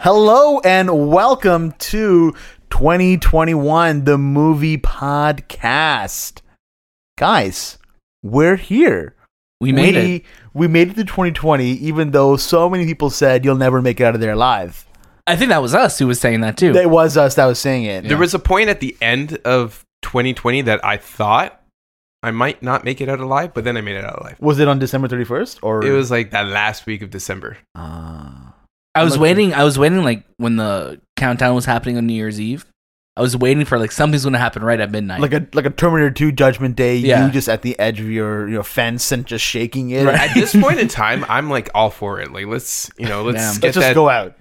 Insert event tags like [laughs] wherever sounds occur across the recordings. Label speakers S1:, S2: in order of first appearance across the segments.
S1: Hello and welcome to 2021, the movie podcast. Guys, we're here.
S2: We made
S1: we,
S2: it.
S1: We made it to 2020, even though so many people said you'll never make it out of there alive.
S2: I think that was us who was saying that too.
S1: It was us that was saying it.
S3: There was a point at the end of 2020 that I thought I might not make it out alive, but then I made it out alive.
S1: Was it on December 31st? Or
S3: It was like that last week of December.
S1: Ah.
S2: I was
S1: Like-
S2: waiting. I was waiting like when the countdown was happening on New Year's Eve. I was waiting for like something's gonna happen right at midnight.
S1: like a like a Terminator 2 Judgment Day,
S2: Yeah.
S1: you just at the edge of your, your fence and just shaking it.
S2: [laughs] Right.
S3: At this point in time, I'm like all for it. Like let's, you know, let's
S2: Damn.
S3: get
S1: Let's just
S3: that.
S1: go out.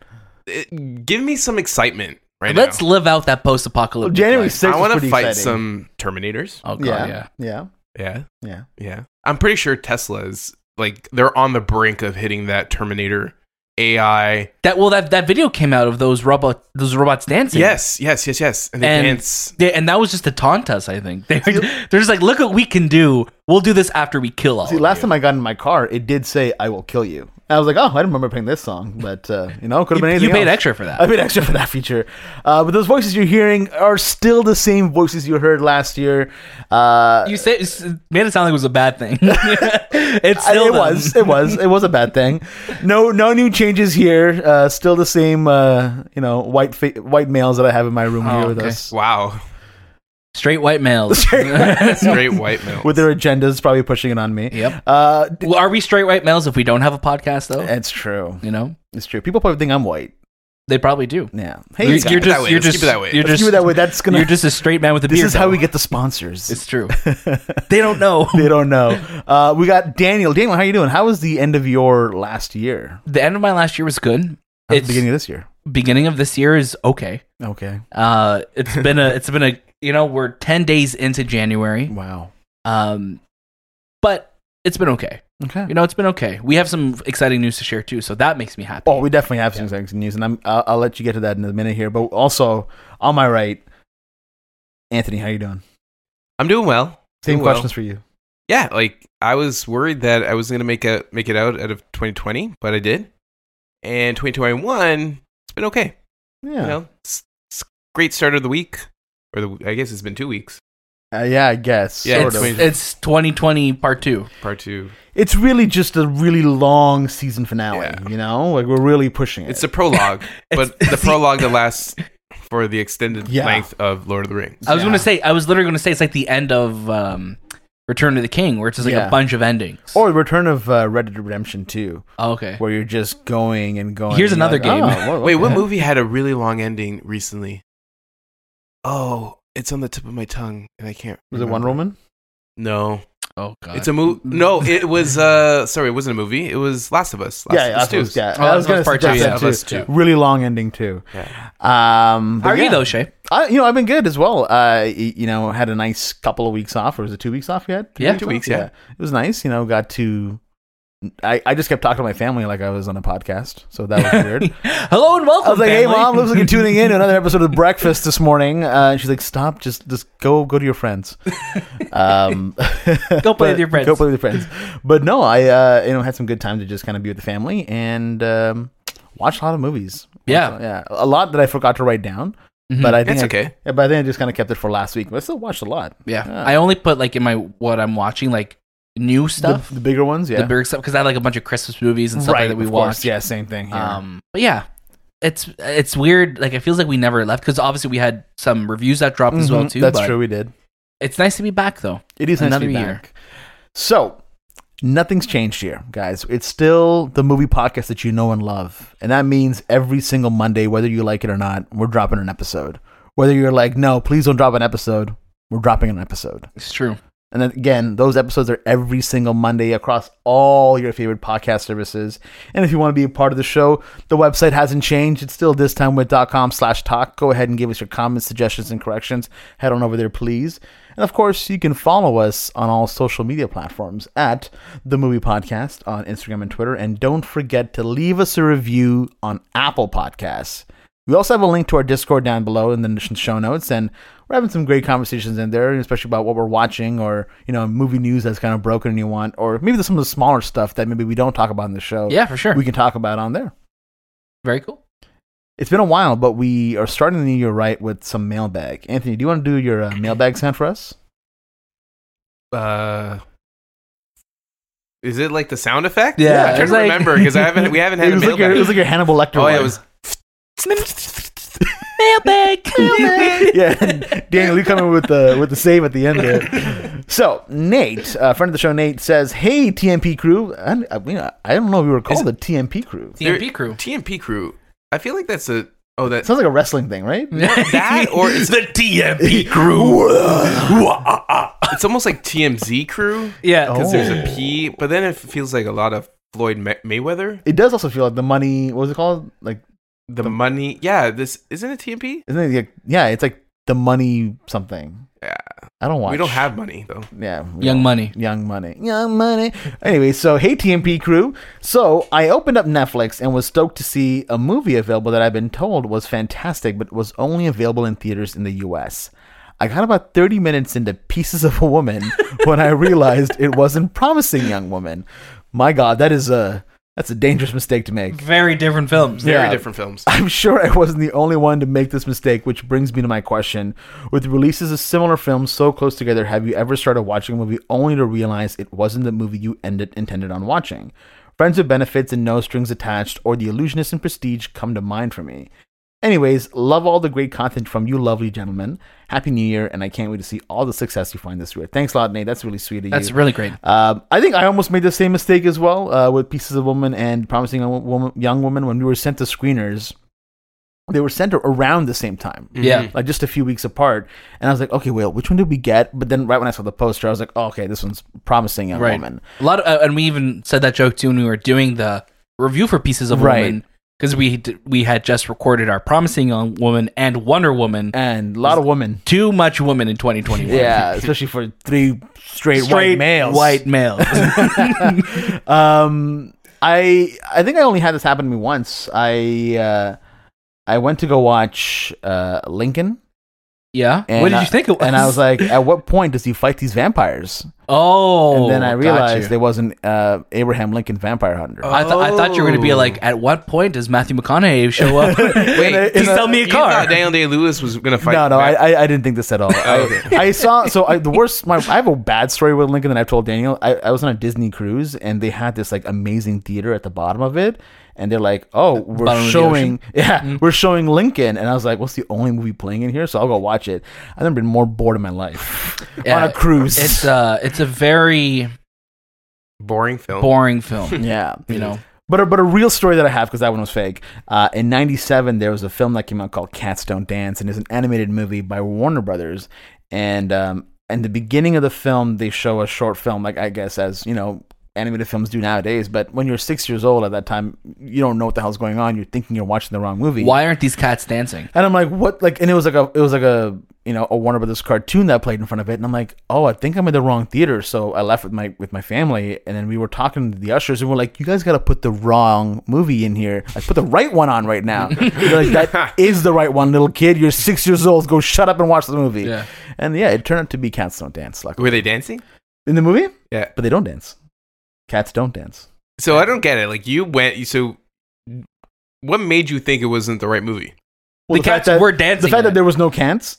S3: it- give me some excitement right
S2: Let's
S3: now.
S2: live out that post-apocalyptic.
S1: Well, January
S2: life.
S1: sixth.
S3: I
S1: want
S3: want to fight some Terminators.
S2: Oh god,
S1: Yeah,
S2: yeah.
S1: yeah,
S3: Yeah,
S1: Yeah.
S3: yeah. I'm pretty sure Tesla's like they're on the brink of hitting that Terminator AI.
S2: That well, that that video came out of those robot those robots dancing.
S3: Yes, yes, yes, yes. And they
S2: And-
S3: dance.
S2: They- and that was just to taunt us. I think [laughs] they, they're just like, look what we can do. We'll do this after we kill all.
S1: See,
S2: of
S1: last
S2: you."
S1: time I got in my car, it did say "I will kill you." I was like, "Oh, I don't remember playing this song," but uh, you know, could have been
S2: you,
S1: anything.
S2: you paid
S1: else. Uh,
S2: extra for that.
S1: I paid extra for that feature. Uh, but those voices you're hearing are still the same voices you heard last year. Uh,
S2: you say, s- made it sound like it was a bad thing. [laughs] it's
S1: I-
S2: still
S1: it
S2: them.
S1: was, it was, it was a bad thing. No, no new changes here. Uh, still the same, uh, you know, white fa- white males that I have in my room
S2: Oh,
S1: here with
S2: okay.
S1: us.
S2: [laughs]
S3: Wow,
S2: straight
S1: [laughs]
S2: white males.
S3: straight white male.
S1: With their agendas, probably pushing it on me.
S2: Yep.
S1: Uh, d-
S2: Well, are we straight white males if we don't have a podcast though?
S1: it's true.
S2: you know,
S1: It's true. People probably think I'm white.
S2: they probably do.
S1: Yeah.
S2: You're,
S1: Hey, guys.
S2: you're
S3: it that
S2: just,
S3: way.
S2: you're
S3: Let's
S2: just,
S3: keep it that way.
S2: You're
S1: Let's
S2: just,
S1: do it that way. That's gonna.
S2: you're just a straight man with a
S1: this
S2: beard.
S1: is how
S2: though.
S1: we get the sponsors.
S2: It's [laughs] true. they don't know.
S1: [laughs] they don't know. Uh, we got Daniel. Daniel, how you doing? How was the end of your last year?
S2: The end of my last year was good.
S1: How's
S2: It's-
S1: the beginning of this year.
S2: Beginning of this year is okay.
S1: Okay.
S2: Uh,
S1: [laughs]
S2: it's been a, it's been a, you know, we're ten days into January.
S1: Wow.
S2: Um, but it's been okay.
S1: Okay.
S2: You know, it's been okay. We have some exciting news to share too, so that makes me happy.
S1: Oh, we definitely have some exciting news, and I'm, I'll, I'll let you get to that in a minute here. But also, on my right, Anthony, how you doing?
S3: I'm doing well.
S1: Same
S3: Doing well.
S1: questions for you.
S3: Yeah, like I was worried that I was gonna make a make it out out of 2020, but I did. And 2021, it's been okay.
S1: Yeah.
S3: You know, it's, it's a great start of the week, or the, I guess it's been two weeks.
S1: Uh, yeah, I guess.
S3: Yeah,
S1: sort
S2: it's,
S1: of.
S3: between-
S2: it's 2020 part two.
S3: Part two.
S1: It's really just a really long season finale.
S3: Yeah.
S1: You know, like we're really pushing it.
S3: It's the prologue,
S1: [laughs]
S2: It's-
S3: but
S2: [laughs]
S3: the prologue that lasts for the extended
S1: Yeah.
S3: length of Lord of the Rings.
S2: I was
S1: Yeah.
S2: gonna say, I was literally gonna say it's like the end of um, Return of the King, where it's just like
S1: Yeah.
S2: a bunch of endings.
S1: or Return of uh, Red Dead Redemption Two.
S2: oh, okay,
S1: where you're just going and going.
S2: Here's
S1: and you're
S2: another game.
S1: whoa,
S3: Wait, what
S1: Oh, okay.
S3: movie had a really long ending recently? Oh, it's on the tip of my tongue, and I can't.
S1: Was it
S3: remember.
S1: Wonder Woman? Uh, mm.
S3: No,
S2: oh god,
S3: it's a movie. No, it was. uh Sorry, it wasn't a movie. It was Last of Us. Last
S1: yeah,
S3: of
S1: yeah,
S3: Us
S1: Last of
S3: 2.
S1: Us, yeah.
S2: Oh,
S1: I was
S2: that
S1: gonna
S2: was
S1: part
S2: part two,
S1: two,
S2: yeah,
S1: that
S2: that was
S1: too.
S2: two.
S1: Really long ending too.
S3: Yeah.
S1: Um,
S2: [laughs] How
S1: but
S2: are
S1: yeah.
S2: you though, Shay?
S1: I, you know, I've been good as well. Uh, y- you know, had a nice couple of weeks off. Or was it two weeks off? You had
S2: Yeah,
S3: two
S1: off?
S3: weeks, yeah.
S1: it was nice. You know, got to. I, I just kept talking to my family like I was on a podcast, so that
S2: [laughs]
S1: was weird.
S2: Hello and welcome.
S1: I was like, "Hey,
S2: family."
S1: mom, looks like
S2: [laughs]
S1: you're tuning in to another episode of Breakfast this morning." Uh, and she's like, "Stop, just just go go to your
S2: [laughs]
S1: friends. Um, [laughs]
S2: Go play with
S1: but-
S2: your friends.
S1: Go play with your friends." But no, I uh, you know had some good time to just kind of be with the family and um, watch a lot of movies. Watch
S2: Yeah.
S1: a- yeah, a lot that I forgot to write down,
S2: Mhm.
S1: but I think
S3: It's
S1: I,
S3: okay.
S1: yeah, But I think I just kind of kept it for last week. But I still watched a lot.
S2: yeah,
S1: Yeah.
S2: I only put like in my what I'm watching like new stuff,
S1: the, the bigger ones,
S2: the,
S1: yeah.
S2: big stuff, because I had like a bunch of Christmas movies and stuff like that we
S1: of course.
S2: watched.
S1: Yeah, same thing. Here.
S2: Um, but yeah, it's it's weird. Like it feels like we never left because obviously we had some reviews that dropped as well
S1: Mhm,
S2: too.
S1: That's
S2: but
S1: true. We did.
S2: It's nice to be back though.
S1: It is nice to
S2: Another
S1: be
S2: year.
S1: back. So nothing's changed here, guys. It's still the movie podcast that you know and love, and that means every single Monday, whether you like it or not, we're dropping an episode. Whether you're like, no, please don't drop an episode, we're dropping an episode.
S2: It's true.
S1: And then again, those episodes are every single Monday across all your favorite podcast services. And if you want to be a part of the show, the website hasn't changed. It's still this time with.com slash talk. Go ahead and give us your comments, suggestions, and corrections. Head on over there, please. And of course, you can follow us on all social media platforms at the movie podcast on Instagram and Twitter. And don't forget to leave us a review on Apple Podcasts. We also have a link to our Discord down below in the show notes, and we're having some great conversations in there, especially about what we're watching or you know movie news that's kind of broken and you want, or maybe there's some of the smaller stuff that maybe we don't talk about in the show.
S2: Yeah, for sure.
S1: we can talk about on there.
S2: Very cool.
S1: It's been a while, but we are starting the new year right with some mailbag. Anthony, do you want to do your uh, mailbag sound for us?
S3: Uh, is it like the sound effect?
S2: Yeah,
S3: I
S2: it's
S3: can't
S2: like-
S3: remember because I haven't. We haven't
S1: [laughs]
S3: had
S1: It
S3: a
S1: was, like
S3: mailbag.
S1: your, it was like your Hannibal Lecter.
S3: oh yeah, it
S1: one.
S3: was.
S2: Mailbag. Mailbag.
S1: yeah, and Daniel, you come in with the with the save at the end there. So Nate, a friend of the show, Nate says, "Hey TMP crew, and I mean, I don't know if we were called the TMP crew.
S2: TMP crew.
S3: TMP crew. I feel like that's a. Oh,
S1: It
S3: that
S1: sounds like a wrestling thing, right?
S3: Mm. that or it's,
S2: the TMP crew.
S3: it's almost like TMZ crew
S2: yeah.
S1: Oh.
S3: because there's a P, but then it feels like a lot of Floyd May- Mayweather.
S1: It does also feel like the money. What was it called? Like
S3: The, money. Yeah, this isn't it TMP.
S1: isn't it? Like, yeah, it's like the money something.
S3: Yeah.
S1: I don't watch.
S3: We don't have money though.
S1: Yeah, we
S2: Young
S1: don't.
S2: Money.
S1: Young Money. Young Money. Anyway, so hey TMP crew. So I opened up Netflix and was stoked to see a movie available that I've been told was fantastic, but was only available in theaters in the US. I got about 30 minutes into Pieces of a Woman when I realized it wasn't promising young woman. My God, that is a that's a dangerous mistake to make.
S2: Very different films.
S3: Very
S1: Yeah.
S3: different films.
S1: [laughs] I'm sure I wasn't the only one to make this mistake, which brings me to my question. With releases of similar films so close together, have you ever started watching a movie only to realize it wasn't the movie you ended, intended on watching? Friends with Benefits and No Strings Attached or The Illusionist and Prestige come to mind for me. Anyways, love all the great content from you lovely gentlemen. Happy New Year, and I can't wait to see all the success you find this year. Thanks a lot, Nate. That's really sweet of you.
S2: That's really great.
S1: Um, I think I almost made the same mistake as well uh, with Pieces of Woman and Promising Young Woman, Young Woman. When we were sent to screeners, they were sent around the same time,
S3: Mm-hmm.
S2: Yeah.
S1: like just a few weeks apart. And I was like, okay, well, which one did we get? But then right when I saw the poster, I was like, oh, okay, this one's Promising Young
S2: Right.
S1: Woman.
S2: A lot of, uh, and we even said that joke too when we were doing the review for Pieces of a
S1: Right.
S2: Woman because we d- we had just recorded our Promising Young Woman and Wonder Woman.
S1: And a lot of
S2: [laughs]
S1: women.
S2: Too much woman in 2021.
S1: Yeah, especially for three straight,
S2: Straight
S1: white males.
S2: White [laughs] males.
S1: [laughs] um, I I think I only had this happen to me once. I uh, I went to go watch uh, Lincoln.
S2: yeah.
S1: And
S2: what did
S1: I-
S2: you think it was?
S1: And I was like, at what point does he fight these vampires?
S2: oh.
S1: and then I
S2: got
S1: realized
S2: you.
S1: there wasn't uh, Abraham Lincoln Vampire Hunter.
S2: I, th- I thought you were going to be
S3: Oh.
S2: like, at what point does Matthew McConaughey show
S1: [laughs]
S2: up?
S3: Wait,
S1: in a-
S2: Please
S1: in a-
S2: sell me a
S3: you thought
S2: car.
S3: Daniel Day Lewis was gonna fight?
S1: no, no,
S3: back?
S1: I, I, I didn't think this at
S3: [laughs]
S1: all. I,
S3: okay.
S1: I saw so I, the worst. My I have a bad story with Lincoln that I've told Daniel. I, I was on a Disney cruise and they had this like amazing theater at the bottom of it, and they're like, "Oh, we're
S2: bottom of the Mm.
S1: showing, [laughs] yeah, we're showing Lincoln," and I was like, "What's the only movie playing in here?" So I'll go watch it. I've never been more bored in my life on
S2: Yeah,
S1: a cruise.
S2: It's uh, it's a very
S3: boring film.
S2: boring
S1: [laughs]
S2: film.
S1: [laughs] yeah,
S2: You know,
S1: But a, but a real story that I have because that one was fake. Uh, in '97, there was a film that came out called Cats Don't Dance, and it's an animated movie by Warner Brothers. And um, in the beginning of the film, they show a short film, like I guess as you know, animated films do nowadays. But when you're six years old at that time, you don't know what the hell's going on. You're thinking you're watching the wrong movie.
S2: why aren't these cats dancing?
S1: And I'm like, what? Like, and it was like a, it was like a, you know, a Warner Brothers cartoon that played in front of it. And I'm like, oh, I think I'm in the wrong theater. So I left with my with my family, and then we were talking to the ushers, and we're like, you guys got to put the wrong movie in here. Like, put the right one on right
S2: [laughs]
S1: now. They're like, that is the right one, little kid. You're six years old. Go shut up and watch the movie.
S2: Yeah.
S1: And yeah, it turned out to be Cats Don't Dance. Like
S3: Were they dancing?
S1: in the movie,
S3: Yeah.
S1: but they don't dance. Cats don't dance.
S3: So I don't get it. Like you went. you- So what made you think it wasn't the right movie?
S1: Well,
S2: the,
S1: fact
S2: cats
S1: that-
S2: were dancing.
S1: the fact that there was no cans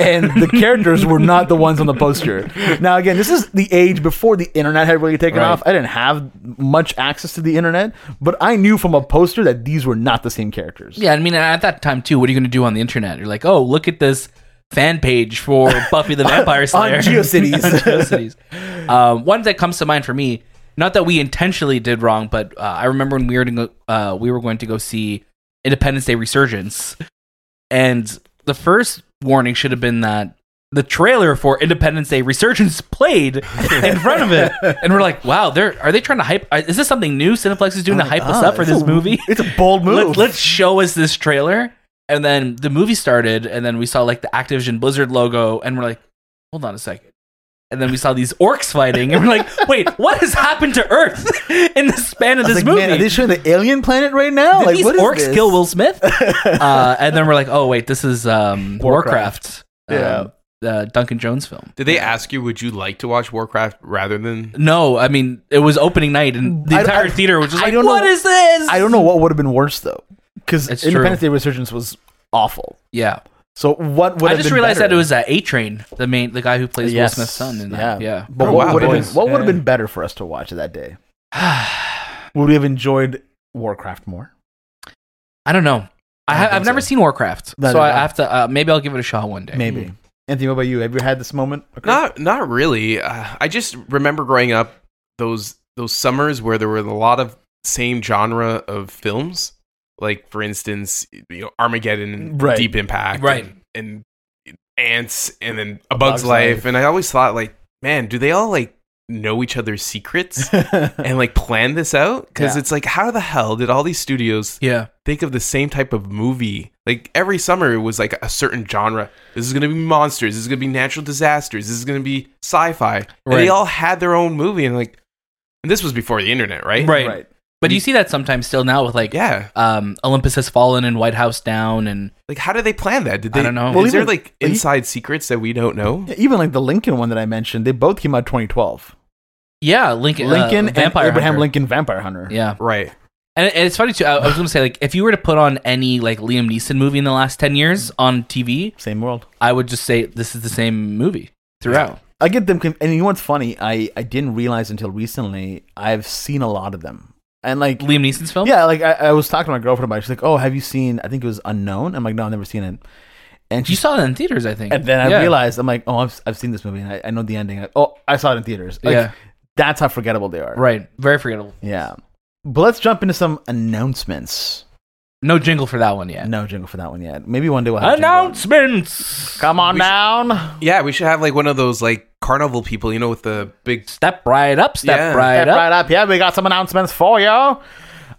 S1: and
S2: [laughs]
S1: the characters were not the ones on the poster. Now, again, this is the age before the internet had really taken
S2: Right.
S1: off. I didn't have much access to the internet, but I knew from a poster that these were not the same characters.
S2: yeah, I mean, at that time too, what are you going to do on the internet? You're like, oh, look at this fan
S1: [laughs]
S2: page for Buffy the Vampire Slayer
S1: GeoCities.
S2: [laughs] On GeoCities. Um, one that comes to mind for me, not that we intentionally did wrong, but uh, I remember when we were to go, uh, we were going to go see Independence Day Resurgence, and the first warning should have been that. The trailer for Independence Day Resurgence played in front
S1: [laughs]
S2: of it, and we're like, "Wow, they're are they trying to hype? uh, Is this something new? Cineplex is doing to hype us
S1: Ah,
S2: up for
S1: it's
S2: this
S1: a-
S2: movie?
S1: It's a bold move.
S2: Let, [laughs] let's show us this trailer. And then the movie started, and then we saw like the Activision Blizzard logo, and we're like, hold on a second. And then we saw these orcs fighting, and we're like, [laughs] "Wait, what has happened to Earth [laughs] in the span of
S1: I was
S2: this
S1: like,
S2: movie?"
S1: man, are they showing the alien planet right now?
S2: Did
S1: like,
S2: these
S1: what is
S2: orcs
S1: this? [laughs]
S2: kill Will Smith? uh, and then we're like, "Oh wait, this is um, Warcraft." um, the Duncan Jones film.
S3: Did they ask you, would you like to watch Warcraft rather than.
S2: No, I mean it was opening night, and the
S1: I-
S2: entire
S1: I-
S2: theater was just
S1: I
S2: like,
S1: don't know-
S2: "What is this?"
S1: I don't know what would have been worse though, because
S2: It's
S1: Independence Day Resurgence was awful.
S2: Yeah,
S1: So what would
S2: I
S1: have
S2: just
S1: been
S2: realized
S1: better?
S2: that it was uh, A Train, the main, the guy who plays
S1: Yes.
S2: Will Smith's son. In that. Yeah,
S1: But
S3: Oh,
S1: what
S3: wow,
S1: would have been
S3: boys.
S1: what would have
S2: [sighs] Yeah.
S1: been better for us to watch that day? Would we have enjoyed Warcraft more?
S2: I don't know. I
S1: I
S2: ha-
S1: don't
S2: I've
S1: think
S2: never
S1: so.
S2: seen Warcraft,
S1: Neither
S2: so I
S1: have I.
S2: have to. Uh, maybe I'll give it a shot one day.
S1: Maybe. Anthony, what about you? Have you had this moment? occur? [laughs]
S3: Not, not really. Uh, I just remember growing up those those summers where there were a lot of same genre of films, like for instance, you know, Armageddon, and
S1: Right.
S3: Deep Impact,
S2: Right.
S3: and, and Ants, and then A Bug's,
S1: Bug's
S3: Life.
S1: Life.
S3: And I always thought, like, man, do they all like know each other's secrets and like plan this out? Because
S2: Yeah.
S3: it's like, how the hell did all these studios
S2: Yeah,
S3: think of the same type of movie. Like every summer, it was like a certain genre. This is going to be monsters. This is going to be natural disasters. This is going to be sci-fi. And
S2: Right.
S3: they all had their own movie, and like, and this was before the internet, right?
S2: Right. but you see that sometimes still now with like
S3: Yeah.
S2: um, Olympus Has Fallen and White House Down, and
S3: Like, how did they plan that? Did
S2: I
S3: they?
S2: don't know.
S3: Is
S1: Well,
S3: there
S1: even-
S3: like
S1: like-
S3: inside secrets that we don't know?
S1: Yeah, Even like the Lincoln one that I mentioned, they both came out 2012.
S2: yeah, Lincoln, uh,
S1: Lincoln and
S2: Vampire
S1: Abraham
S2: Hunter.
S1: Lincoln Vampire Hunter.
S2: Yeah,
S3: Right.
S2: and, and it's funny too. I, I was gonna say like if you were to put on any like Liam Neeson movie in the last ten years on TV,
S1: Same world.
S2: I would just say this is the same movie throughout.
S1: I get them, conf- and you know what's funny? I, I didn't realize until recently I've seen a lot of them, and like
S2: Liam Neeson's film.
S1: Yeah, like I, I was talking to my girlfriend about it. She's like, "Oh, have you seen?" I think it was Unknown. I'm like, "No, I've never seen it." And
S2: you
S1: she,
S2: saw it in theaters, I think.
S1: and then I
S2: Yeah.
S1: realized I'm like, "Oh, I've, I've seen this movie. And I, I know the ending. I, oh, I saw it in theaters. Like,
S2: yeah,
S1: that's how forgettable they are.
S2: right, very forgettable.
S1: Yeah. But let's jump into some announcements.
S2: No jingle for that one yet.
S1: No jingle for that one yet. Maybe one day we'll have a jingle.
S2: Announcements.
S1: Come on
S3: We should-
S1: down.
S3: Yeah, we should have like one of those like carnival people, you know, with the big.
S2: Step right up. Step
S3: Yeah.
S2: right
S1: Step
S2: up.
S1: right up. Yeah, we got some announcements for you.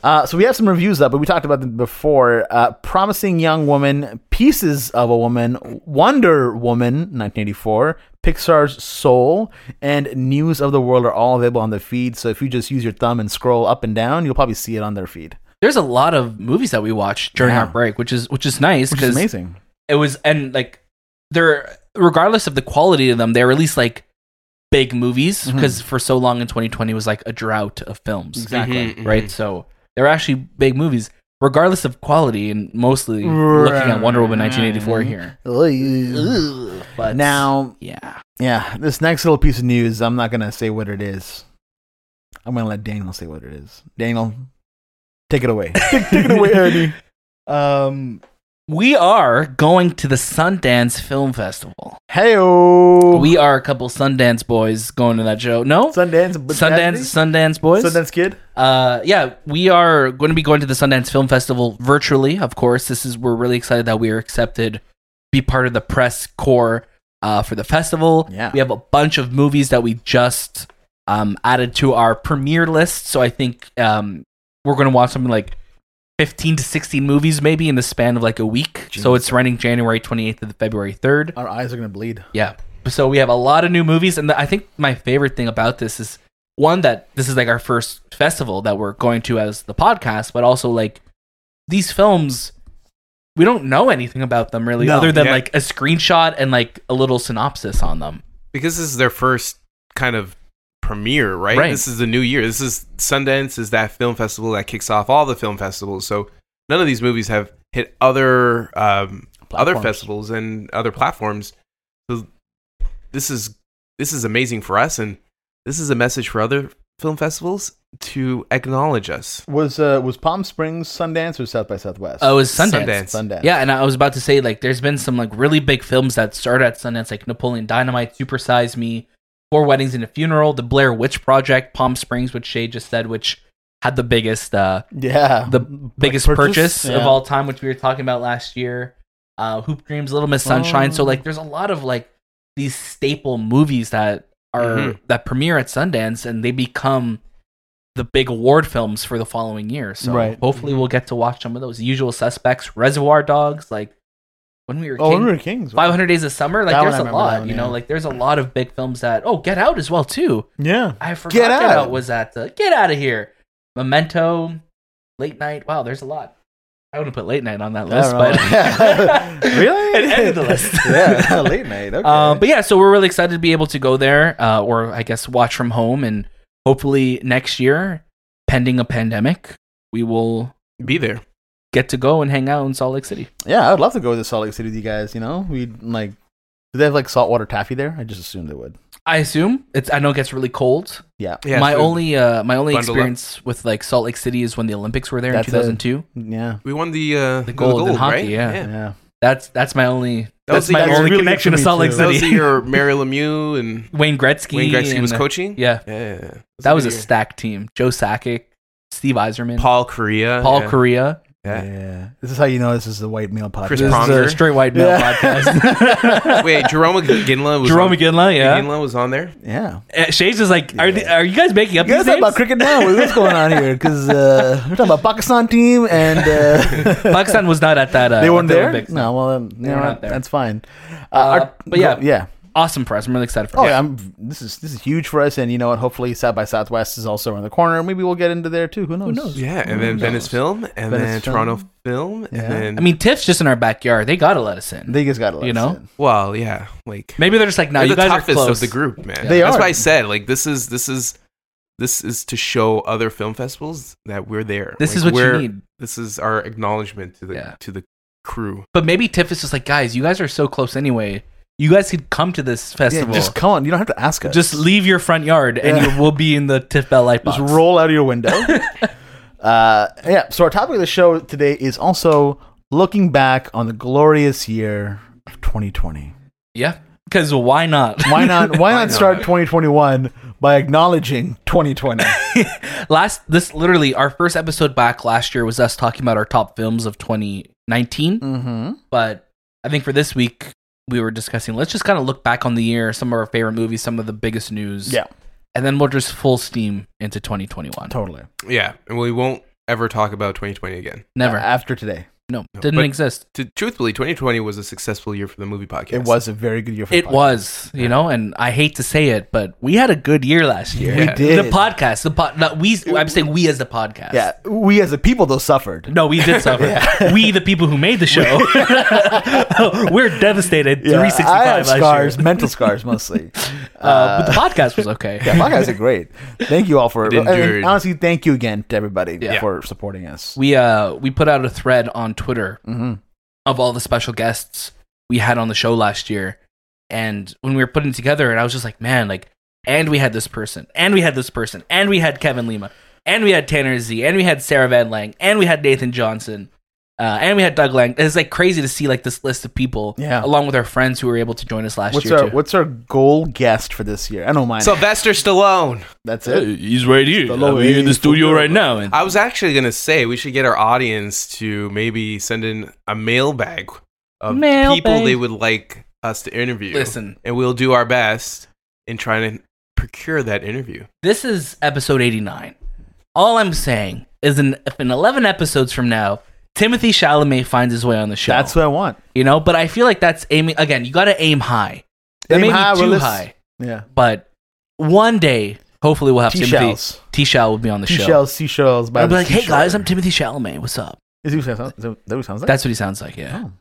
S1: Uh, so we have some reviews up, but we talked about them before. Uh, Promising Young Woman, Pieces of a Woman, Wonder Woman, 1984, Pixar's Soul, and News of the World are all available on the feed. So if you just use your thumb and scroll up and down, you'll probably see it on their feed,
S2: There's a lot of movies that we watched during
S1: Yeah.
S2: our break, which is which is nice
S1: which is
S2: because
S1: amazing.
S2: it was and like they're regardless of the quality of them, they're at least like big movies
S1: Mhm.
S2: because for so long in 2020 was like a drought of films,
S1: Exactly.
S3: Mhm, mhm.
S2: right? So they're actually big movies. Regardless of quality, and mostly looking at Wonder Woman 1984 here. But
S1: Now,
S2: yeah,
S1: yeah, this next little piece of news, I'm not going to say what it is. I'm going to let Daniel say what it is. Daniel, take it away. [laughs] take, take it away,
S2: [laughs]
S1: Andy. [laughs]
S2: um, we are going to the Sundance Film Festival.
S1: Hey,
S2: We are a couple Sundance boys going to that show. No,
S1: Sundance, but
S2: Sundance, Sundance boys.
S1: Sundance Kid.
S2: Uh, yeah, we are going to be going to the Sundance Film Festival virtually. Of course, this is we're really excited that we are accepted, to be part of the press corps uh, for the festival.
S1: Yeah.
S2: we have a bunch of movies that we just um, added to our premiere list. So I think um, we're going to watch something like fifteen to sixteen movies, maybe in the span of like a week. So
S1: Jeez.
S2: it's running January twenty eighth to the February third.
S1: Our eyes are gonna bleed.
S2: Yeah. So we have a lot of new movies, and I think my favorite thing about this is one that this is like our first festival that we're going to as the podcast, but also like these films, we don't know anything about them really,
S1: No.
S2: other than
S3: Yeah.
S2: like a screenshot and like a little synopsis on them.
S3: because this is their first kind of premiere, right?
S2: Right.
S3: This is the new year. This is Sundance is that film festival that kicks off all the film festivals. So none of these movies have hit other um, other
S1: Platforms.
S3: festivals and other platforms. So this is this is amazing for us, and this is a message for other film festivals to acknowledge us.
S1: Was uh, was Palm Springs Sundance or South by Southwest?
S2: Oh, it was Sundance.
S3: Sundance.
S1: Sundance.
S2: Yeah, and I was about to say like there's been some like really big films that started at Sundance, like Napoleon Dynamite, Super Size Me, Four Weddings and a Funeral, The Blair Witch Project, Palm Springs, which Shay just said, which had the biggest uh
S1: yeah.
S2: the biggest purchase, of
S1: Yeah.
S2: all time, which we were talking about last year. Uh, Hoop Dreams, Little Miss Sunshine. So
S1: Oh.
S2: like, there's a lot of like these staple movies that are
S1: Mm-hmm.
S3: Mhm.
S2: that premiere at Sundance, and they become the big award films for the following year. So
S1: Right. Mm-hmm.
S2: hopefully, we'll get to watch some of those. The Usual Suspects, Reservoir Dogs, like when we were
S1: Oh,
S2: kids.
S1: Remember Kings.
S2: Five Hundred Days of Summer. Like
S1: That one I
S2: there's a
S1: remember, that
S2: lot,
S1: one,
S2: you know.
S1: yeah.
S2: Like there's a lot of big films that. Oh, Get Out as well too.
S1: Yeah.
S2: I forgot
S1: Get
S2: Get
S1: Out.
S2: Out, was at the Get Out of Here, Memento, Late Night. Wow, there's a lot. I wouldn't put Late Night on that list, but [laughs]
S1: but [laughs] really,
S2: it ended the list.
S1: [laughs]
S2: [laughs]
S1: yeah, late night. Okay.
S2: Um, but yeah, so we're really excited to be able to go there, uh, or I guess watch from home, and hopefully next year, pending a pandemic, we will
S3: Be there.
S2: get to go and hang out in Salt Lake City.
S1: yeah, I would love to go to Salt Lake City with you guys. You know, we would like. Do they have like saltwater taffy there? I just assumed they would.
S2: I assume it's. I know it gets really cold.
S1: Yeah.
S3: Yeah,
S2: my
S3: so
S2: only uh, my only
S3: Bundle up.
S2: experience with like Salt Lake City is when the Olympics were there
S1: That's it.
S2: in 2002.
S1: Yeah.
S3: we won the uh,
S2: The gold in hockey, yeah.
S1: Yeah.
S2: That's that's my only
S3: That's
S2: that's, my
S3: the-
S1: that's
S2: only
S1: really
S2: connection
S1: good for
S2: to Salt
S1: me
S2: Lake
S1: too.
S3: That was
S2: [laughs] City.
S3: the year Mary Lemieux and
S2: Wayne Gretzky.
S3: Wayne Gretzky was
S2: and- uh,
S3: coaching.
S2: Yeah,
S3: Yeah, yeah.
S2: that was a
S3: good year.
S2: stacked team. Joe Sakic, Steve Eiserman, Paul,
S3: Paul Korea. yeah.
S2: Correa.
S1: yeah.
S3: Yeah.
S1: This is how you know this is the white male podcast.
S3: Chris
S2: This is [laughs]
S3: Pronger.
S2: a straight white male
S1: Yeah. [laughs]
S2: podcast.
S3: [laughs] Wait,
S2: [laughs]
S3: Jerome Ginla was
S2: Jerome
S3: on,
S2: McGinley, yeah.
S3: Ginla was on there.
S1: yeah.
S2: Uh, Shades is like, are,
S1: Yeah.
S2: the- are you guys making up
S1: You guys
S2: these
S1: talking
S2: names?
S1: about
S2: [laughs]
S1: cricket now? What's going on here? Because uh, we're talking about Pakistan team and uh,
S2: Pakistan was not at that. Uh,
S1: they
S2: at
S1: weren't
S2: the
S1: there.
S2: Olympics.
S1: No, well, um, you know
S2: were
S1: what?
S2: not there.
S1: That's fine. Uh,
S2: Uh,
S1: our-
S2: but yeah.
S1: yeah.
S2: Awesome for us. I'm really excited for
S1: Oh,
S2: it.
S1: yeah, I'm. This is this is huge for us, and you know what? Hopefully, South by Southwest is also around the corner. Maybe we'll get into there too. Who knows?
S2: knows?
S3: Yeah, and then
S1: knows?
S3: Venice Film, and
S1: Venice
S3: then
S1: Film.
S3: Toronto Film,
S1: Yeah.
S3: and then
S2: I mean, TIFF's just in our backyard. They gotta let us in.
S1: They just got to
S2: You know?
S3: well, yeah, like
S2: Maybe they're just like, no,
S3: they're
S2: you
S3: the
S2: guys are
S3: toughest
S2: close.
S3: of the group, man.
S1: They
S3: That's
S1: are.
S3: why I said like this is this is this is to show other film festivals that we're there.
S2: This
S3: Like,
S2: is what
S3: we're-
S2: you need.
S3: This is our acknowledgement to the
S2: Yeah.
S3: to the crew.
S2: But maybe TIFF is just like, guys, you guys are so close anyway. You guys could come to this
S1: Yeah,
S2: festival.
S1: just come on. You don't have to ask us.
S2: Just leave your front yard and
S1: Yeah.
S2: you will be in the TIFF Bell light box.
S1: just roll out of your window. [laughs] uh, yeah. So our topic of the show today is also looking back on the glorious year of 2020.
S2: Yeah. Because why not? [laughs]
S1: Why not? Why not
S3: not?
S1: start 2021 by acknowledging 2020?
S2: last this literally our first episode back last year was us talking about our top films of 2019
S1: mm-hmm.
S2: but i think for this week we were discussing let's just kind of look back on the year some of our favorite movies some of the biggest news
S1: Yeah.
S2: and then we'll just full steam into 2021
S1: Totally.
S3: Yeah, and we won't ever talk about 2020 again.
S2: never
S1: After today,
S2: no
S3: No,
S2: didn't
S3: but-
S2: exist
S3: To, truthfully, 2020 was a successful year for the movie podcast.
S1: it was a very good year for the
S2: it
S1: podcast.
S2: was you know and i hate to say it but we had a good year last year
S1: We
S3: Yeah.
S1: did
S2: the podcast the pod not we i'm saying we as the podcast
S1: Yeah, we as a people though suffered.
S2: No, we
S1: [laughs]
S2: did suffer. We, the people who made the show, [laughs] we're devastated.
S1: Yeah,
S2: [laughs] Three sixty-five.
S1: I have
S2: last
S1: scars,
S2: year.
S1: mental scars mostly.
S2: [laughs] Uh, but the podcast was okay.
S1: yeah,
S2: [laughs]
S1: my guys are great. Thank you all for
S3: It
S1: and
S3: endured.
S1: honestly. Thank you again to everybody
S2: Yeah.
S1: for supporting us.
S2: We uh we put out a thread on Twitter
S1: Mhm.
S2: of all the special guests we had on the show last year, and when we were putting it together, and I was just like, man, like, and we had this person, and we had this person, and we had Kevin Lima, and we had Tanner Z, and we had Sarah Van Lang, and we had Nathan Johnson. Uh, and we had Doug Lang. It's like crazy to see like this list of people,
S1: Yeah.
S2: along with our friends who were able to join us last
S1: What's
S2: year.
S1: our
S2: too.
S1: What's our goal guest for this year? I don't mind.
S3: Sylvester Stallone.
S1: That's it.
S2: He's right here.
S1: Stallone I'm here in the is studio right
S2: now. And
S3: I was actually gonna say we should get our audience to maybe send in a mailbag of
S2: Mailbag.
S3: people they would like us to interview.
S2: listen,
S3: and we'll do our best in trying to procure that interview.
S2: this is episode 89. All I'm saying is in, if in 11 episodes from now, Timothy Chalamet finds his way on the show.
S1: That's what I want.
S2: you know, but I feel like that's aiming again, you got to aim high. That
S1: Aim
S2: may be
S1: high,
S2: too
S1: Willis.
S2: high,
S1: Yeah.
S2: but one day hopefully we'll have Timothy
S1: T-shells.
S2: T-Shell will be on the show.
S1: T-shells. Seashells. By
S2: I'll be
S1: the
S2: like, "Hey
S1: seashore."
S2: guys, I'm Timothy Chalamet. What's up?"
S1: Is he- is that what it sounds like?
S2: That's what he sounds like, yeah.
S1: Oh.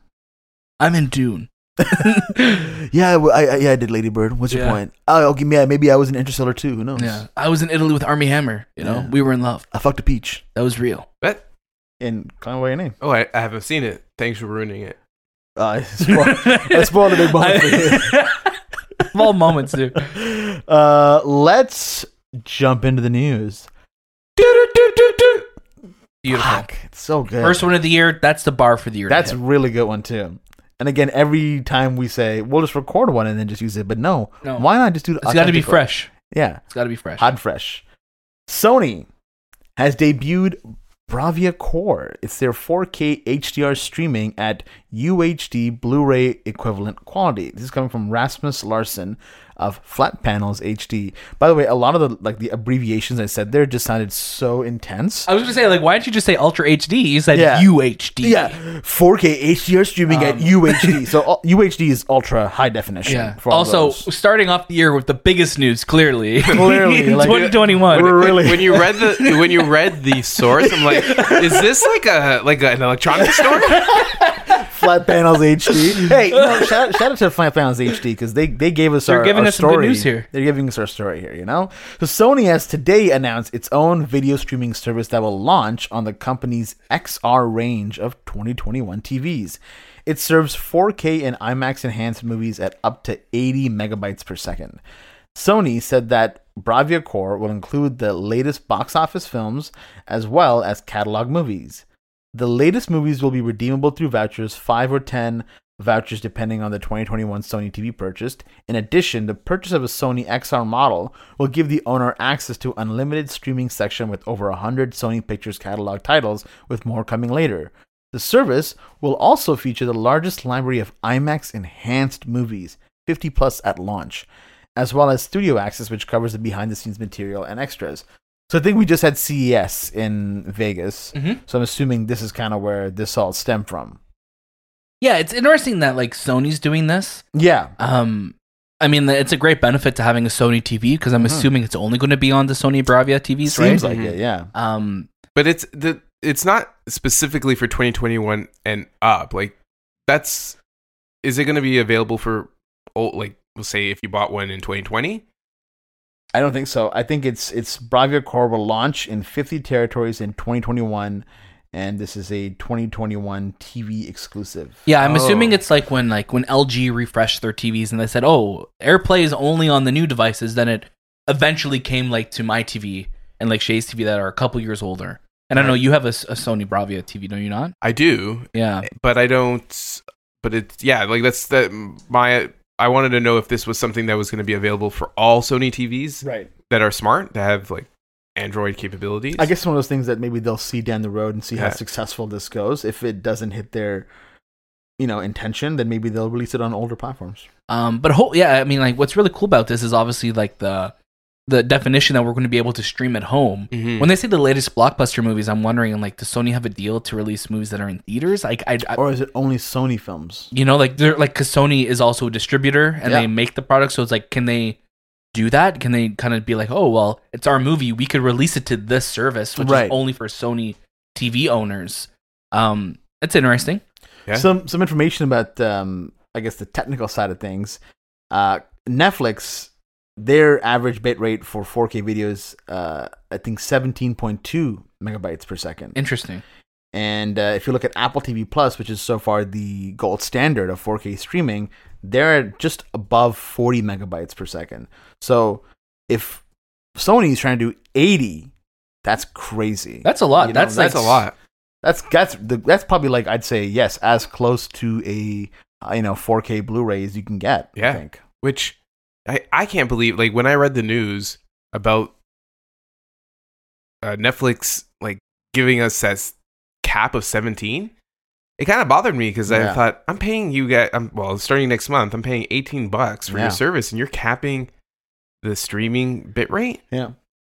S2: I'm in Dune.
S1: Yeah, I- I, I, yeah, I did Lady Bird. What's your
S2: Yeah.
S1: point? Oh, okay, yeah, maybe I was an interstellar too. Who knows?
S2: yeah. I was in Italy with Army Hammer, you know.
S1: Yeah.
S2: We were in love.
S1: I fucked a peach.
S2: That was [laughs] real.
S3: But
S1: And kind of what your name?
S3: oh, I, I haven't seen it. Thanks for ruining it.
S1: Uh, [laughs] spoil- I spoiled a big moment for you.
S2: [laughs] Of all moments, dude.
S1: Uh, let's jump into the news.
S2: Beautiful.
S1: Fuck, it's so good.
S2: First one of the year. Ah, That's the bar for the year. to
S1: That's a
S2: hit.
S1: really good one too. And again, every time we say we'll just record one and then just use it, but no,
S2: No.
S1: why not just do?
S2: it's got to be
S1: authentical?
S2: fresh.
S1: Yeah,
S2: It's got to be fresh.
S1: hot and fresh. Sony has debuted Bravia Core. It's their 4K HDR streaming at UHD Blu-ray equivalent quality. This is coming from Rasmus Larsen of Flat Panels HD. By the way, a lot of the like the abbreviations I said there just sounded so intense.
S2: I was gonna say, like, why didn't you just say Ultra HD? You said
S1: Yeah.
S2: UHD.
S1: yeah, 4K HDR streaming at
S2: Um.
S1: UHD. so
S2: [laughs]
S1: uh, UHD is ultra high definition.
S2: Yeah.
S1: For all
S2: Also,
S1: those.
S2: starting off the year with the biggest news,
S1: [laughs]
S2: clearly.
S1: Clearly,
S2: [laughs] In
S1: like-
S2: 2021.
S1: We're really
S3: when you read the when you read the source, I'm like, is this like a like an electronic store?
S1: Flat Panels HD.
S2: [laughs]
S1: Hey, you know, shout, shout out to Flat Panels HD because they, they gave us
S2: They're
S1: our,
S2: giving
S1: our
S2: us some good
S1: story.
S2: news here.
S1: They're giving us our story here, you know? So Sony has today announced its own video streaming service that will launch on the company's XR range of 2021 TVs. It serves 4K and IMAX enhanced movies at up to 80 megabytes per second. Sony said that Bravia Core will include the latest box office films as well as catalog movies. The latest movies will be redeemable through vouchers, 5 or 10 vouchers depending on the 2021 Sony TV purchased. In addition, the purchase of a Sony XR model will give the owner access to unlimited streaming section with over 100 Sony Pictures catalog titles with more coming later. The service will also feature the largest library of IMAX enhanced movies, 50 plus at launch, as well as studio access which covers the behind the scenes material and extras. So I think we just had CES in Vegas.
S2: Mhm.
S1: So I'm assuming this is kind of where this all stemmed from.
S2: Yeah, it's interesting that like Sony's doing this.
S1: Yeah.
S2: Um, I mean, it's a great benefit to having a Sony TV because I'm assuming it's only going to be on the Sony Bravia TVs,
S1: Uh-huh. Seems
S2: right?
S1: like
S3: Mhm.
S1: it, yeah.
S2: um,
S3: But it's the it's not specifically for 2021 and up. Like that's is it going to be available for oh like we'll say if you bought one in 2020?
S1: I don't think so. I think it's it's Bravia Core will launch in 50 territories in 2021, and this is a 2021 TV exclusive.
S2: yeah, I'm assuming
S3: Oh.
S2: it's like when like when LG refreshed their TVs and they said, "Oh, AirPlay is only on the new devices." Then it eventually came like to my TV and like Shay's TV that are a couple years older. And I know you have a, s- a Sony Bravia TV, do you not?
S3: I do,
S2: Yeah.
S3: but I don't but it's yeah, like that's that my I wanted to know if this was something that was going to be available for all Sony TVs
S1: Right.
S3: that are smart that have like Android capabilities.
S1: I guess it's one of those things that maybe they'll see down the road and see how
S3: Yeah.
S1: successful this goes. If it doesn't hit their, you know, intention, then maybe they'll release it on older platforms.
S2: Um, but ho- yeah, I mean, like what's really cool about this is obviously like the the definition that we're going to be able to stream at home.
S3: Mhm.
S2: When they say the latest blockbuster movies, I'm wondering like does Sony have a deal to release movies that are in theaters? Like I, I
S1: Or is it only Sony films?
S2: you know, like they're like because Sony is also a distributor and
S1: Yeah.
S2: they make the product, so it's like can they do that? Can they kind of be like, oh well, it's our movie, we could release it to this service, which
S1: Right.
S2: is only for Sony TV owners. Um, that's interesting.
S3: Yeah.
S1: Some some information about um, I guess the technical side of things. Uh, Netflix, their average bit rate for 4K videos, uh, I think 17.2 megabytes per second.
S2: Interesting.
S1: And uh, if you look at Apple TV Plus, which is so far the gold standard of 4K streaming, they're at just above 40 megabytes per second. So if Sony's trying to do 80, that's crazy.
S2: That's a lot.
S1: You know,
S2: that's
S3: that's
S2: like,
S3: a lot.
S1: That's that's the, that's probably like I'd say yes, as close to a uh, you know 4K Blu-ray as you can get. I
S3: Yeah.
S1: think.
S3: which I, I can't believe like when i read the news about uh, netflix like giving us that s- cap of 17 it kind of bothered me because
S1: Yeah.
S3: i thought i'm paying you guys I'm, well starting next month i'm paying 18 bucks for
S1: Yeah.
S3: your service and you're capping the streaming bitrate
S1: Yeah.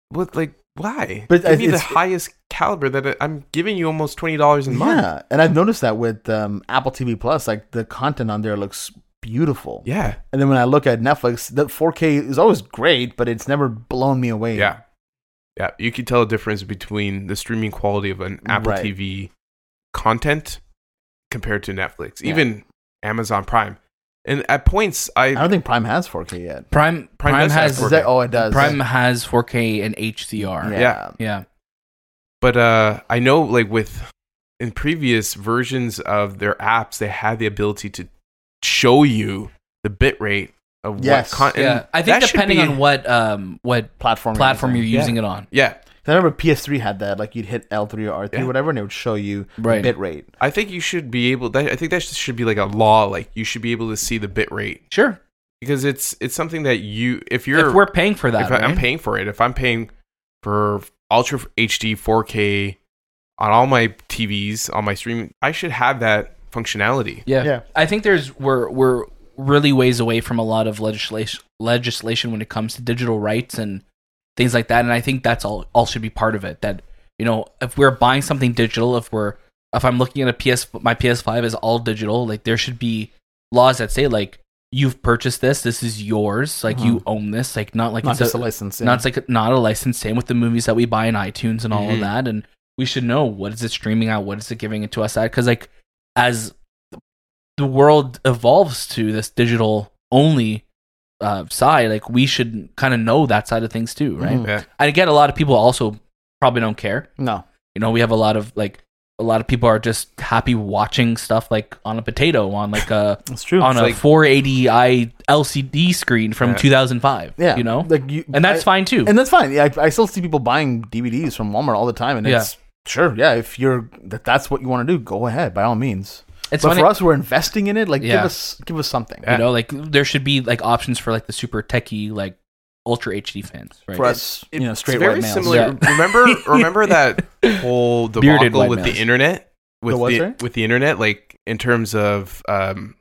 S3: what like why
S1: But
S3: but
S1: I-
S3: give me the
S1: it's-
S3: highest caliber that I- i'm giving you almost $20 a month
S1: Yeah, and I've noticed that with um, Apple TV Plus, like the content on there looks beautiful.
S3: yeah
S1: And then when I look at Netflix, the 4K is always great, but it's never blown me away.
S3: Yeah. Yeah. You can tell a difference between the streaming quality of an Apple
S1: Right.
S3: TV content compared to Netflix,
S1: Yeah.
S3: even Amazon Prime. And at points, I,
S1: I don't think Prime has 4K yet.
S2: Prime Prime,
S3: Prime does have
S2: has
S1: Is that, oh, it does.
S2: Prime has 4K and HDR.
S1: yeah.
S3: yeah.
S2: Yeah.
S3: but uh, I know like with in previous versions of their apps, they had the ability to show you the bitrate of
S1: Yes.
S3: what content.
S2: yeah. I think depending on what um what
S1: platform.
S2: platform you're
S1: using.
S3: Yeah.
S2: using it on.
S3: Yeah,
S1: I remember PS3 had that. Like you'd hit L3 or R3
S3: Yeah.
S1: or whatever, and it would show you
S2: Right.
S1: bit rate.
S3: I think you should be able. That, I think that should be like a law. Like you should be able to see the bitrate
S2: Sure.
S3: because it's it's something that you if you're
S2: if we're paying for that,
S3: if I, I'm
S2: right?
S3: paying for it, if I'm paying for Ultra HD 4K on all my TVs, on my stream, I should have that functionality.
S2: yeah.
S1: Yeah.
S2: I think there's we're we're really ways away from a lot of legislation legislation when it comes to digital rights and things like that. And I think that's all all should be part of it. That you know, if we're buying something digital, if we're if I'm looking at a PS, my PS5 is all digital. Like there should be laws that say like you've purchased this, this is yours, like you own this, like not like
S1: Not
S2: it's
S1: just
S2: a-
S1: a license. yeah.
S2: not it's like not a license. Same with the movies that we buy in iTunes and all
S3: Mhm.
S2: of that, and we should know what is it streaming out, what is it giving it to us at, because like as the world evolves to this digital only uh, side, like we should kind of know that side of things too, right?
S1: Mhm.
S3: Yeah.
S2: And again, a lot of people also probably don't care.
S1: no.
S2: You know, we have a lot of like a lot of people are just happy watching stuff like on a potato on like a
S1: It's true.
S2: on
S3: It's
S2: a
S3: like-
S2: 480i LCD screen from
S3: Yeah.
S2: 2005.
S1: yeah.
S2: you know,
S1: Like you,
S2: and that's
S1: I-
S2: fine too.
S1: And that's fine. Yeah, I, I still see people buying DVDs from Walmart all the time, and
S2: Yeah.
S1: it's sure, yeah. If you're that, that's what you want to do, go ahead by all means.
S2: It's
S1: but
S2: funny,
S1: for us, we're investing in it. Like,
S2: Yeah.
S1: give us, give us something.
S2: you know, like there should be like options for like the super techie, like ultra HD fans, right?
S1: For
S2: [laughs]
S1: us,
S3: It-
S1: you know, straight
S3: it's very
S1: white males.
S3: similar.
S1: [laughs]
S2: Yeah.
S3: [laughs] Remember, remember that
S2: [laughs]
S3: whole
S2: Bearded
S3: debacle
S2: white
S3: with
S2: males.
S3: the internet, with
S1: The what,
S3: the,
S1: sorry?
S3: with the internet, like in terms of um,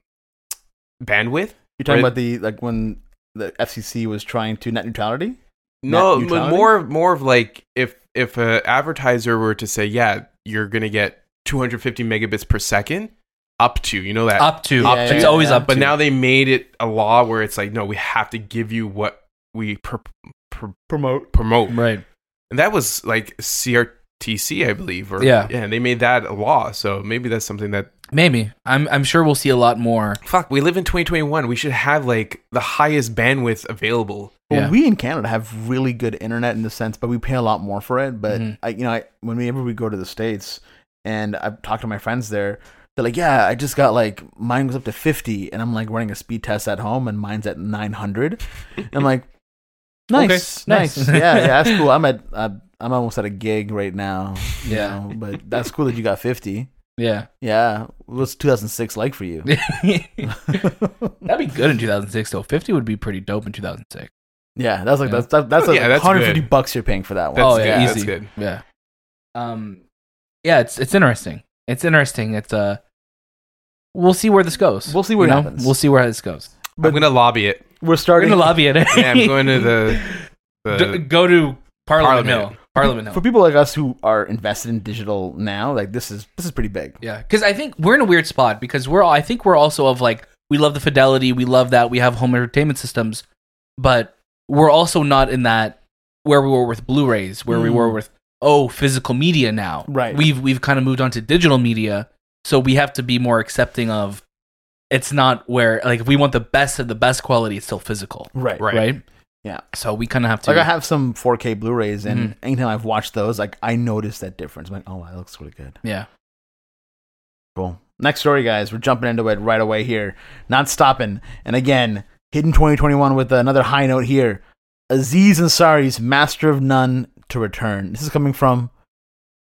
S3: bandwidth.
S1: You're talking
S3: Right.
S1: about the like when the FCC was trying to net neutrality.
S3: No,
S1: Net
S3: but
S1: neutrality?
S3: more more of like if if an advertiser were to say, yeah, you're gonna get 250 megabits per second, up to you know that.
S2: Up to,
S1: Yeah,
S2: it's
S3: yeah,
S2: always
S1: yeah.
S2: up.
S3: but
S2: to.
S3: now they made it a law where it's like, no, we have to give you what we pr- pr-
S1: Promote.
S3: promote,
S2: right?
S3: and that was like CRTC, I believe, or
S2: Yeah.
S3: yeah, they made that a law. So maybe that's something that
S2: Maybe I'm. I'm sure we'll see a lot more.
S3: fuck, we live in 2021. We should have like the highest bandwidth available.
S1: Well,
S2: Yeah.
S1: we in Canada have really good internet in the sense, but we pay a lot more for it. But
S2: Mhm.
S1: I, you know, I, whenever we go to the states, and I've talked to my friends there, they're like, "Yeah, I just got like mine was up to 50, and I'm like running a speed test at home, and mine's at 900." And I'm like,
S2: Okay,
S1: "Nice,
S2: nice.
S1: nice, yeah, yeah, that's cool." I'm at, uh, I'm almost at a gig right now. you
S2: Yeah.
S1: know, but that's cool that you got 50.
S2: Yeah, [laughs]
S1: Yeah, what's 2006 like for you?
S2: that'd be good in 2006. Though 50 would be pretty dope in 2006.
S1: [laughs] yeah, that's like
S2: Yeah.
S1: that's that's, that's, like
S3: Yeah, that's
S1: 150
S3: good.
S1: bucks you're paying for that one.
S3: That's
S2: oh yeah,
S3: good,
S2: easy.
S3: that's good.
S2: Yeah. Um, yeah, it's it's interesting. It's interesting. It's uh, we'll see where this goes.
S1: We'll see where
S2: You
S1: it
S2: know?
S1: happens.
S2: We'll see where this goes.
S1: But-
S3: I'm gonna lobby it.
S1: We're
S2: We're
S1: starting
S2: gonna lobby [laughs] it.
S3: Yeah, I'm going
S2: [laughs]
S3: to the. the
S2: D- go to Parliament,
S3: Parliament.
S2: Hill.
S1: [laughs]
S2: Parliament
S1: for
S2: Hill.
S1: people like us who are invested in digital now. Like this is this is pretty big.
S2: Yeah, because I think we're in a weird spot because we're. all- I think we're also of like we love the fidelity, we love that we have home entertainment systems, but we're also not in that where we were with Blu-rays, where we
S1: Mm.
S2: were with oh physical media now.
S1: Right.
S2: We've we've kind of moved on to digital media, so we have to be more accepting of. It's not where like if we want the best of the best quality, it's still physical,
S1: Right.
S3: Right.
S2: right?
S1: Yeah.
S2: So we kind of have to.
S1: Like I have some 4K Blu-rays, and
S2: Mm-hmm.
S1: anytime I've watched those, like I noticed that difference. I'm like, oh, that looks really good.
S2: yeah.
S1: Cool. Next story, guys. We're jumping into it right away here, not stopping. And again, hitting 2021 with another high note here. Aziz Ansari's Master of None to return. This is coming from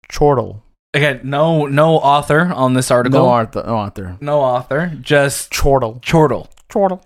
S1: Chortle.
S2: Again, no no author on this article.
S1: No Arthur. No Arthur.
S2: No author, just
S1: Chortle.
S2: Chortle.
S1: Chortle.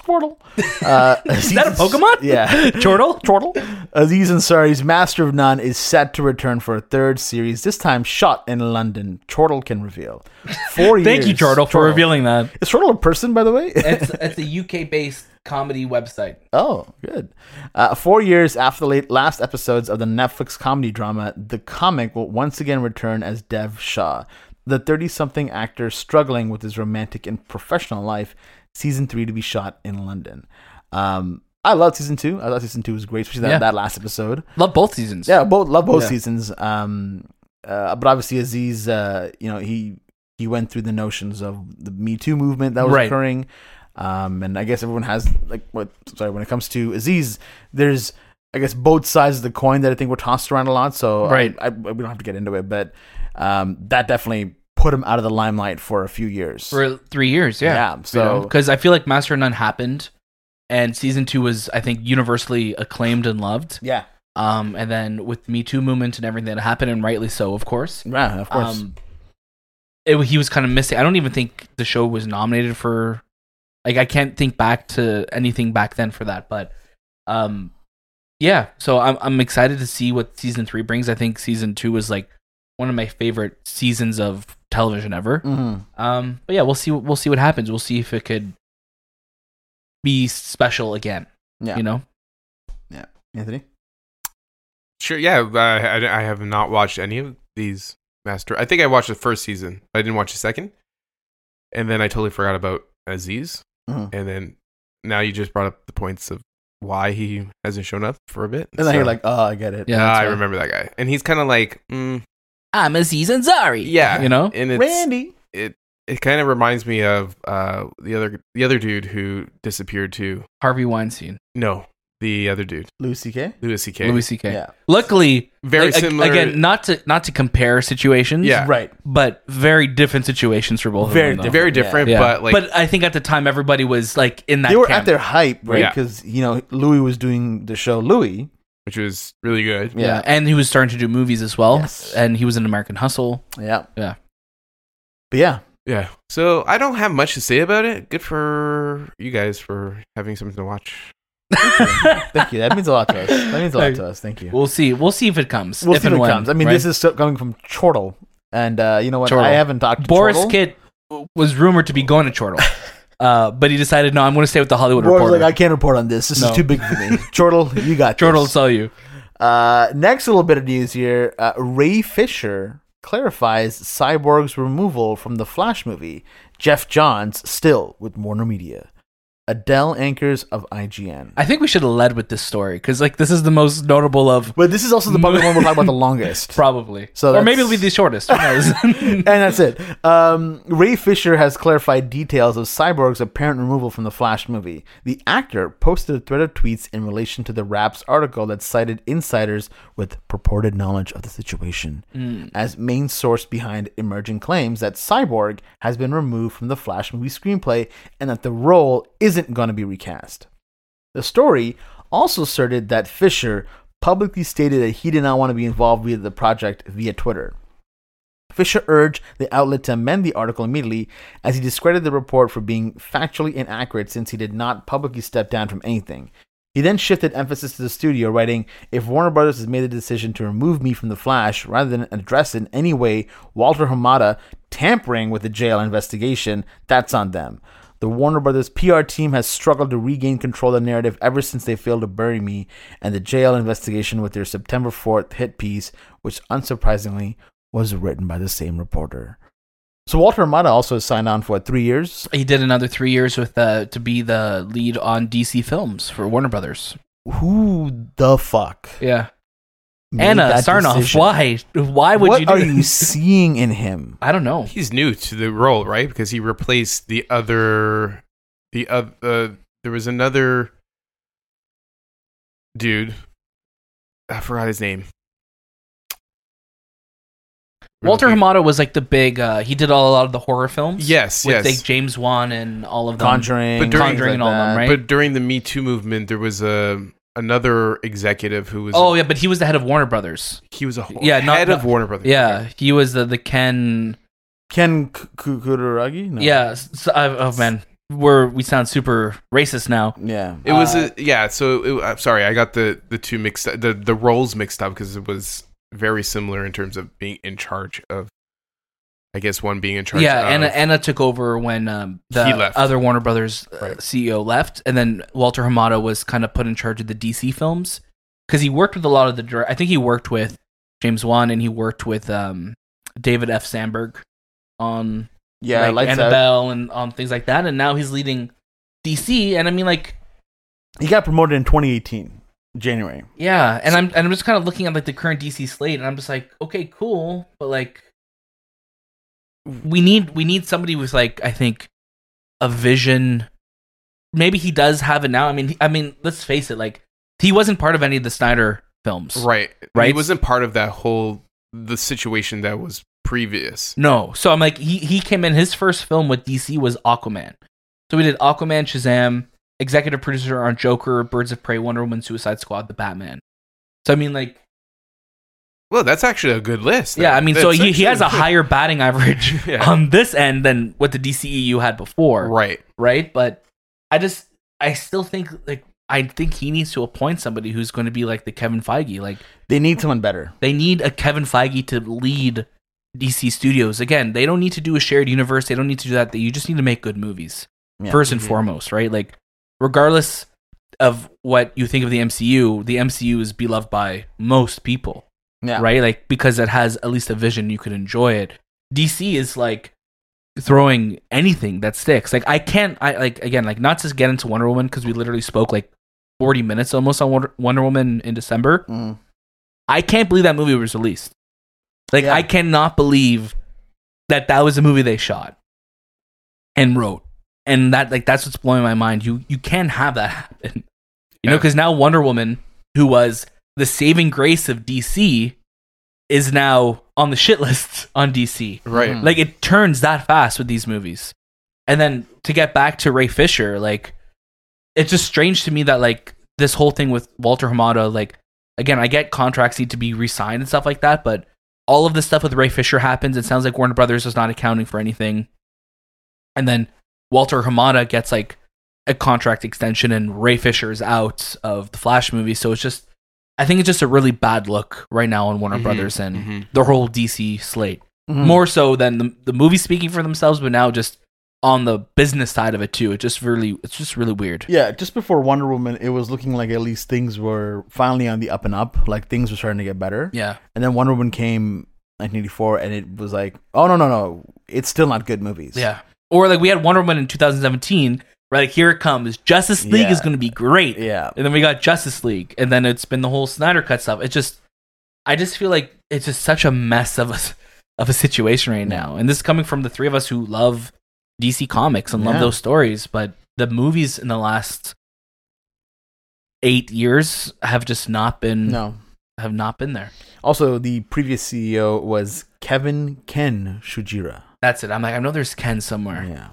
S1: Squirtle. Uh,
S2: [laughs] Is that a Pokemon?
S1: [laughs] Yeah.
S2: [laughs] Chortle?
S1: Chortle. Aziz Ansari's Master of None is set to return for a third series, this time shot in London. Chortle can reveal. Four years.
S2: Thank you, Chortle, for revealing that.
S1: Is Chortle a person, by the way?
S2: [laughs]
S1: [laughs]
S2: It's, it's a UK based comedy website.
S1: oh, good. Uh, four years after the late last episodes of the Netflix comedy drama, the comic will once again return as Dev Shah, the 30 something actor struggling with his romantic and professional life, season three to be shot in London. Um, I loved season two. I thought season two was great, especially that,
S2: Yeah.
S1: that last episode.
S2: Love both seasons.
S1: Yeah, both love both
S2: Yeah.
S1: seasons. Um, uh, but obviously Aziz, uh, you know, he he went through the notions of the Me Too movement that was
S2: Right.
S1: occurring, um, and I guess everyone has like what? Sorry, when it comes to Aziz, there's I guess both sides of the coin that I think were tossed around a lot. So I-
S2: Right.
S1: I, we don't have to get into it, but um, that definitely put him out of the limelight for a few years.
S2: For three years, yeah.
S1: Yeah, so-
S2: because I feel like Master of None happened and season two was, I think, universally acclaimed and loved.
S1: Yeah,
S2: Um, and then with Me Too movement and everything that happened, and rightly so, of course.
S1: yeah, of course.
S2: Um, it, he was kind of missing. I don't even think the show was nominated for. Like I can't think back to anything back then for that, but um, yeah. So I'm I'm excited to see what season three brings. I think season two was like one of my favorite seasons of television ever.
S1: hmm
S2: Um, but yeah, we'll see. We'll see what happens. We'll see if it could be special again.
S1: Yeah.
S2: you know
S1: Anthony?
S3: Sure. Yeah, I, I, I have not watched any of these master. I think I watched the first season. I didn't watch the second, and then I totally forgot about Aziz.
S1: Mhm.
S2: Mm-hmm.
S3: And then now you just brought up the points of why he hasn't shown up for a bit.
S1: And then
S3: So-
S1: you're like, oh, I get it.
S2: Yeah.
S3: Ah,
S2: that's
S3: I
S2: right.
S3: remember that guy, and he's kind of like, mm,
S2: i'm a season sorry
S3: yeah,
S2: you know
S3: and it's
S1: Randy.
S3: it. It kind of reminds me of uh, the other the other dude who disappeared too.
S2: harvey weinstein
S3: No, the other dude,
S1: Lucy K.
S3: Louis C.K.
S2: louis ck
S1: Yeah.
S2: luckily
S3: Very
S2: like, ag-
S3: similar.
S2: again not to not to compare situations
S3: Yeah.
S1: Right.
S2: but very different situations for both
S1: Very
S2: of them
S1: different.
S2: though.
S3: very
S1: Yeah.
S3: different,
S2: Yeah.
S3: but like,
S2: I think at the time everybody was like in that.
S1: They were
S2: camp.
S1: at their hype, right?
S3: Yeah.
S1: Because, you know, Louis was doing the show Louis.
S3: which was really good.
S2: yeah.
S1: Yeah.
S2: and he was starting to do movies as well.
S1: Yes.
S2: And he was in American Hustle.
S1: Yeah.
S2: Yeah.
S1: But yeah.
S3: Yeah. So I don't have much to say about it. Good for you guys for having something to watch.
S1: Thank you. That means a lot to us. That means a lot to us. Thank you.
S2: We'll see. We'll see if it comes.
S1: We'll
S2: if
S1: see
S2: and
S1: if it
S2: when,
S1: comes. I mean,
S2: right?
S1: this is so- coming from Chortle. And uh, you know what?
S2: Chortle.
S1: I haven't talked to
S2: Boris
S1: Chortle.
S2: Kitt was rumored to be going to Chortle,
S1: [laughs]
S2: uh, but he decided no, I'm going to stay with the Hollywood
S1: Roy's
S2: Reporter.
S1: like, I can't report on this. This
S2: No.
S1: is too big for me. [laughs] Chortle, you got
S2: Chortle will
S1: this.
S2: tell you.
S1: Uh, next little bit of news here. Uh, Ray Fisher clarifies Cyborg's removal from the Flash movie. Jeff Johns still with Warner Media. Adele anchors of IGN.
S2: I think we should have led with this story because like this is the most notable of
S1: but this is also the public one we'll talk about the longest.
S2: probably.
S1: So
S2: or
S1: that's-
S2: maybe it'll be the shortest. Who knows?
S1: [laughs]
S2: [laughs]
S1: and that's it. Um, Ray Fisher has clarified details of Cyborg's apparent removal from the Flash movie. The actor posted a thread of tweets in relation to the Raps article that cited insiders with purported knowledge of the situation
S2: Mm.
S1: as main source behind emerging claims that Cyborg has been removed from the Flash movie screenplay and that the role isn't going to be recast. The story also asserted that Fisher publicly stated that he did not want to be involved with the project via Twitter. Fisher urged the outlet to amend the article immediately as he discredited the report for being factually inaccurate since he did not publicly step down from anything. He then shifted emphasis to the studio, writing, If Warner Brothers has made the decision to remove me from The Flash rather than address in any way Walter Hamada tampering with the jail investigation, that's on them. The Warner Brothers PR team has struggled to regain control of the narrative ever since they failed to bury me and the jail investigation with their September 4th hit piece, which unsurprisingly was written by the same reporter. So Walter Hamada also signed on for what, three years.
S2: he did another three years with uh, to be the lead on DC films for Warner Brothers.
S1: Who the fuck?
S2: Yeah.
S1: made
S2: Anna
S1: that
S2: Sarnoff,
S1: decision?
S2: why? Why would
S1: what
S2: you do
S1: are
S2: this?
S1: you seeing in him?
S2: I don't know.
S3: He's new to the role, right? Because he replaced the other, the other. Uh, there was another dude. I forgot his name.
S2: Walter
S3: Really?
S2: Hamada was like the big. Uh, he did all, a lot of the horror films.
S3: Yes,
S2: with
S3: yes.
S2: like James Wan and all of them.
S1: Conjuring,
S3: But during-
S1: things
S2: [laughs] Conjuring and all of them,
S1: that.
S2: right?
S3: But during the Me Too movement, there was a another executive who was.
S2: Oh yeah, but he was the head of Warner Brothers.
S3: he was a whole
S2: Yeah, not-
S3: head
S2: not-
S3: of Warner Brothers.
S2: Yeah, he was the the Ken.
S1: Ken K- Kukuragi? No.
S2: Yeah. s- uh, oh man, we're we sound super racist now.
S1: Yeah.
S3: It was
S2: Uh,
S3: a yeah. So it, I'm sorry, I got the the two mixed the the roles mixed up because it was very similar in terms of being in charge of. I guess one being in charge.
S2: yeah,
S3: of,
S2: Anna Anna took over when um, the
S3: He left.
S2: other Warner Brothers uh,
S3: Right.
S2: CEO left, and then Walter Hamada was kind of put in charge of the DC films because he worked with a lot of the. dir- I think he worked with James Wan and he worked with um, David F. Sandberg on
S1: Yeah.
S2: like
S1: Lights Out.
S2: Annabelle and um, things like that. And now he's leading DC. And I mean, like,
S1: He got promoted in 2018, January.
S2: yeah. And I'm and I'm just kind of looking at like the current DC slate, and I'm just like, okay, cool, but like, we need we need somebody with like I think a vision. Maybe he does have it now. I mean, he- I mean, let's face it, like he wasn't part of any of the Snyder films.
S3: right, He
S2: Right?
S3: wasn't part of that whole the situation that was previous.
S2: No. So I'm like, he, he came in, his first film with DC was Aquaman. So we did Aquaman, Shazam, executive producer on Joker, Birds of Prey, Wonder Woman, Suicide Squad, The Batman. So I mean, like,
S3: Well, that's actually a good list.
S2: yeah, I mean, so
S3: That's
S2: he, he has a
S3: actually-
S2: higher batting average
S3: [laughs] Yeah.
S2: on this end than what the DCEU had before, right.
S3: right.
S2: But I just, I still think, like, I think he needs to appoint somebody who's going to be like the Kevin Feige. Like,
S1: They need someone better.
S2: They need a Kevin Feige to lead DC Studios. Again, they don't need to do a shared universe. They don't need to do that. You just need to make good movies
S1: Yeah.
S2: first and
S3: Mhm.
S2: foremost, right? Like, regardless of what you think of the MCU, the MCU is beloved by most people,
S1: Yeah.
S2: right? Like because it has at least a vision you could enjoy it. DC is like throwing anything that sticks. Like I can't I like again, like not to get into Wonder Woman cuz we literally spoke like 40 minutes almost on Wonder, Wonder Woman in December.
S1: Mm.
S2: I can't believe that movie was released. Like
S1: Yeah.
S2: I cannot believe that that was the movie they shot and wrote. And that like that's what's blowing my mind. You you can't have that happen. You know
S3: Yeah.
S2: cuz now Wonder Woman who was the saving grace of DC is now on the shit list [laughs] on DC.
S3: Right.
S1: Mhm.
S2: Like it turns that fast with these movies. And then to get back to Ray Fisher, like it's just strange to me that like this whole thing with Walter Hamada, like again, I get contracts need to be re-signed and stuff like that, but all of this stuff with Ray Fisher happens. It sounds like Warner Brothers is not accounting for anything. And then Walter Hamada gets like a contract extension and Ray Fisher is out of the Flash movie. So it's just I think it's just a really bad look right now on Warner
S3: Mhm,
S2: Brothers and
S3: mhm.
S2: the whole DC slate
S1: Mhm.
S2: more so than the the movies speaking for themselves, but now just on the business side of it too. It just really, it's just really weird.
S1: Mm-hmm. Yeah, just before Wonder Woman, it was looking like at least things were finally on the up and up. Like things were starting to get better.
S2: Yeah,
S1: And then Wonder Woman came 1984, and it was like, oh no no no, it's still not good movies.
S2: yeah. Or like we had Wonder Woman in 2017. Right, like here it comes. Justice League is
S1: Yeah.
S2: going to be great,
S1: yeah.
S2: and then we got Justice League, and then it's been the whole Snyder cut stuff. It's just, I just feel like it's just such a mess of a of a situation right now. And this is coming from the three of us who love DC comics and love
S1: Yeah.
S2: those stories, but the movies in the last eight years have just not been
S1: No.
S2: have not been there.
S1: Also, the previous CEO was Kevin Ken Shujira.
S2: That's it. I'm like, I know there's Ken somewhere.
S1: Yeah.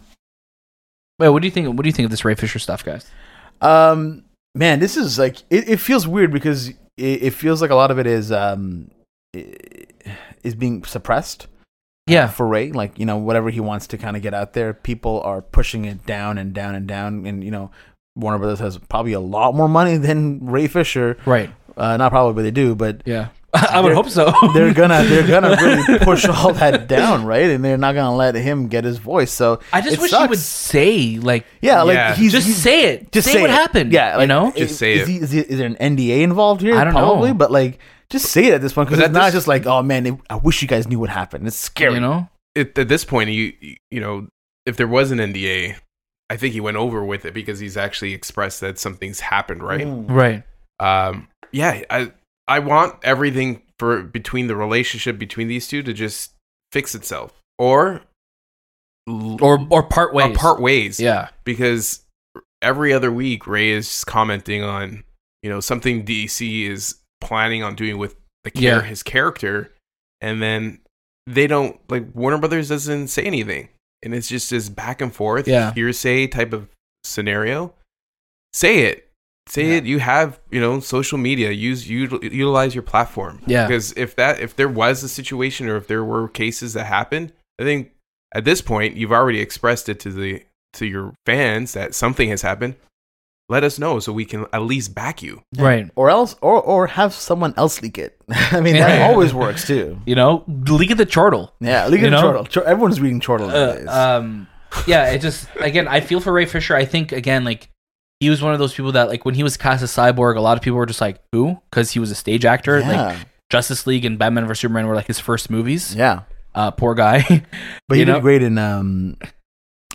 S2: Wait, what do you think? What do you think of this Ray Fisher stuff, guys?
S1: Um, man, this is like it, it feels weird because it, it feels like a lot of it is um i- is being suppressed.
S2: Yeah,
S1: for Ray. Like, you know, whatever he wants to kind of get out there, people are pushing it down and down and down. And, you know, Warner Brothers has probably a lot more money than Ray Fisher.
S2: right.
S1: Uh, not probably, but they do. But
S2: Yeah, [laughs] I would
S1: They're-
S2: hope so.
S1: they're gonna they're gonna
S2: [laughs]
S1: really push all that down, right? And they're not gonna let him get his voice. So
S2: I just
S1: it
S2: wish he
S1: sucks.
S2: would say like,
S1: Yeah, like
S3: Yeah.
S1: he's
S2: just
S1: he's-
S2: say it. Just say, what
S1: it.
S2: happened.
S1: Yeah,
S2: you know.
S3: Just
S1: is-
S3: say
S1: is
S3: it.
S1: he- is, he- is there an NDA involved here?
S2: I don't
S1: Probably,
S2: know.
S1: but like, just say it at this point because
S3: But
S1: it's
S3: at
S1: not
S3: this-
S1: just like, oh man, it, I wish you guys knew what happened. It's scary.
S2: You know.
S3: At, at this point, you you- you know, if there was an NDA, I think he went over with it because he's actually expressed that something's happened, right?
S1: Mm.
S2: Right.
S3: um yeah i i want everything for between the relationship between these two to just fix itself or l-
S2: Or or part ways.
S3: uh, part ways
S2: Yeah.
S3: because every other week ray is just commenting on you know something dc is planning on doing with the care
S2: Yeah.
S3: his character and then they don't like warner brothers doesn't say anything and it's just this back and forth
S2: Yeah.
S3: hearsay type of scenario say it say
S2: Yeah.
S3: it you have you know social media use util- utilize your platform
S2: Yeah.
S3: because if that if there was a situation or if there were cases that happened i think at this point you've already expressed it to the to your fans that something has happened let us know so we can at least back you
S2: Right.
S1: or else or or have someone else leak it. [laughs] I mean, that
S2: Yeah.
S1: always works too.
S2: You know, leak of the chortle. [laughs]
S1: Yeah, leak
S2: You
S1: it in
S2: know?
S1: chortle. Chor- Everyone's reading chortle nowadays.
S2: Uh, um, yeah, it just again, I feel for Ray Fisher. I think again, like he was one of those people that like when he was cast as Cyborg, a lot of people were just like, "Who?" Because he was a stage actor. Like
S1: yeah,
S2: Justice League and Batman vs Superman were like his first movies.
S1: yeah.
S2: Uh, poor guy. [laughs] True,
S1: But
S2: you
S1: he did
S2: know?
S1: great in um.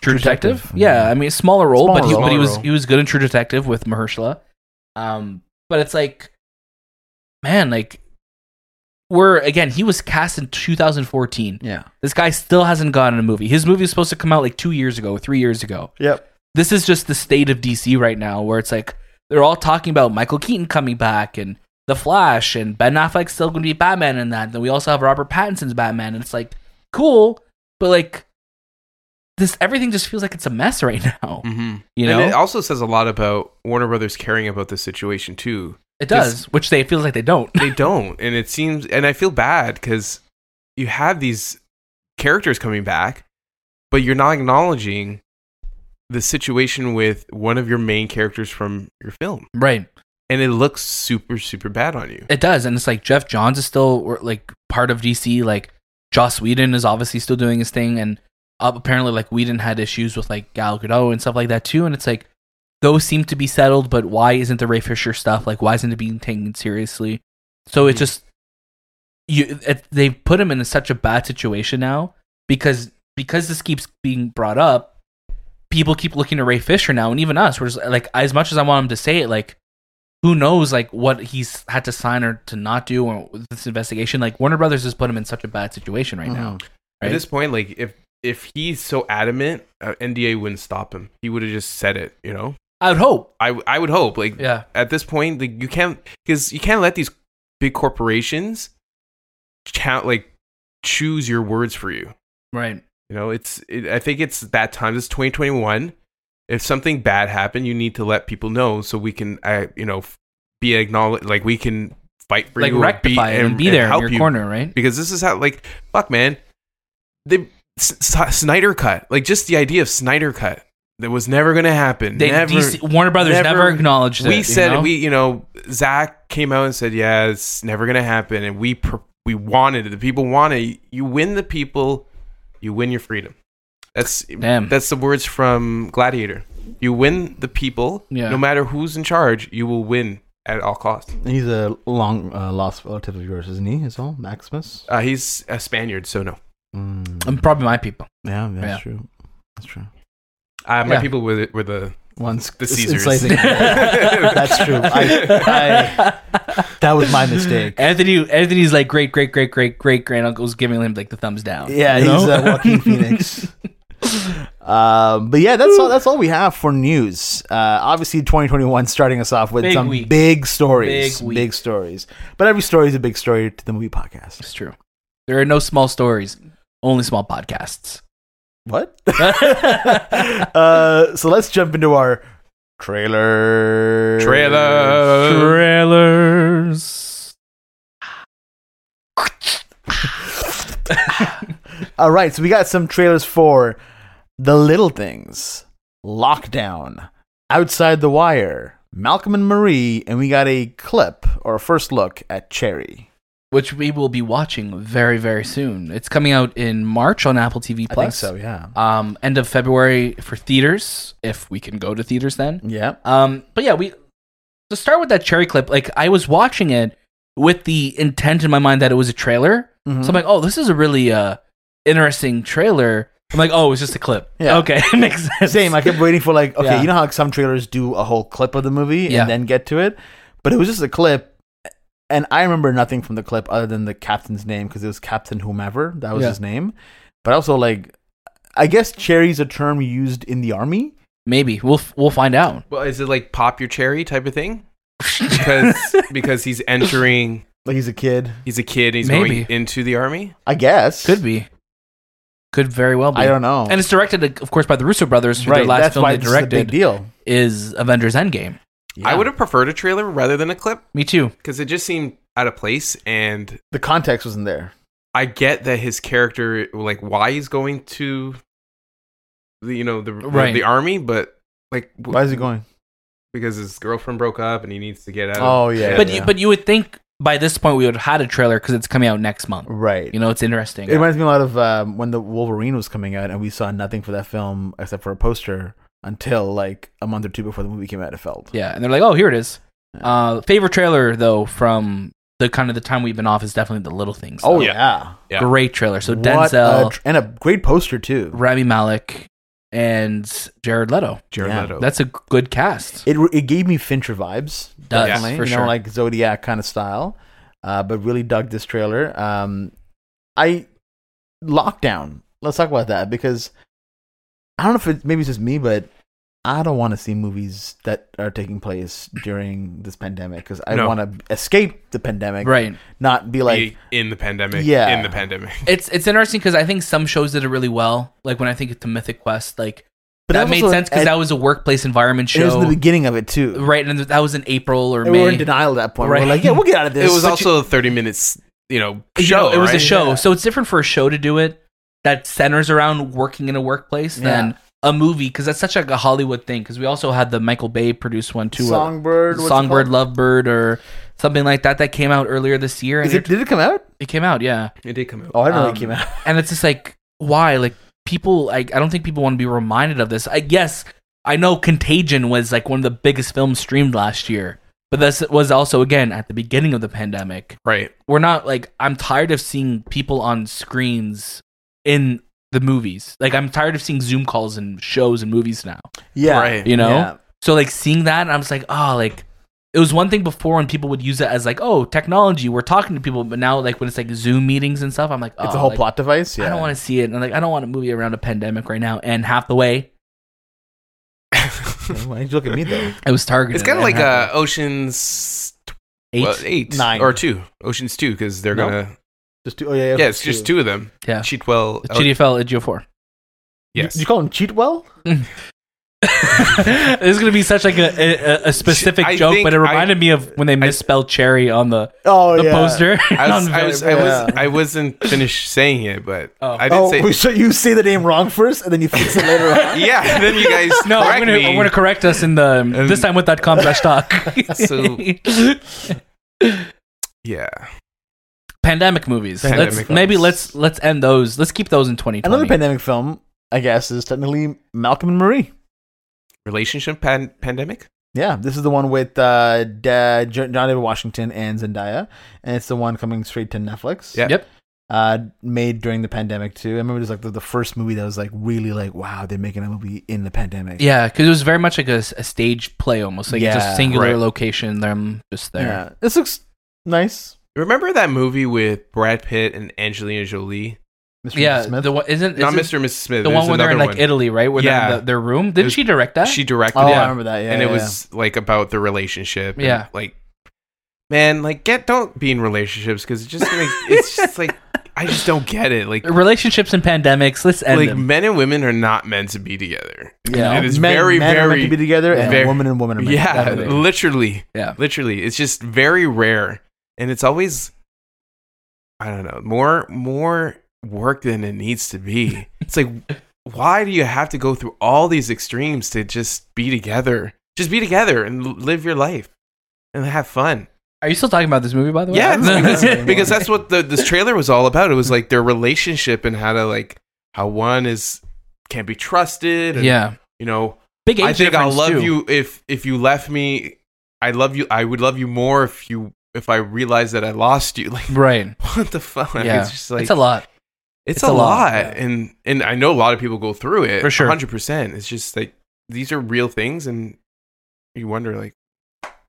S2: Detective.
S1: Detective.
S2: Yeah, I mean smaller role,
S1: Smaller
S2: but he,
S1: role.
S2: but he was
S3: Smaller role.
S2: he was good in True Detective with Mahershala. Um, but it's like, man, like we're again. He was cast in 2014.
S1: Yeah.
S2: This guy still hasn't gotten a movie. His movie was supposed to come out like two years ago, three years ago.
S1: Yep.
S2: this is just the state of DC right now, where it's like they're all talking about Michael Keaton coming back and The Flash and Ben Affleck's still going to be Batman in that. Then we also have Robert Pattinson's Batman, and it's like cool, but like this everything just feels like it's a mess right now.
S3: mm-hmm.
S2: You know,
S3: and
S2: it,
S3: it also says a lot about warner brothers caring about the situation too
S2: does, which they it feels like they don't. [laughs]
S3: they don't and it seems and i feel bad because you have these characters coming back but you're not acknowledging the situation with one of your main characters from your film
S2: Right,
S3: and it looks super super bad on you
S2: it does, and it's like Jeff Johns is still or, like part of DC. Like Joss Whedon is obviously still doing his thing, and uh, apparently like Whedon had issues with like Gal Gadot and stuff like that too. And it's like those seem to be settled, but why isn't the Ray Fisher stuff like why isn't it being taken seriously? So it's
S3: Mhm.
S2: just you it, they put him in such a bad situation now because because this keeps being brought up, people keep looking to Ray Fisher now, and even us. We're just, like as much as I want him to say it, like who knows like what he's had to sign or to not do or with this investigation. Like Warner Brothers has put him in such a bad situation right now.
S3: At
S2: Right.
S3: this point, like if if he's so adamant, uh, NDA wouldn't stop him. He would have just said it. You know,
S2: I would hope.
S3: I w- I would hope like
S2: Yeah.
S3: at this point, like you can't because you can't let these big corporations count like choose your words for you.
S2: Right.
S3: You know, it's it, I think it's that time. It's 2021. If something bad happened, you need to let people know so we can, uh, you know, f- be acknowledged. Like we can fight for
S2: Like
S3: you, or
S2: rectify it and, be there in your
S3: you.
S2: corner, right?
S3: Because this is how, like, fuck, man. They S- S- Snyder cut. Like just the idea of Snyder cut that was never going to happen.
S2: They,
S3: never.
S2: DC, Warner Brothers never,
S3: never-
S2: acknowledged it.
S3: we
S2: you
S3: said
S2: know?
S3: we, you know, Zach came out and said, yeah, it's never going to happen, and we pr- we wanted it. The people wanted it. You win the people, you win your freedom. That's
S2: Damn.
S3: that's the words from Gladiator. You win the people,
S2: Yeah.
S3: no matter who's in charge. You will win at all costs.
S1: Mm-hmm. He's a long uh, lost relative of yours, isn't he? Is all Maximus?
S3: Uh, he's a Spaniard, so no.
S1: Mm.
S2: I'm probably my people.
S1: yeah, that's
S2: Um, yeah.
S1: true. That's true.
S3: Uh, my
S2: Yeah.
S3: people were the, were the
S1: Once
S3: The
S1: [laughs]
S3: Caesars.
S2: [laughs]
S1: That's true. I- that was my mistake.
S2: Anthony Anthony's like great great great great great grand uncle's giving him like the thumbs down.
S1: [laughs] Yeah,
S2: you
S1: he's
S2: know?
S1: uh,
S2: [laughs]
S1: Joaquin [laughs] Phoenix. Um, but yeah, that's all. That's all we have for news. Uh, obviously, 2021 starting us off with
S2: Big
S1: some
S2: week.
S1: big stories,
S2: Big
S1: big,
S2: week.
S1: stories. But every story is a big story to the movie podcast.
S2: it's true. There are no small stories, only small podcasts.
S1: What? [laughs] uh, so let's jump into our trailer.
S3: trailer.
S2: Trailers.
S1: All right, so we got some trailers for The Little Things, Lockdown, Outside the Wire, Malcolm and Marie, and we got a clip or a first look at Cherry.
S2: Which we will be watching very, very soon. It's coming out in March on Apple TV Plus.
S1: yeah.
S2: Um, end of February for theaters, if we can go to theaters then.
S1: Yeah.
S2: Um, but yeah, we to start with that cherry clip. Like I was watching it with the intent in my mind that it was a trailer.
S1: Mhm.
S2: So I'm like, oh, this is a really uh interesting trailer. I'm like, oh, it's just a clip.
S1: [laughs] Yeah.
S2: Okay, [laughs] it makes
S1: [laughs]
S2: sense.
S1: Same. I kept waiting for like, okay,
S2: Yeah.
S1: you know how like, some trailers do a whole clip of the movie
S2: Yeah.
S1: and then get to it, but it was just a clip, and I remember nothing from the clip other than the captain's name because it was Captain whomever that was
S2: Yeah.
S1: his name. But also like, I guess cherry's a term used in the army.
S2: Maybe we'll f- we'll
S1: [laughs]
S2: find out.
S3: Well, is it like pop your cherry type of thing?
S2: [laughs]
S3: Because because he's entering.
S1: Like he's a kid,
S3: He's a kid. and He's
S2: Maybe.
S3: going into the army.
S1: I guess.
S2: Could be. Could very well be.
S1: I don't know.
S2: And it's directed, of course, by the Russo brothers, who
S1: right.
S2: their last
S1: that's
S2: film
S1: why
S2: they
S1: it's a big
S2: directed
S1: deal.
S2: is Avengers Endgame.
S3: I would have preferred a trailer rather than a clip
S2: Me too.
S3: because it just seemed out of place. And
S1: The context wasn't there.
S3: I get that his character, like, why he's going to the you know the the-
S2: Right.
S3: the, army, but like w-
S1: Why is he going?
S3: Because his girlfriend broke up and he needs to get out.
S1: Oh,
S3: of,
S1: yeah.
S2: but
S1: yeah.
S2: You, but you would think by this point we would have had a trailer because it's coming out next month.
S1: Right.
S2: You know, it's interesting.
S1: It reminds me a lot of um, when the Wolverine was coming out, and we saw nothing for that film except for a poster until like a month or two before the movie came out. It felt.
S2: Yeah, and they're like, "Oh, here it is."
S1: Yeah.
S2: Uh, favorite trailer though from the kind of the time we've been off is definitely the little things.
S1: Oh
S2: though.
S1: yeah.
S3: yeah.
S2: great trailer. So
S1: What a
S2: Denzel,
S1: tr- and a great poster too.
S2: Rami Malek, and Jared Leto.
S3: Jared
S1: Yeah.
S3: Leto.
S2: That's a good cast.
S1: It re- it gave me Fincher vibes.
S2: Does,
S1: Definitely,
S2: for
S1: you
S2: sure.
S1: know, like Zodiac kind of style. Uh, but really dug this trailer. Um, I lockdown. Let's talk about that because I don't know if it maybe it's just me, but I don't want to see movies that are taking place during this pandemic because I
S3: No.
S1: want to escape the pandemic,
S2: right.
S1: not be like
S3: Be in the pandemic.
S1: Yeah.
S3: in the pandemic.
S2: It's it's interesting because I think some shows did it really well. Like when I think of the Mythic Quest, like
S1: But that
S2: that,
S1: was
S2: made
S1: also
S2: sense because
S1: at-
S2: that was a workplace environment
S1: It was in
S2: show.
S1: the beginning of it too.
S2: right, and that was in April or
S1: And we
S2: May.
S1: were in denial at that point. We
S2: Right.
S1: are like, yeah, we'll get out of this.
S3: it was
S1: But you-
S3: also a thirty minutes. You know,
S2: You
S3: show.
S2: know, it was a
S3: right?
S2: show
S1: Yeah.
S2: so it's different for a show to do it that centers around working in a workplace than a movie because that's such like a hollywood thing because we also had the michael bay produced one too uh,
S1: Songbird, what's it
S2: songbird
S1: called?
S2: lovebird or something like that that came out earlier this year and
S1: Is it,
S2: it,
S1: did it come out?
S2: it came out yeah
S3: It did come out.
S1: Oh, I don't know.
S2: Um,
S1: It came out.
S2: and it's just like why like people like i don't think people want to be reminded of this i guess I know Contagion was like one of the biggest films streamed last year, but this was also again at the beginning of the pandemic.
S3: Right.
S2: We're not like I'm tired of seeing people on screens in the movies. Like I'm tired of seeing Zoom calls and shows and movies now.
S1: Yeah.
S3: Right.
S2: You know?
S1: Yeah.
S2: So like seeing that, I'm just like, oh, like it was one thing before when people would use it as like, oh, technology, we're talking to people, but now like when it's like Zoom meetings and stuff, I'm like, oh,
S1: It's a whole
S2: like,
S1: plot device. Yeah.
S2: I don't want to see it, and like I don't want a movie around a pandemic right now. And half the way, Oh,
S1: to. [laughs] Why did you look at me though?
S2: it was targeted.
S3: it's kind of
S2: and
S3: like
S2: half
S3: uh, Ocean's
S2: the- eight.
S3: well, eight
S1: Nine.
S3: or two. Ocean's two because they're
S1: No.
S3: gonna.
S1: Just two. Oh yeah.
S3: Yeah, it's just two of them.
S2: Yeah.
S3: Cheatwell.
S2: The
S3: oh,
S2: GDFL at Geo Four. [laughs]
S1: Yes.
S3: yes.
S1: Did you call him Cheatwell?
S2: this is gonna be such like a, a, a specific
S3: I
S2: joke,
S3: think
S2: but it
S3: I-
S2: reminded me of when they misspelled cherry on the,
S1: Oh
S2: the
S1: yeah.
S2: poster.
S3: I
S2: [laughs]
S3: was,
S2: On
S3: I,
S2: the-
S3: was, I, was,
S1: Yeah.
S3: I wasn't finished saying it, but
S2: Oh.
S3: I did
S1: Oh,
S3: say.
S1: wait, [laughs] so you say the name wrong first, and then you fix it later on.
S3: yeah, and then you guys
S2: [laughs] no, I'm
S3: correct
S2: gonna,
S3: me.
S2: I'm gonna correct us in the this time with that com slash talk.
S3: [laughs] So- [laughs] yeah,
S2: [laughs] pandemic movies.
S3: Pandemic
S2: let's, Maybe
S3: movies.
S2: let's let's end those. Let's keep those in 2020.
S1: [laughs] Another pandemic film, I guess, is technically Malcolm and Marie.
S3: relationship pan- pandemic.
S1: Yeah, this is the one with uh, da- Jo- John David Washington and Zendaya, and it's the one coming straight to Netflix.
S3: Yeah.
S2: Yep.
S1: Uh, made during the pandemic too. I remember it was like the, the first movie that was like really like wow, they're making a movie in the pandemic.
S2: Yeah, because it was very much like a, s- a stage play almost, like just
S1: Yeah,
S2: singular
S3: right.
S2: location. Them just there.
S1: Yeah. This looks nice.
S3: Remember that movie with Brad Pitt and Angelina Jolie?
S1: Mr.
S2: Yeah,
S1: Smith.
S2: the one isn't,
S3: Not
S2: isn't
S3: Mr. and Mrs. Smith.
S2: the
S3: there's
S2: one where they're in
S3: another
S2: like Italy, right? Where they're
S3: Yeah.
S2: in the, their room. Didn't
S3: was-
S2: she direct that?
S3: She directed
S1: oh,
S3: it,
S1: I remember that. Yeah,
S3: and it
S1: yeah,
S3: was like about the relationship. and,
S2: Yeah.
S3: like man, like get don't be in relationships because it's just like it's just like I just don't get it. Like
S2: Relationships and pandemics. Let's end
S3: like
S2: them.
S3: men and women are not meant to be together. [laughs]
S2: Yeah.
S1: yeah.
S3: it is
S1: men,
S3: very,
S1: men are meant
S3: very-
S1: to be together, and
S3: very-
S1: woman and woman are meant
S3: yeah,
S1: to be together.
S3: [laughs] literally,
S2: Yeah.
S3: literally. It's just very rare, and it's always I don't know more more work than it needs to be. it's like why do you have to go through all these extremes to just be together? Just be together and l- live your life and have fun.
S2: Are you still talking about this movie, by the [laughs] way?
S3: Yeah,
S1: don't
S3: it's
S1: know
S3: because, because that's what the this trailer was all about. It was like their relationship and how to like how one is can't be trusted. And,
S2: yeah.
S3: you know,
S2: Big age
S3: I think I'll
S2: difference,
S3: love
S2: too.
S3: you if if you left me. I love you. I would love you more if you if I realized that I lost you. [laughs] Like
S2: Right.
S3: what the fuck?
S2: Yeah.
S3: It's just like
S2: it's a lot.
S3: it's a lot, and and I know a lot of people go through it
S2: For sure.
S3: Hundred percent. It's just like these are real things, and you wonder like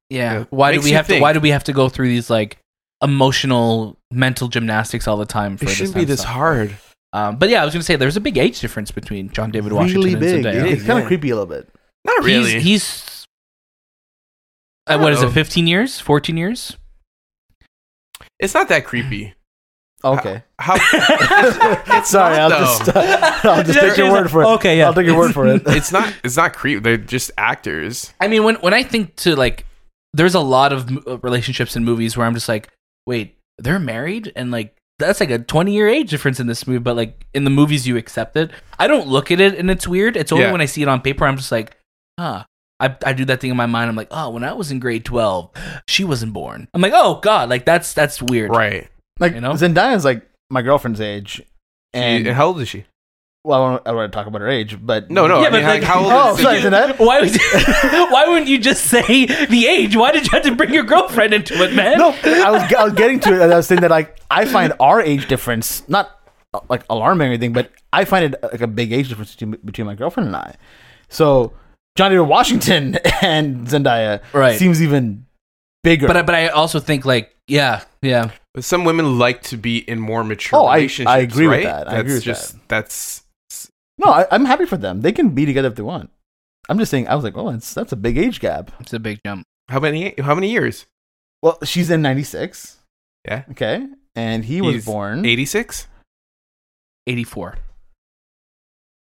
S2: Yeah.
S3: Yeah.
S2: Why do
S3: Makes
S2: we
S3: you
S2: have to
S3: think.
S2: why do we have to go through these like emotional mental gymnastics all the time for
S3: it
S2: this
S3: shouldn't
S2: kind
S3: be
S2: of
S3: this
S2: stuff?
S3: hard.
S2: Um, but yeah, I was gonna say there's a big age difference between John David Washington
S1: really big.
S2: and Zendaya.
S1: yeah.
S3: It
S1: It's
S3: is,
S1: kind of
S3: yeah.
S1: creepy a little bit.
S3: Not
S2: [laughs]
S3: really.
S2: He's, he's
S3: I
S2: uh, what is it?
S3: don't
S1: Oh.
S3: know.
S2: Fifteen years? Fourteen years?
S3: it's not that creepy.
S1: [laughs] Okay.
S3: How? it's
S1: Sorry, I'll
S3: not, though.
S1: just [laughs] I'll just take
S2: Yeah,
S1: your
S2: she's
S1: word
S2: like,
S1: for it.
S2: Okay, yeah.
S1: I'll take your word for
S3: [laughs]
S1: it.
S3: It's not. It's not creepy. They're just actors.
S2: [laughs] I mean, when when I think to like, there's a lot of m- uh, relationships in movies where I'm just like, wait, they're married, and like that's like a 20 year age difference in this movie. But like in the movies, you accept it. I don't look at it, and it's weird. It's only
S3: Yeah.
S2: when I see it on paper, I'm just like, huh. I, I do that thing in my mind. I'm like, oh, when I was in grade 12, she wasn't born. I'm like, oh god, like that's that's weird.
S3: Right.
S1: Like
S2: You know?
S1: Zendaya's like my girlfriend's age,
S3: She-
S1: and
S3: and how old is she?
S1: well, I don't, I don't want to talk about her age, but
S3: No, no.
S2: Yeah,
S3: I mean,
S2: but, like-
S3: like, how old
S1: Oh,
S3: is she?
S1: sorry, Zanaya.
S2: Why would why wouldn't you [laughs] just say the age? Why did you have to bring your girlfriend into it, [laughs] man?
S1: No, I was I was getting to it. and I was saying that like I find our age difference not uh, like alarming or anything, but I find it uh, like a big age difference between, between my girlfriend and I. So John David Washington [laughs] and Zendaya
S2: Right.
S1: seems even bigger.
S2: But I, but I also think like yeah yeah
S3: But some women like to be in more mature
S1: Oh, I- I
S3: relationships.
S1: agree with
S3: right?
S1: that. I
S3: that's
S1: agree with
S3: just that's
S1: no, I, I'm happy for them. They can be together if they want. I'm just saying. I was like, oh, that's that's a big age gap.
S2: it's a big jump.
S3: how many how many years?
S1: Well, she's in '96.
S3: Yeah.
S1: Okay. And he was
S3: He's
S2: Hmm?
S1: born
S3: Eighty six.
S2: 84.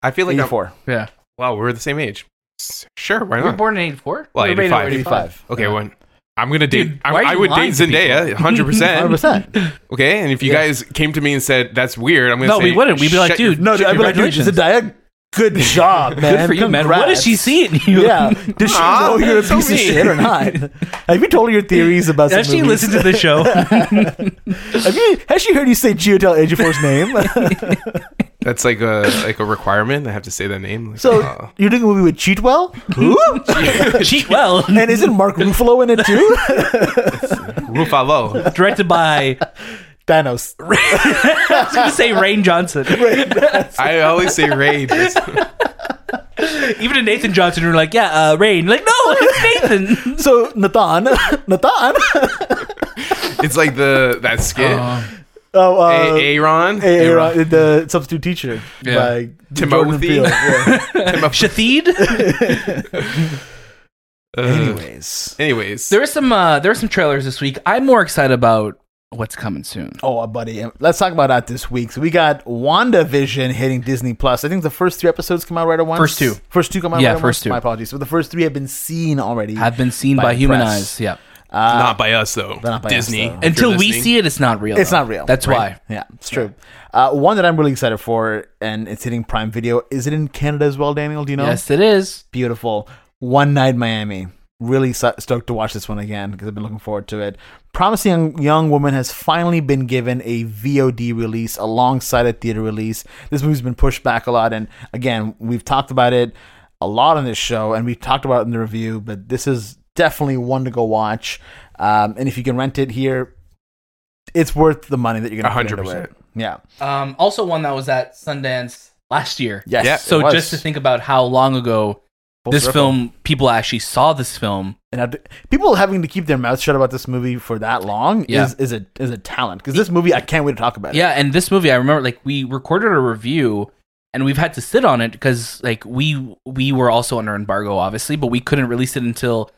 S3: I feel like I'm,
S1: 84.
S2: Yeah.
S3: wow, we're the same age. S- Sure, why
S2: You were
S3: not?
S2: born in 84?
S3: Well,
S2: You were made in
S3: 85.
S1: 85.
S3: Okay,
S2: Yeah.
S3: one. I'm gonna date.
S2: Dude,
S3: I'm-
S2: why are
S3: I
S2: you
S3: would
S2: lying
S3: date
S2: to people? [laughs]
S3: Zendaya,
S1: 100.
S3: hundred percent.
S1: percent
S3: [laughs] Okay, and if you
S1: Yeah.
S3: guys came to me and said that's weird, I'm gonna
S2: No,
S3: say
S2: we wouldn't. We'd be like,
S3: "Shut your
S2: dude,
S1: No, dude, I'd be like, dude,
S2: Congratulations.
S1: Zendaya, good job, man.
S2: Good for you, man.
S1: Congrats.
S2: What does she see in you? [laughs]
S1: Yeah. Did she
S3: Aw,
S1: know you're a
S3: so
S1: piece of
S3: mean.
S1: shit or not? [laughs] Have you told her your theories about
S2: Does
S1: some
S2: she
S1: movies?
S2: listen to the show?
S1: [laughs] [laughs] Have you, has she heard you say Geotel Age Force name?
S3: That's like a like a requirement. I have to say that name. Like,
S1: So
S3: uh,
S1: you're doing a movie with Cheatwell,
S2: Cheat well.
S1: [laughs] and isn't Mark Ruffalo in it too?
S2: [laughs]
S3: Ruffalo.
S2: Directed by,
S1: [laughs] Thanos.
S2: I was going to say Rain Johnson.
S3: I always
S2: [laughs]
S3: say Ray. just-
S2: Even to Nathan Johnson, you're like, yeah, uh, Rain. Like, no, it's Nathan.
S1: [laughs] So Nathan, [laughs] Nathan.
S3: It's like the that skit.
S1: Oh, uh,
S3: A- Aaron.
S1: Hey, Aaron, the substitute teacher
S2: Yeah.
S1: by Jordan
S3: Timothy.
S1: Peele.
S3: [laughs]
S1: Yeah.
S2: [laughs]
S1: [laughs]
S2: Shatheed.
S3: Uh,
S1: Anyways,
S3: Anyways,
S2: There are some, uh, there are some trailers this week. I'm more excited about what's coming soon.
S1: oh, buddy, let's talk about that this week. So we got WandaVision hitting Disney Plus. I think the first three episodes come out right at once.
S2: First two.
S1: First two come out.
S2: Yeah,
S1: right at
S2: first
S1: once?
S2: two.
S1: My apologies. So the first three have been seen already. Uh,
S2: Have been seen
S1: By
S2: by,
S1: the
S2: human
S1: press.
S2: eyes. Yeah.
S3: not by us though.
S1: not by us,
S3: Disney.
S1: though.
S3: if you're
S2: Until we
S3: listening.
S2: see it, it's not real.
S1: It's
S2: though.
S1: not real.
S2: That's
S1: right?
S2: why.
S1: Yeah, it's true. Uh, one that I'm really excited for, and it's hitting Prime Video. Is it in Canada as well, Daniel? Do you know?
S2: Yes, it is.
S1: beautiful. One Night Miami. Really so- stoked to watch this one again because I've been looking forward to it. Promising Young- Young Woman has finally been given a VOD release alongside a theater release. This movie's been pushed back a lot, and again, we've talked about it a lot on this show, and we've talked about it in the review. But this is definitely one to go watch, um, and if you can rent it here, it's worth the money that you're going to put into
S3: 100%.
S1: it. Yeah.
S2: Um, also one that was at Sundance last year.
S1: Yes.
S3: Yeah.
S1: it
S2: So
S1: was.
S2: just to think about how long ago
S1: Full
S2: this
S1: circle.
S2: film, people actually saw this film.
S1: and have to, people having to keep their mouths shut about this movie for that long
S2: Yeah.
S1: is is a is a talent because this movie I can't wait to talk about it.
S2: Yeah, and this movie, I remember, like we recorded a review, and we've had to sit on it because like we we were also under embargo, obviously, but we couldn't release it until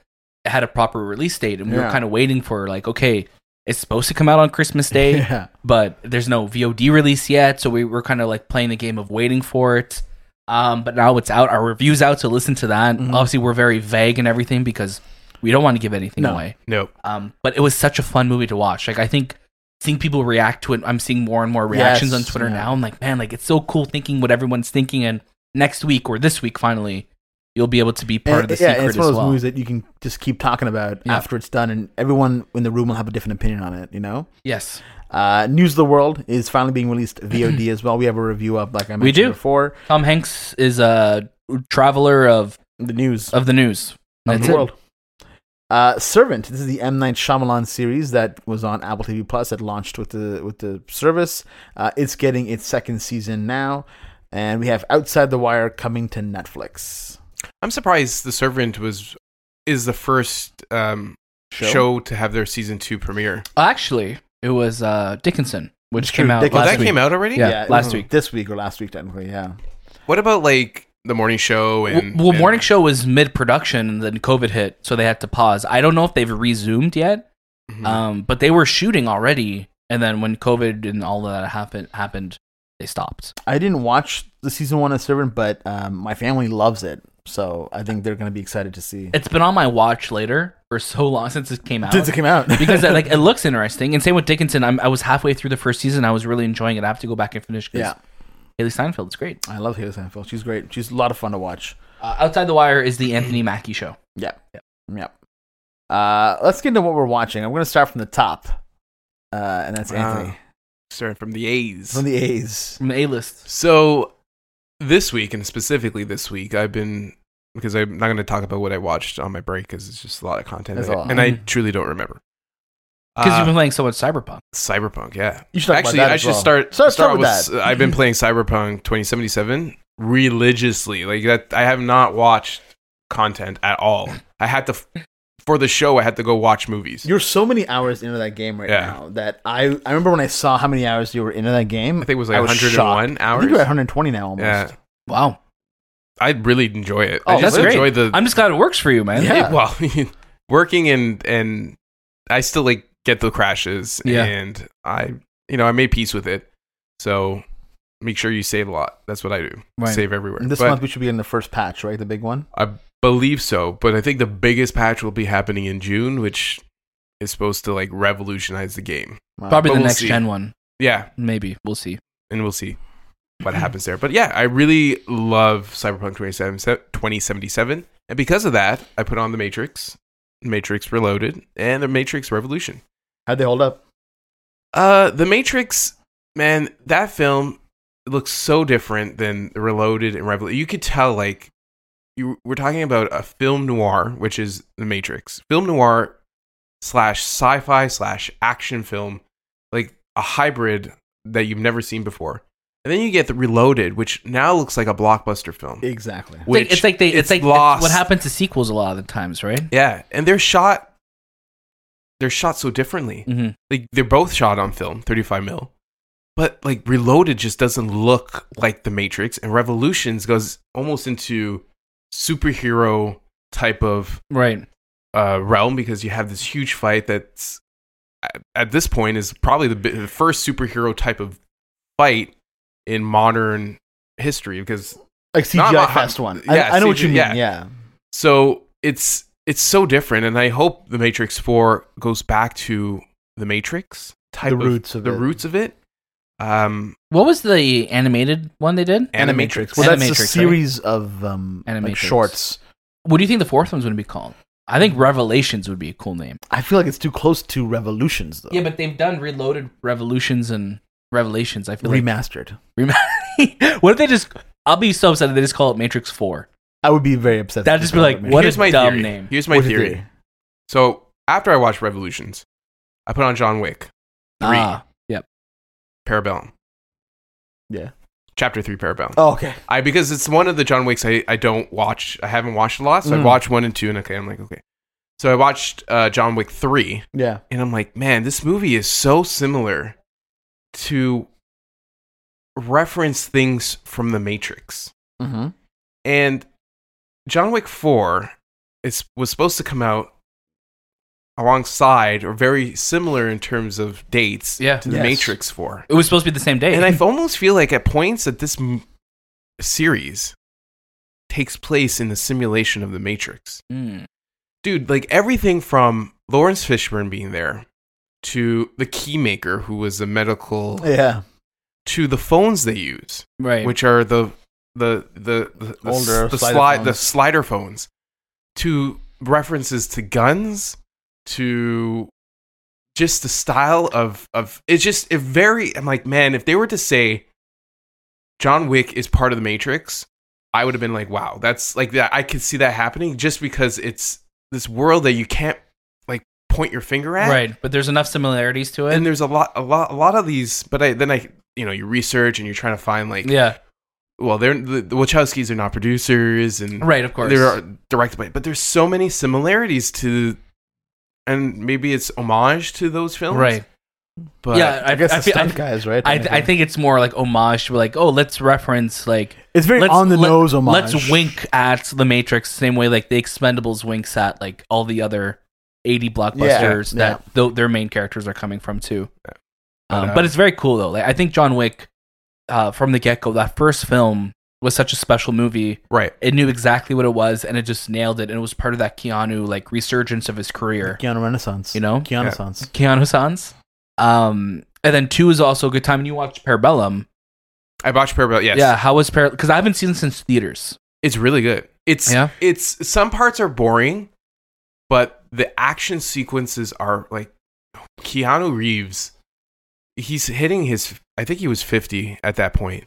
S2: it had a proper release date, and we
S1: Yeah.
S2: were kind of waiting for like, okay, it's supposed to come out on
S1: [laughs]
S2: Christmas Day,
S1: Yeah.
S2: but there's no VOD release yet, so we were kind of like playing the game of waiting for it. Um, but now it's out. Our review's out, so listen to that.
S1: Mhm.
S2: Obviously, we're very vague and everything because we don't want to give anything
S1: No.
S2: away.
S3: Nope.
S2: Um, but it was such a fun movie to watch. Like I think seeing people react to it, I'm seeing more and more reactions
S1: Yes,
S2: on Twitter
S1: yeah.
S2: now. I'm like, man, like it's so cool thinking what everyone's thinking. And next week or this week, finally, you'll be able to be part
S1: And-
S2: of the
S1: yeah, and
S2: secret
S1: it's one of
S2: as
S1: those
S2: well.
S1: movies that you can just keep talking about
S2: Yeah.
S1: after it's done, and everyone in the room will have a different opinion on it. You know,
S2: Yes,
S1: uh, News of the World is finally being released VOD
S2: [clears throat]
S1: as well. We have a review up, like I mentioned
S2: do.
S1: before.
S2: Tom Hanks is a traveler of
S1: The news
S2: of the news.
S1: of
S2: That's
S1: the
S2: it.
S1: world. Uh, Servant. This is the M Night Shyamalan series that was on Apple TV Plus that launched with the with the service. Uh, it's getting its second season now, and we have Outside the Wire coming to Netflix.
S3: I'm surprised the servant was is the first um, show? to have their season two premiere.
S2: Actually, it was uh, Dickinson, which
S1: It's
S2: came
S1: true,
S2: out
S1: Dickinson.
S3: Oh,
S2: last
S3: that
S2: week.
S3: came out already.
S2: Yeah,
S1: it
S2: last
S1: was
S2: week.
S1: uh-huh. this week or last week technically. Yeah,
S3: What about like the morning show and
S2: well, well,
S3: and-
S2: morning show was mid production, and then COVID hit, so they had to pause. I don't know if they've resumed yet.
S3: Mhm.
S2: Um, but they were shooting already, and then when COVID and all of that happened, happened, they stopped.
S1: I didn't watch the season one of Servant, but um, my family loves it, so I think they're going to be excited to see
S2: It's been on my watch later for so long [laughs] since it came out
S1: since it came out [laughs]
S2: because I, like it looks interesting. And same with Dickinson, I'm, I was halfway through the first season, I was really enjoying it. I have to go back and finish. 'cause
S1: Yeah.
S2: Haley Steinfeld is great.
S1: I love Haley Seinfeld. She's great. She's a lot of fun to watch.
S2: Uh, Outside the Wire is the Anthony Mackie show.
S1: Yeah.
S2: Yep.
S1: Yep. Uh, let's get into what we're watching. I'm going to start from the top, uh, and that's
S3: Wow.
S1: Anthony
S3: starting from the A's.
S1: from the A's.
S2: from the A list.
S3: so this week and specifically this week, I've been because I'm not going to talk about what I watched on my break because it's just a lot of content,
S1: There's
S3: that-
S1: a lot.
S3: and I truly don't remember.
S2: Because
S3: Uh,
S2: you've been playing so much Cyberpunk.
S3: Cyberpunk, yeah.
S1: You should talk about
S3: Actually,
S1: that
S3: I
S1: as
S3: should
S1: well.
S3: start.
S1: Start- start with
S3: with, uh,
S1: that.
S3: I've been playing Cyberpunk 2077 religiously. Like that, I have not watched content at all. I had to for the show. I had to go watch movies.
S1: You're so many hours into that game right
S3: Yeah.
S1: now that I, I remember when I saw how many hours you were into that game.
S3: I think it was like
S1: I was
S3: 101
S1: I
S3: hours.
S1: think you're at 120 now almost.
S3: yeah,
S2: Wow,
S3: I really enjoy it.
S1: Oh,
S3: I just
S1: that's great.
S3: enjoy the
S2: I'm just glad it works for you, man.
S1: Yeah.
S3: It- [laughs] well, working and and I still like get the crashes
S2: Yeah.
S3: and I you know I made peace with it. So make sure you save a lot. That's what I do.
S2: Right.
S3: Save everywhere.
S1: And this
S3: But-
S1: month we should be in the first patch, right? The big one.
S3: I believe so, but I think the biggest patch will be happening in June, which is supposed to like revolutionize the game.
S1: Wow.
S2: Probably
S3: But
S2: the
S3: we'll
S2: next
S3: see.
S2: gen one.
S3: Yeah,
S2: Maybe we'll see.
S3: and we'll see what happens there. But yeah, I really love Cyberpunk 27 2077, and because of that, I put on The Matrix, Matrix Reloaded, and The Matrix Revolution.
S1: How'd they hold up?
S3: Uh, The Matrix, man, that film it looks so different than Reloaded and Revolution. You could tell like you we're talking about a film noir, which is The Matrix, film noir slash sci-fi slash action film, like a hybrid that you've never seen before. And then you get the Reloaded, which now looks like a blockbuster film.
S1: Exactly.
S2: It's like, it's like they. It's, like
S3: lost.
S2: what happened to sequels a lot of the times, right?
S3: Yeah, and they're shot. They're shot so differently.
S2: Mm-hmm.
S3: Like they're both shot on film, 35 mil. But like Reloaded just doesn't look like The Matrix, and Revolutions goes almost into superhero type of
S2: Right.
S3: uh, realm because you have this huge fight that's at- at this point is probably the, bi- the first superhero type of fight in modern history because
S1: Like
S3: Not
S1: CGI
S3: about-
S1: fast one.
S3: yeah,
S1: I, I know what you mean.
S3: CGI,
S1: Yeah.
S3: So it's it's so different, and I hope the Matrix Four goes back to the Matrix type
S1: The
S3: of-
S1: roots of
S3: the
S1: it.
S3: roots of it. Um,
S2: What was the animated one they did?
S3: Animatrix.
S1: Well, that's
S2: Animatrix,
S1: a
S2: right?
S1: series of um,
S2: Animatrix.
S1: like shorts.
S2: What do you think the fourth one's going to be called? I think Revelations would be a cool name.
S1: I feel like it's too close to Revolutions, though.
S2: Yeah, but they've done Reloaded, Revolutions, and Revelations. I feel
S1: Remastered.
S2: like. Rem- [laughs] what if they just? I'll be so upset if they just call it Matrix Four.
S1: I would be very upset.
S2: That'd
S1: if
S2: just
S1: they call
S2: be like,
S1: it
S2: What
S1: Remastered.
S3: here's
S2: a
S3: my
S2: dumb
S3: theory.
S2: name.
S3: Here's my
S1: What's your
S3: theory. So after I watched Revolutions, I put on John Wick Three.
S2: Ah,
S3: Parabellum.
S1: Yeah.
S3: Chapter three Parabellum.
S1: Oh, okay.
S3: I because it's one of the John Wicks I, I don't watch. I haven't watched a lot, so
S1: Mm.
S3: I've watched one and two, and okay, I'm like okay. So I watched uh, John Wick three,
S1: Yeah.
S3: and I'm like, man, this movie is so similar to reference things from The Matrix.
S1: Mm-hmm.
S3: And John Wick 4 is, was supposed to come out alongside or very similar in terms of dates
S2: Yeah.
S3: to The
S1: Yes.
S3: Matrix 4.
S2: it was supposed to be the same day. [laughs]
S3: And I almost feel like at points that this m- series takes place in the simulation of The Matrix
S2: Mm.
S3: dude, like everything from Lawrence Fishburne being there to the keymaker who was the medical
S1: Yeah.
S3: to the phones they use,
S2: right.
S3: which are the the the, the the
S1: Older
S3: s- the
S1: slider
S3: slide
S1: phones.
S3: the slider phones to references to guns to just the style of of it's just it very I'm like man if they were to say John Wick is part of the Matrix I would have been like wow that's like that I could see that happening just because it's this world that you can't like point your finger at
S2: right. But there's enough similarities to it.
S3: and there's a lot a lot a lot of these but I then I you know you research and you're trying to find like
S2: yeah.
S3: well, they're the, the Wachowskis are not producers, and
S2: Right. Of course.
S3: they're directed by. But there's so many similarities to, and maybe it's homage to those films,
S2: right.
S3: But
S2: yeah. I,
S1: I guess
S2: I
S1: the
S2: feel- I
S1: stunt
S2: feel-
S1: guys, right?
S2: I, I think it's more like homage to like, oh, let's reference like
S1: it's very
S2: let's-
S1: on the
S2: let-
S1: nose homage.
S2: let's wink at the Matrix same way like the Expendables winks at like all the other eighty blockbusters
S1: yeah.
S2: that tho- their main characters are coming from too.
S3: But,
S2: Um,
S3: uh,
S2: but it's very cool though. Like I think John Wick, uh, from the get go, that first film was such a special movie.
S3: right.
S2: It knew exactly what it was, and it just nailed it. And it was part of that Keanu like resurgence of his career.
S1: Keanu Renaissance.
S2: You know?
S1: Keanu Renaissance.
S2: Keanu Sans. Um, and then two is also a good time. And you watched Parabellum.
S3: I watched Parabellum. Yes,
S2: Yeah. How was Parabellum? Because I haven't seen it since theaters.
S3: it's really good. It's
S2: Yeah.
S3: it's some parts are boring, but the action sequences are like Keanu Reeves. He's hitting his. I think he was fifty at that point.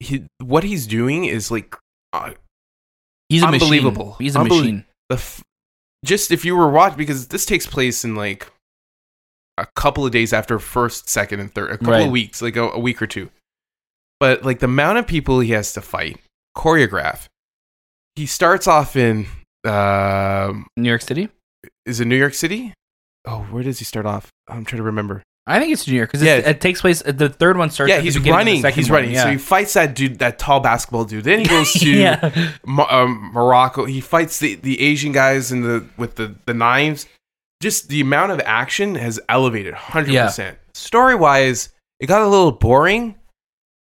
S3: He what he's doing is like uh,
S2: He's a
S3: Unbelievable.
S2: Machine. He's a
S3: Unbelie-
S2: machine.
S3: the f- just if you were watching because this takes place in like a couple of days after first, second, and third, a couple
S2: Right.
S3: of weeks, like a, a week or two. But like the amount of people he has to fight, choreograph. He starts off in um
S2: New York City.
S3: is it New York City? Oh, where does he start off? I'm trying to remember.
S2: I think it's junior because
S3: Yeah.
S2: it takes place. uh, The third one starts.
S3: yeah,
S2: at the
S3: he's
S2: beginning of the
S3: running.
S2: second
S3: He's
S2: one,
S3: running.
S2: [laughs]
S3: So he fights that dude, that tall basketball dude. Then he goes to
S2: yeah.
S3: Mo- um, Morocco. He fights the, the Asian guys in the with the, the knives. Just the amount of action has elevated 100%. Story wise, it got a little boring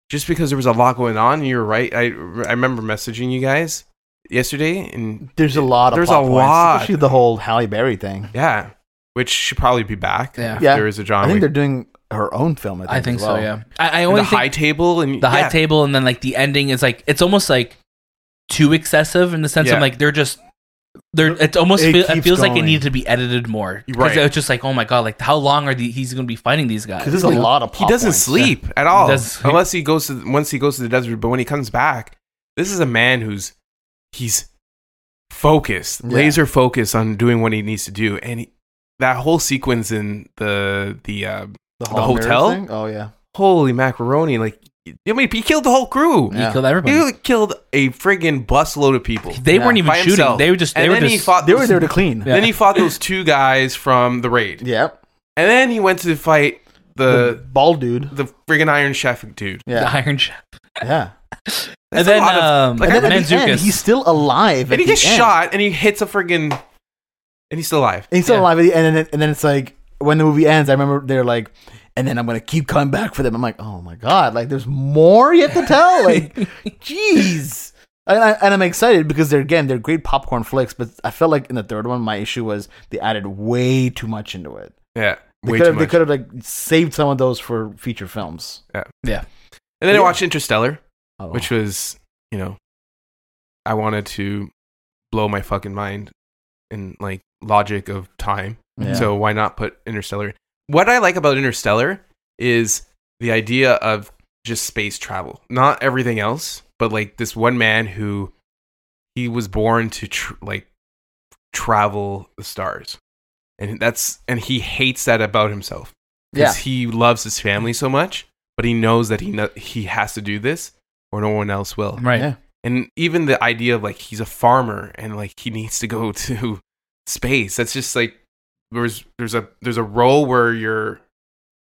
S3: just because there was a lot going on. And you're right. I, I remember messaging you guys yesterday. And
S1: There's a lot of
S3: There's
S1: plot
S3: a
S1: points,
S3: lot.
S1: especially the whole Halle Berry thing.
S3: yeah, which should probably be back.
S2: Yeah.
S3: If
S1: Yeah.
S3: there is a
S1: I
S3: John
S1: think
S3: Wick.
S1: they're doing her own film. I think,
S2: I think
S1: as well.
S2: so. Yeah. I, I
S3: And
S2: only
S3: the
S2: think
S3: high table and
S2: the high
S3: yeah.
S2: table and then like the ending is like it's almost like too excessive in the sense
S3: Yeah.
S2: of like they're just there it's almost
S1: It
S2: feel, it
S1: keeps
S2: feels like it
S1: going.
S2: needed to be edited more because
S3: Right.
S2: it's just like oh my god like how long are the, he's gonna be fighting these guys oh,
S1: because there's a lot of.
S3: he
S1: plot
S3: doesn't
S1: points.
S3: sleep at all
S2: does-
S3: unless he goes to once he goes to the desert but when he comes back this is a man who's he's focused
S1: Yeah.
S3: laser focused on doing what he needs to do and he, that whole sequence in the the uh, The
S1: hall mirror
S3: hotel?
S1: thing? Oh yeah.
S3: holy macaroni like i mean he killed the whole crew
S2: he
S1: Yeah.
S2: killed everybody
S3: he killed a friggin busload of people
S2: they
S1: Yeah.
S2: weren't even
S3: by
S2: shooting
S3: himself.
S2: they were just they
S3: and
S2: were
S3: then
S2: just
S3: he fought
S1: They
S3: those,
S1: were there to clean.
S2: Yeah.
S3: [laughs] then he fought those two guys from the raid
S1: Yep.
S3: and then he went to fight
S1: The
S3: the
S1: bald dude.
S3: the friggin iron chef dude
S2: the [laughs]
S1: Yeah.
S2: iron chef
S1: Yeah.
S3: That's
S2: and
S3: a
S2: then
S3: lot of-
S2: um
S3: like,
S1: and
S3: I
S1: then at the end,
S2: Manzukis.
S1: he's still alive.
S3: and
S1: at
S3: he
S1: the
S3: gets
S1: end.
S3: shot and he hits a friggin and he's still alive
S1: And he's still
S2: Yeah.
S1: alive at the end, and then, and then it's like when the movie ends. I remember they're like, and then I'm gonna keep coming back for them. I'm like, oh my god, like there's more you have to
S2: [laughs]
S1: tell. Like, jeez. And, I, and I'm excited because they're again they're great popcorn flicks, but I felt like in the third one my issue was they added way too much into it.
S3: yeah
S1: They
S3: way
S1: could
S3: too
S1: have they
S3: much.
S1: could have like saved some of those for feature films.
S3: and then
S1: yeah.
S3: i watched interstellar
S1: Oh.
S3: which was you know i wanted to blow my fucking mind in like logic of time
S1: Yeah.
S3: so why not put interstellar what i like about interstellar is the idea of just space travel not everything else but like this one man who he was born to tr- like travel the stars and that's and he hates that about himself
S1: yeah,
S3: because he loves his family so much, but he knows that he kno- he has to do this or no one else will.
S2: right
S1: Yeah.
S3: And even the idea of like he's a farmer and like he needs to go [laughs] to space. That's just like there's there's a there's a role where you're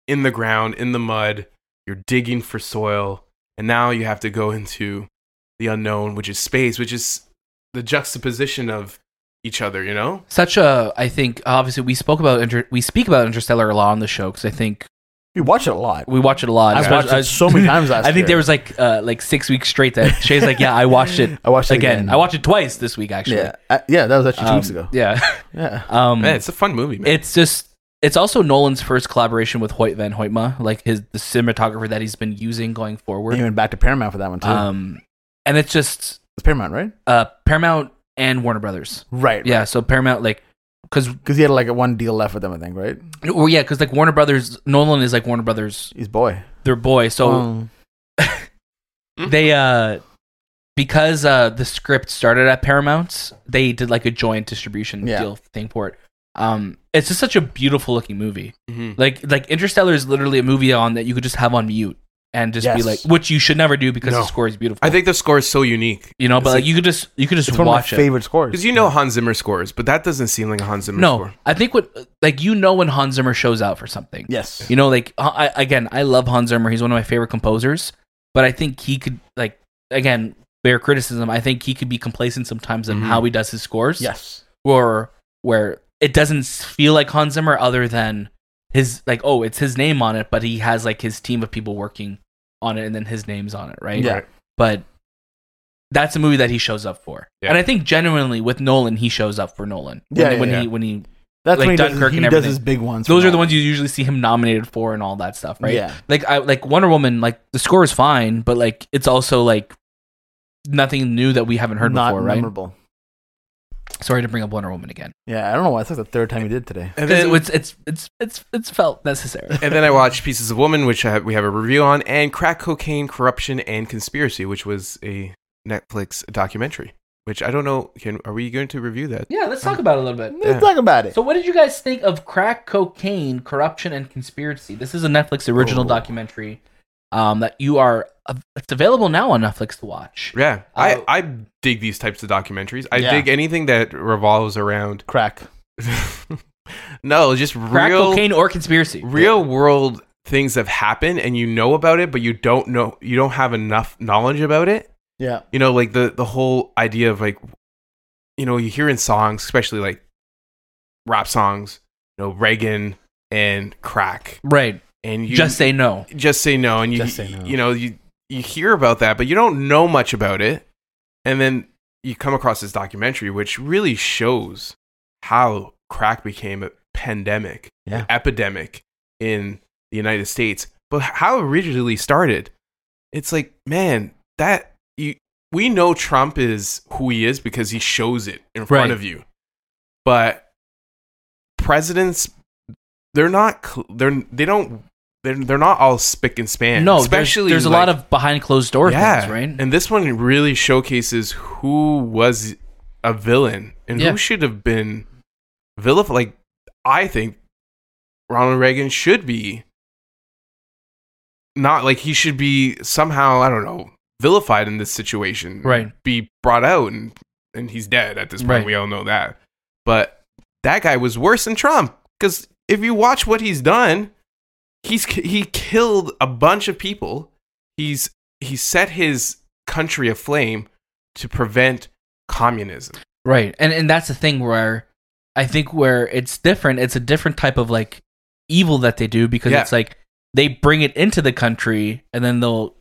S3: in the ground, in the mud, you're digging for soil, and now you have to go into the unknown, which is space, which is the juxtaposition of each other, you know?
S2: such a i think obviously we spoke about inter- we speak about interstellar a lot on the show because i think
S1: you watch it a lot.
S2: we watch it a lot
S1: I
S2: especially-
S1: watched it so
S2: [laughs]
S1: many times last
S2: i think
S1: year.
S2: there was like uh like six weeks straight that shay's like yeah i watched it
S1: [laughs] I watched it
S2: again.
S1: again.
S2: i watched it twice this week actually
S1: Yeah, I- yeah, that was actually two
S2: Um,
S1: weeks ago.
S2: yeah
S1: [laughs] Yeah,
S2: um
S3: Man, it's a fun movie, man.
S2: it's just it's also Nolan's first collaboration with Hoyt Van Hoytma, like his the cinematographer that he's been using going
S1: and he
S2: forward.
S1: went back to Paramount for that one too.
S2: Um, and it's just
S1: it's Paramount, right?
S2: uh Paramount and Warner Brothers.
S1: Right.
S2: Yeah, so Paramount like because
S1: Because he had like a one deal left with them, I think, right?
S2: well yeah because like Warner Brothers Nolan is like Warner Brothers
S1: He's boy.
S2: their boy so
S1: Um, Oh.
S2: they uh because uh the script started at Paramount they did like a joint distribution
S1: Yeah.
S2: deal thing for it. Um, it's just such a beautiful looking movie.
S3: Mhm.
S2: Like like Interstellar is literally a movie on that you could just have on mute and just be
S1: Yes.
S2: like, which you should never do because
S3: No.
S2: the score is beautiful.
S3: I think the score is so unique.
S2: you know, but like,
S3: it's like-
S2: you could just you could just
S1: it's one of my
S2: watch it.
S1: favorite scores.
S3: Because you know Hans Zimmer scores, but that doesn't seem like a Hans Zimmer
S2: No,
S3: score.
S2: I think what like you know when Hans Zimmer shows out for something.
S1: Yes.
S2: You know, like uh, I, I- again, I love Hans Zimmer. He's one of my favorite composers, but I think he could like again bear criticism. I think he could be complacent sometimes in
S3: Mhm.
S1: Mm-hmm.
S2: how he does his scores.
S1: yes.
S2: or where it doesn't feel like Hans Zimmer other than his like oh it's his name on it, but he has like his team of people working on it, and then his name's on it, right?
S1: Yeah.
S3: Right.
S2: But that's a movie that he shows up for,
S3: Yeah.
S2: and I think genuinely with Nolan he shows up for Nolan. When,
S1: Yeah, yeah,
S2: when
S1: yeah.
S2: he when he
S1: That's
S2: Like
S1: when he,
S2: Dunkirk
S1: does, he does
S2: and everything.
S1: his big ones.
S2: those
S1: for
S2: are the
S1: that.
S2: ones you usually see him nominated for and all that stuff, right?
S1: Yeah.
S2: Like I like Wonder Woman, like the score is fine, but like it's also like nothing new that we haven't heard
S1: Not
S2: before, right?
S1: memorable.
S2: Sorry to bring up Wonder Woman again.
S1: Yeah, I don't know why. It's like the third time he did today.
S3: And then,
S2: It's it's it's it's it's felt necessary.
S3: and then I watched Pieces of Woman, which I have, we have a review on, and Crack Cocaine, Corruption, and Conspiracy, which was a Netflix documentary. Which I don't know. Can are we going to review that?
S2: Yeah, let's talk about it a little bit.
S1: Let's talk about it.
S2: So, what did you guys think of crack cocaine, corruption, and conspiracy? This is a Netflix original
S1: Oh.
S2: documentary um, that you are. it's available now on Netflix to watch.
S3: Yeah,
S2: Uh,
S3: I, I dig these types of documentaries. I
S1: Yeah.
S3: dig anything that revolves around [laughs]
S1: Crack.
S3: no, just
S2: Crack
S3: real
S2: cocaine or conspiracy?
S3: real world things have happened, and you know about it, but you don't know you don't have enough knowledge about it.
S1: Yeah.
S3: you know like the the whole idea of like you know you hear in songs especially like rap songs you know reagan and crack
S2: right?
S3: and you
S2: Just say no.
S3: just say no and you
S1: Just say no.
S3: you know you you hear about that but you don't know much about it and then you come across this documentary which really shows how crack became a pandemic
S1: Yeah.
S3: epidemic in the United States, but how it originally started, it's like, man, that you we know Trump is who he is because he shows it in
S2: Right.
S3: front of you. But presidents, they're not. cl- They're they don't. They're they're not all spick and span.
S2: no,
S3: especially
S2: especially there's, a lot
S3: like-
S2: of behind closed door things, right?
S3: And this one really showcases who was a villain and
S2: Yeah.
S3: who should have been vilified. Like, I think Ronald Reagan should be not like he should be somehow, I don't know, vilified in this situation.
S2: Right.
S3: Be brought out and, and he's dead at this point.
S2: Right.
S3: We all know that. But that guy was worse than Trump because if you watch what he's done, he's ki- he killed a bunch of people. He's he set his country aflame to prevent communism.
S2: Right. And and that's the thing where I think where it's different, it's a different type of like evil that they do because
S3: Yeah.
S2: it's like they bring it into the country and then they'll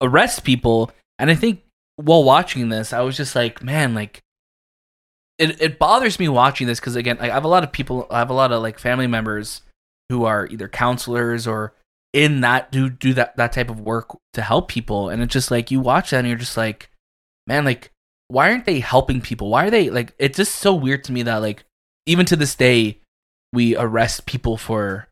S2: arrest people. And I think while watching this, I was just like, man, like it, it bothers me watching this because again, like, I have a lot of people, I have a lot of like family members who are either counselors or in that do do that that type of work to help people, and it's just like you watch that and you're just like, man, like why aren't they helping people? Why are they like? It's just so weird to me that like even to this day we arrest people for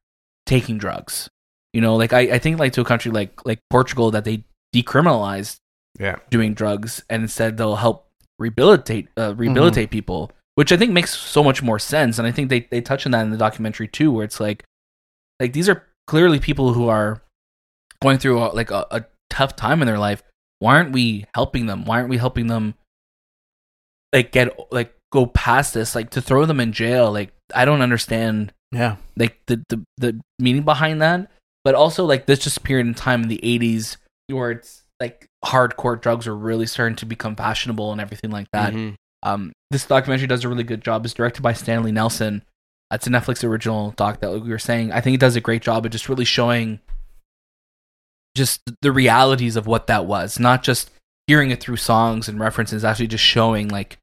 S2: taking drugs. You know, like I, I think like to a country like like Portugal that they decriminalized
S3: Yeah.
S2: doing drugs and instead they'll help rehabilitate uh, rehabilitate people, which I think makes so much more sense. And I think they they touch on that in the documentary too, where it's like like these are clearly people who are going through a, like a, a tough time in their life. Why aren't we helping them? Why aren't we helping them like get like go past this? Like to throw them in jail? Like I don't understand
S1: Yeah.
S2: like the the, the meaning behind that but also like this just period in time in the 80s where it's like hardcore drugs are really starting to become fashionable and everything like that
S3: Mm-hmm.
S2: um this documentary does a really good job it's directed by stanley nelson it's a netflix original doc that we were saying i think it does a great job of just really showing just the realities of what that was not just hearing it through songs and references actually just showing like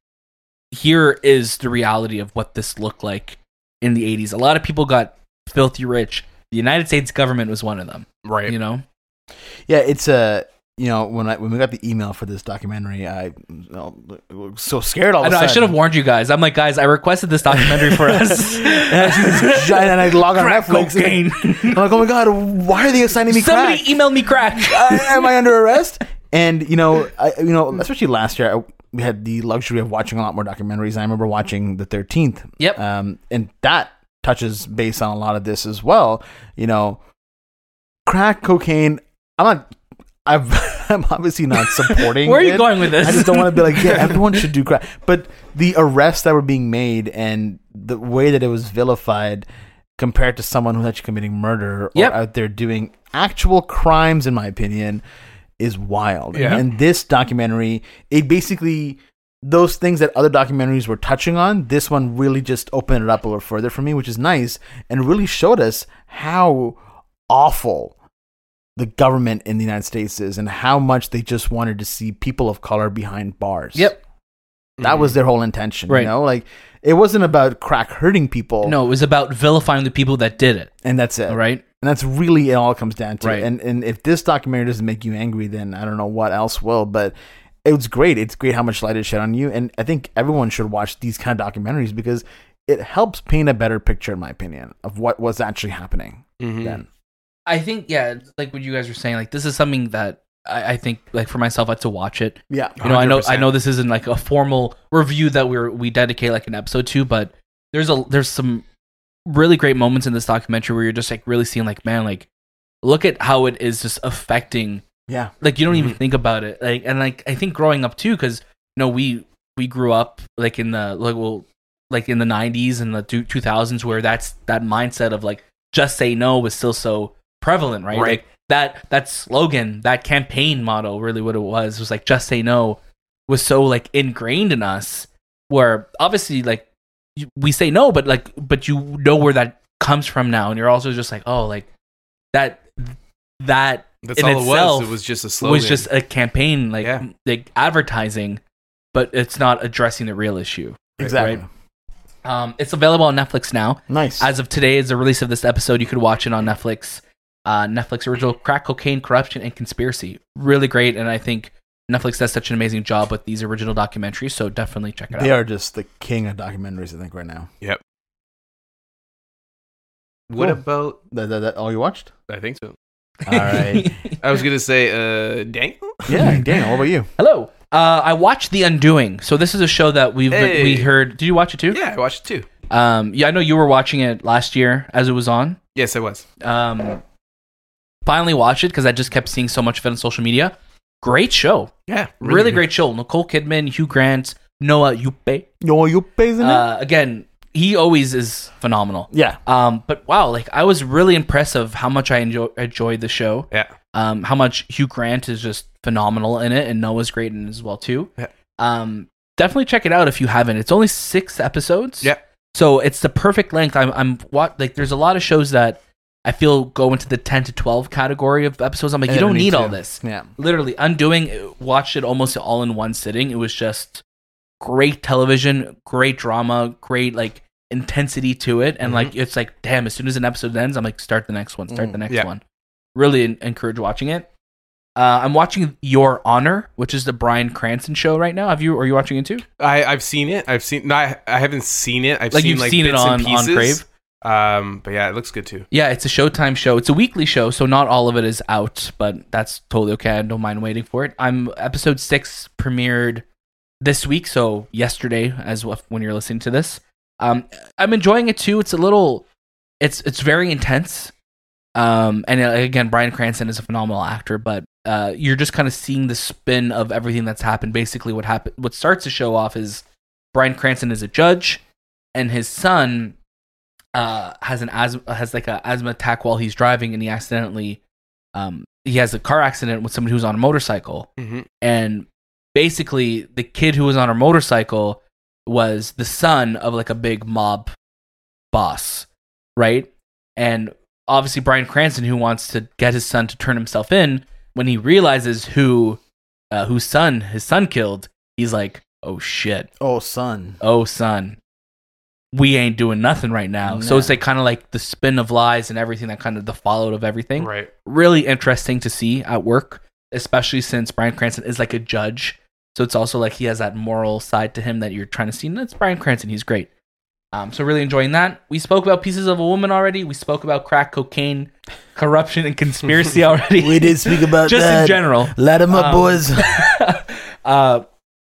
S2: here is the reality of what this looked like in the 80s a lot of people got filthy rich the united states government was one of them
S3: Right.
S2: you know
S1: Yeah, it's a you know when I when we got the email for this documentary, I you know, was so scared all
S2: I,
S1: of a
S2: know, I
S1: sudden.
S2: should have warned you guys i'm like guys i requested this documentary for
S1: [laughs]
S2: us [laughs]
S1: and I see this giant, and I log on
S2: Crack
S1: Netflix. and
S2: cocaine.
S1: [laughs] I'm like, oh my god, why are they assigning me
S2: Somebody
S1: crack?
S2: email me crack.
S1: [laughs] I- am I under arrest? And you know, I, you know, especially last year, I, we had the luxury of watching a lot more documentaries. I remember watching the Thirteenth.
S2: Yep.
S1: Um, and that touches base on a lot of this as well. You know, crack cocaine. I'm not. I've, [laughs] I'm obviously
S2: [laughs]
S1: not supporting.
S2: Where are you
S1: it.
S2: going with this?
S1: I just don't want to be
S2: [laughs]
S1: like, yeah, everyone should do crack. But the arrests that were being made and the way that it was vilified compared to someone who's actually committing murder or
S2: Yep.
S1: out there doing actual crimes, in my opinion, is wild.
S3: Yeah.
S1: And this documentary, it basically those things that other documentaries were touching on, this one really just opened it up a little further for me, which is nice, and really showed us how awful the government in the United States is and how much they just wanted to see people of color behind bars.
S2: Yep. Mm-hmm.
S1: That was their whole intention.
S2: Right.
S1: You know, like it wasn't about crack hurting people.
S2: No, it was about vilifying the people that did it.
S1: And that's it.
S2: All right.
S1: And that's really it all it comes down to.
S2: Right.
S1: And and if this documentary doesn't make you angry, then I don't know what else will. But it was great. It's great how much light it shed on you. And I think everyone should watch these kind of documentaries because it helps paint a better picture, in my opinion, of what was actually happening
S2: Mm.
S3: Mhm.
S1: then.
S2: I think, yeah, like what you guys were saying, like this is something that I, I think, like for myself, I had to watch it.
S1: Yeah.
S2: You know, I know, I
S3: 100%.
S2: know this isn't like a formal review that we're we dedicate like an episode to, but there's a there's some really great moments in this documentary where you're just like really seeing like, man, like look at how it is just affecting
S1: Yeah.
S2: like you don't even think about it like and like i think growing up too because you know we we grew up like in the like well like in the 90s and the two- 2000s where that's that mindset of like just say no was still so prevalent right,
S3: Right.
S2: like that that slogan that campaign motto really what it was was like just say no was so like ingrained in us where obviously like you- we say no but like but you know where that comes from now and you're also just like oh like that that
S3: That's
S2: in
S3: all it was.
S2: itself
S3: It was just a
S2: it
S3: slogan.
S2: was just a campaign like
S3: Yeah.
S2: like advertising but it's not addressing the real issue
S1: Exactly.
S2: right. um, it's available on netflix now
S1: Nice.
S2: as of today is the release of this episode you could watch it on netflix uh, netflix original crack cocaine corruption and conspiracy really great and i think Netflix does such an amazing job with these original documentaries, so definitely check it
S1: They
S2: out.
S1: are just the king of documentaries, I think, right now.
S3: What
S1: Cool.
S3: about?
S1: That, that, that all you
S2: [laughs]
S1: watched?
S3: I think so.
S1: All right.
S3: I was gonna say, uh, Daniel.
S2: [laughs]
S1: yeah, Daniel, what about you?
S2: Hello. Uh, I watched The Undoing. So this is a show that we've
S3: Hey.
S2: we heard. Did you watch it too?
S3: Yeah, I watched it too.
S2: Um, yeah, I know you were watching it last year as it was on.
S3: Yes, I was.
S2: Um, finally watched it because I just kept seeing so much of it on social media. Great show.
S3: Yeah,
S2: Really,
S3: good.
S2: great show. Nicole Kidman, Hugh Grant, Noah Yuppe.
S1: Yo, you pacing it?
S2: Uh, again, he always is phenomenal.
S1: Yeah.
S2: Um, but wow, like I was really impressed of how much I enjoy, enjoyed the show.
S3: Yeah.
S2: Um, how much Hugh Grant is just phenomenal in it, and Noah's great in it as well too.
S3: Yeah.
S2: Um, definitely check it out if you haven't. It's only six episodes.
S3: Yeah.
S2: So it's the perfect length. I'm, I'm what like. There's a lot of shows that I feel go into the ten to twelve category of episodes. I'm like,
S1: And
S2: you
S1: I
S2: don't need
S1: need
S2: all
S1: to.
S2: this
S1: Yeah.
S2: literally undoing watched it almost all in one sitting it was just great television great drama great like intensity to it and like it's like damn as soon as an episode ends i'm like start the next one start the next
S3: Yeah.
S2: one really en- encourage watching it uh, i'm watching your honor which is the brian cranston show right now have you are you watching it too
S3: I I've seen it. I've seen. No, I, I haven't seen it. I've
S2: Like,
S3: seen
S2: you've
S3: like
S2: seen it
S3: bits and
S2: on- on
S3: pieces. Um, but yeah, it looks good too.
S2: yeah it's a showtime show it's a weekly show so not all of it is out but that's totally okay i don't mind waiting for it i'm episode six premiered this week, so yesterday as well, when you're listening to this. Um, I'm enjoying it too. It's a little, it's it's very intense. Um, and uh, again, Brian Cranston is a phenomenal actor, but uh, you're just kind of seeing the spin of everything that's happened. Basically, what happened, what starts to show off is Brian Cranston is a judge, and his son uh, has an asthma has like a asthma attack while he's driving, and he accidentally um, he has a car accident with somebody who's on a motorcycle,
S3: Mm-hmm.
S2: and basically the kid who was on her motorcycle was the son of like a big mob boss right and obviously brian cranston who wants to get his son to turn himself in when he realizes who uh, whose son his son killed he's like oh shit
S1: Oh,
S2: [laughs]
S1: son.
S2: oh son we ain't doing nothing right now so
S1: No.
S2: it's like kind of like the spin of lies and everything that kind of the fallout of everything
S3: Right.
S2: really interesting to see at work, especially since Brian Cranston is like a judge. So it's also like he has that moral side to him that you're trying to see. And that's Brian Cranston. He's great. Um, so really enjoying that. We spoke about Pieces of a Woman already. We spoke about crack cocaine, corruption, and conspiracy [laughs] already.
S1: We did speak about
S2: Just
S1: that.
S2: in general.
S1: Let him up,
S2: Um, [laughs]
S1: boys.
S2: uh,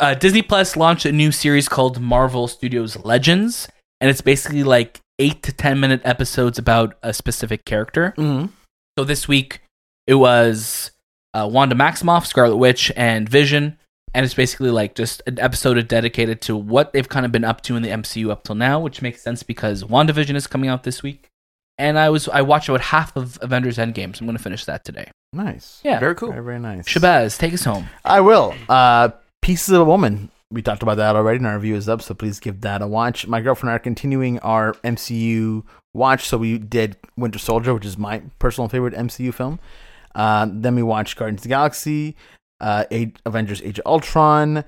S2: uh, Disney Plus launched a new series called Marvel Studios Legends. And it's basically like eight to 10 minute episodes about a specific character.
S1: Mhm.
S2: So this week it was uh, Wanda Maximoff, Scarlet Witch, and Vision, and it's basically like just an episode dedicated to what they've kind of been up to in the MCU up till now, which makes sense because WandaVision is coming out this week. And I was I watched about half of Avengers Endgame, so I'm going to finish that today.
S1: Nice.
S2: Yeah.
S3: Very cool.
S1: Very, very nice.
S2: Shabazz, take us home.
S1: I will. Uh, Pieces of a Woman. We talked about that already, and our review is up, so please give that a watch. My girlfriend and I are continuing our MCU watch, so we did Winter Soldier, which is my personal favorite MCU film. Uh, then we watched Guardians of the Galaxy, uh, Age, Avengers Age of Ultron,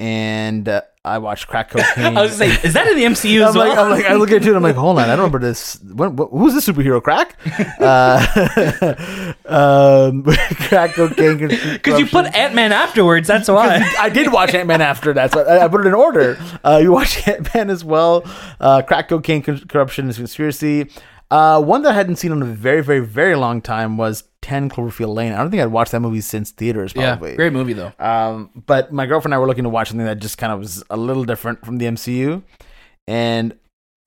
S1: and uh, I watched
S2: [laughs]
S1: Crack Cocaine.
S2: I was going to say, is that in the [laughs] MCU
S1: I'm
S2: as well?
S1: like, I'm like, I look at you and I'm like, hold on, I don't remember this. When, wh- who's the superhero? Crack? [laughs] Uh, [laughs] um, crack, cocaine,
S2: [laughs] because you put
S1: corruption.
S2: Ant Man afterwards. That's [laughs] why.
S1: I did watch Ant Man after that, so I, I put it in order. Uh, you watch [laughs] Ant Man as well. Uh, crack cocaine con- corruption and conspiracy. Uh, one that I hadn't seen in a very, very, very long time was Ten Cloverfield Lane. I don't think I'd watched that movie since theaters.
S2: yeah,
S1: Probably.
S2: great movie though.
S1: Um, but my girlfriend and I were looking to watch something that just kind of was a little different from the MCU, and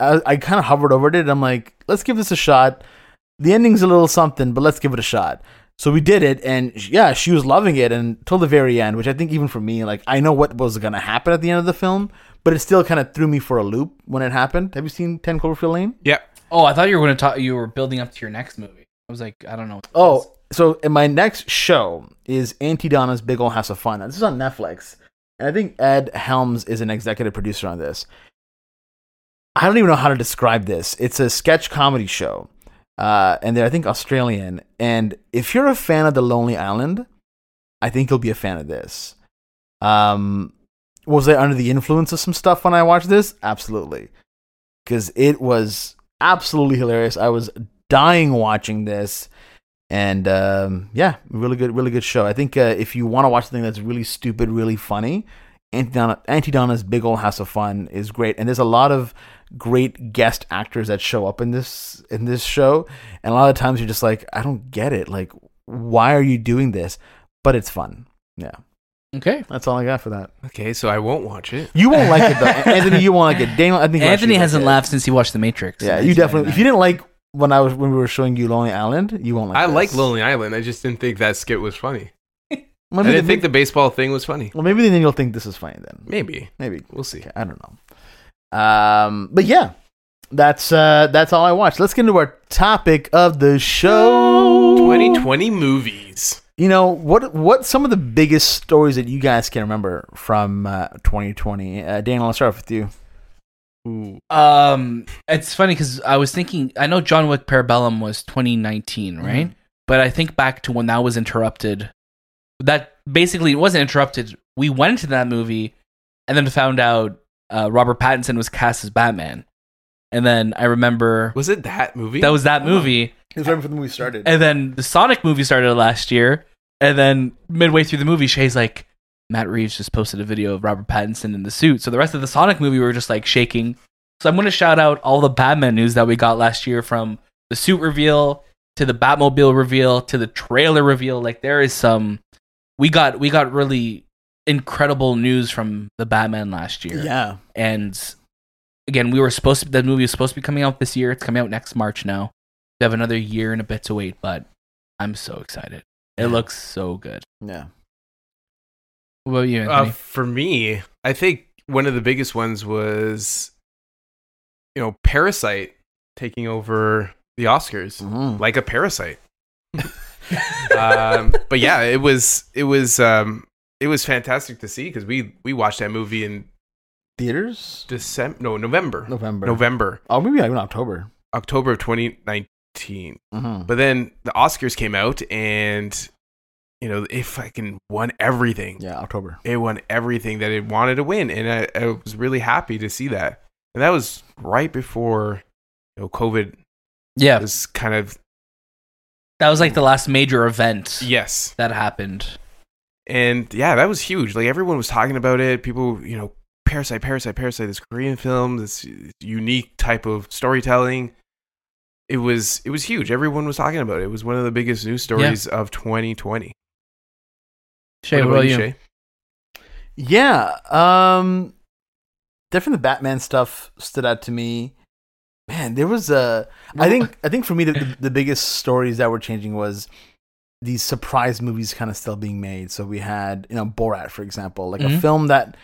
S1: I, I kind of hovered over it. And I'm like, let's give this a shot. The ending's a little something, but let's give it a shot. So we did it, and sh- yeah, she was loving it until the very end, which I think even for me, like I know what was gonna happen at the end of the film, but it still kind of threw me for a loop when it happened. Have you seen Ten Cloverfield Lane?
S3: Yeah.
S2: Oh, I thought you were going to talk. You were building up to your next movie. I was like, I don't know. what this is.
S1: Oh, so and my next show is Auntie Donna's Big Ol' House of Fun. Now, This is on Netflix, and I think Ed Helms is an executive producer on this. I don't even know how to describe this. It's a sketch comedy show, uh, and they're I think Australian. And if you're a fan of The Lonely Island, I think you'll be a fan of this. Um, was I under the influence of some stuff when I watched this? Absolutely, because it was absolutely hilarious. I was dying watching this And um, yeah, really good, really good show. I think uh, if you want to watch something that's really stupid, really funny, Antidona, Antidonna's Big Ol' House of Fun is great. And there's a lot of great guest actors that show up in this in this show. And a lot of times you're just like, I don't get it. Like, why are you doing this? But it's fun. Yeah,
S2: Okay.
S1: that's all I got for that.
S3: Okay, so I won't watch it.
S1: You won't like it
S3: [laughs]
S1: though, Anthony. You won't like it. Daniel, I think
S2: Anthony
S1: Rush, you
S2: hasn't
S1: like it.
S2: laughed since he watched The Matrix.
S1: Yeah, you definitely. If you didn't like when I was when we were showing you Lonely Island, you won't like.
S3: I like
S1: this.
S3: Lonely Island. I just didn't think that skit was funny.
S1: Well,
S3: I
S1: Maybe
S3: didn't
S1: they-
S3: think the baseball thing was funny.
S1: well, maybe then you'll think this is funny. Then
S3: Maybe
S1: maybe
S3: we'll see.
S1: Okay, I don't know. Um, but yeah, that's uh, that's all I watched. Let's get into our topic of the show.
S3: 2020 movies.
S1: You know what? What some of the biggest stories that you guys can remember from uh, 2020? Uh, Daniel, I'll start off with you.
S2: Um, it's funny because I was thinking. I know John Wick Parabellum was 2019,
S1: Mhm.
S2: right? But I think back to when that was interrupted. That basically it wasn't interrupted. We went into that movie, and then found out uh, Robert Pattinson was cast as Batman. And then I remember
S3: Was it that movie?
S2: that was that movie.
S1: It was right before the movie started.
S2: And then the Sonic movie started last year. And then midway through the movie, Shay's like, Matt Reeves just posted a video of Robert Pattinson in the suit. So the rest of the Sonic movie, we were just like shaking. So I'm going to shout out all the Batman news that we got last year from the suit reveal to the Batmobile reveal to the trailer reveal. Like there is some, we got, we got really incredible news from the Batman last year.
S1: yeah,
S2: And again, we were supposed to, the movie was supposed to be coming out this year. It's coming out next March now. We have another year and a bit to wait, but I'm so excited. It looks so good.
S1: yeah.
S2: What about you,
S3: uh,
S2: Anthony?
S3: for me, I think one of the biggest ones was, you know, Parasite taking over the Oscars
S1: Mhm.
S3: like a parasite. [laughs] um, but yeah, it was it was um, it was fantastic to see because we we watched that movie in
S1: Theaters,
S3: December, no November,
S1: November,
S3: November,
S1: Oh, maybe even October.
S3: October of 2019.
S1: Mhm.
S3: But then the Oscars came out, and you know, it fucking won everything.
S1: Yeah, October.
S3: It won everything that it wanted to win, and I, I was really happy to see that. And that was right before you know COVID
S2: yeah,
S3: was kind of
S2: that was like the last major event
S3: yes,
S2: that happened.
S3: And yeah, that was huge. Like everyone was talking about it. People, you know, Parasite, Parasite, Parasite, this Korean film, this unique type of storytelling. It was it was huge. Everyone was talking about it. It was one of the biggest news stories of 2020.
S2: Shay, what
S3: What about
S2: about you?
S3: Shay?
S1: Yeah. Um definitely the Batman stuff stood out to me. Man, there was a I think I think for me the, the, the biggest stories that were changing was these surprise movies kind of still being made. So we had, you know, Borat for example, like a
S2: Mhm.
S1: film that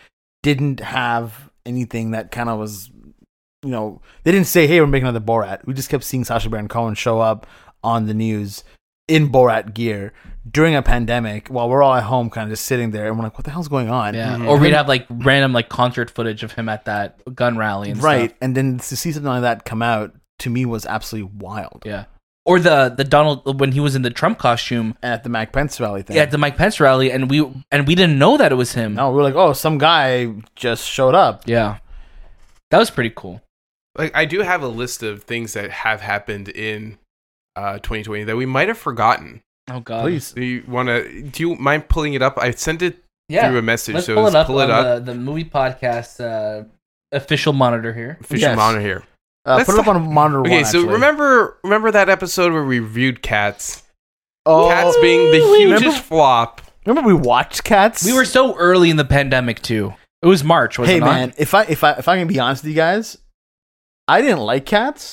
S1: didn't have anything that kind of was you know, they didn't say, "Hey, we're making another Borat." We just kept seeing Sasha Baron Cohen show up on the news in Borat gear during a pandemic while we're all at home kind of just sitting there and we're like what the hell's going on
S2: Yeah,
S3: Mhm.
S2: or we'd have like random like concert footage of him at that gun rally and
S1: right
S2: stuff.
S1: and then to see something like that come out to me was absolutely wild
S2: Yeah, or the the Donald when he was in the Trump costume
S1: at the mac pence rally thing
S2: yeah, at the Mike Pence rally, and we and we didn't know that it was him.
S1: no we were like oh some guy just showed up
S2: Yeah, that was pretty cool.
S3: Like I do have a list of things that have happened in uh, 2020 that we might have forgotten.
S2: Oh God,
S1: please
S3: Do you want to? Do you mind pulling it up? I sent it through
S2: yeah.
S3: a message,
S2: Let's
S3: so
S2: pull it up
S3: pull it
S2: on
S3: up.
S2: The, the movie podcast uh, official monitor here.
S3: Official
S1: Yes.
S3: monitor here.
S1: uh,
S3: Let's
S1: put it up on monitor
S3: Okay,
S1: one,
S3: so
S1: actually.
S3: remember remember that episode where we reviewed cats?
S1: oh,
S3: Cats being the hugest
S1: remember-
S3: flop. [laughs]
S1: remember we watched cats
S2: We were so early in the pandemic too. It was March, was
S1: hey
S2: it not?
S1: man if i if i if i can be honest with you guys i didn't like cats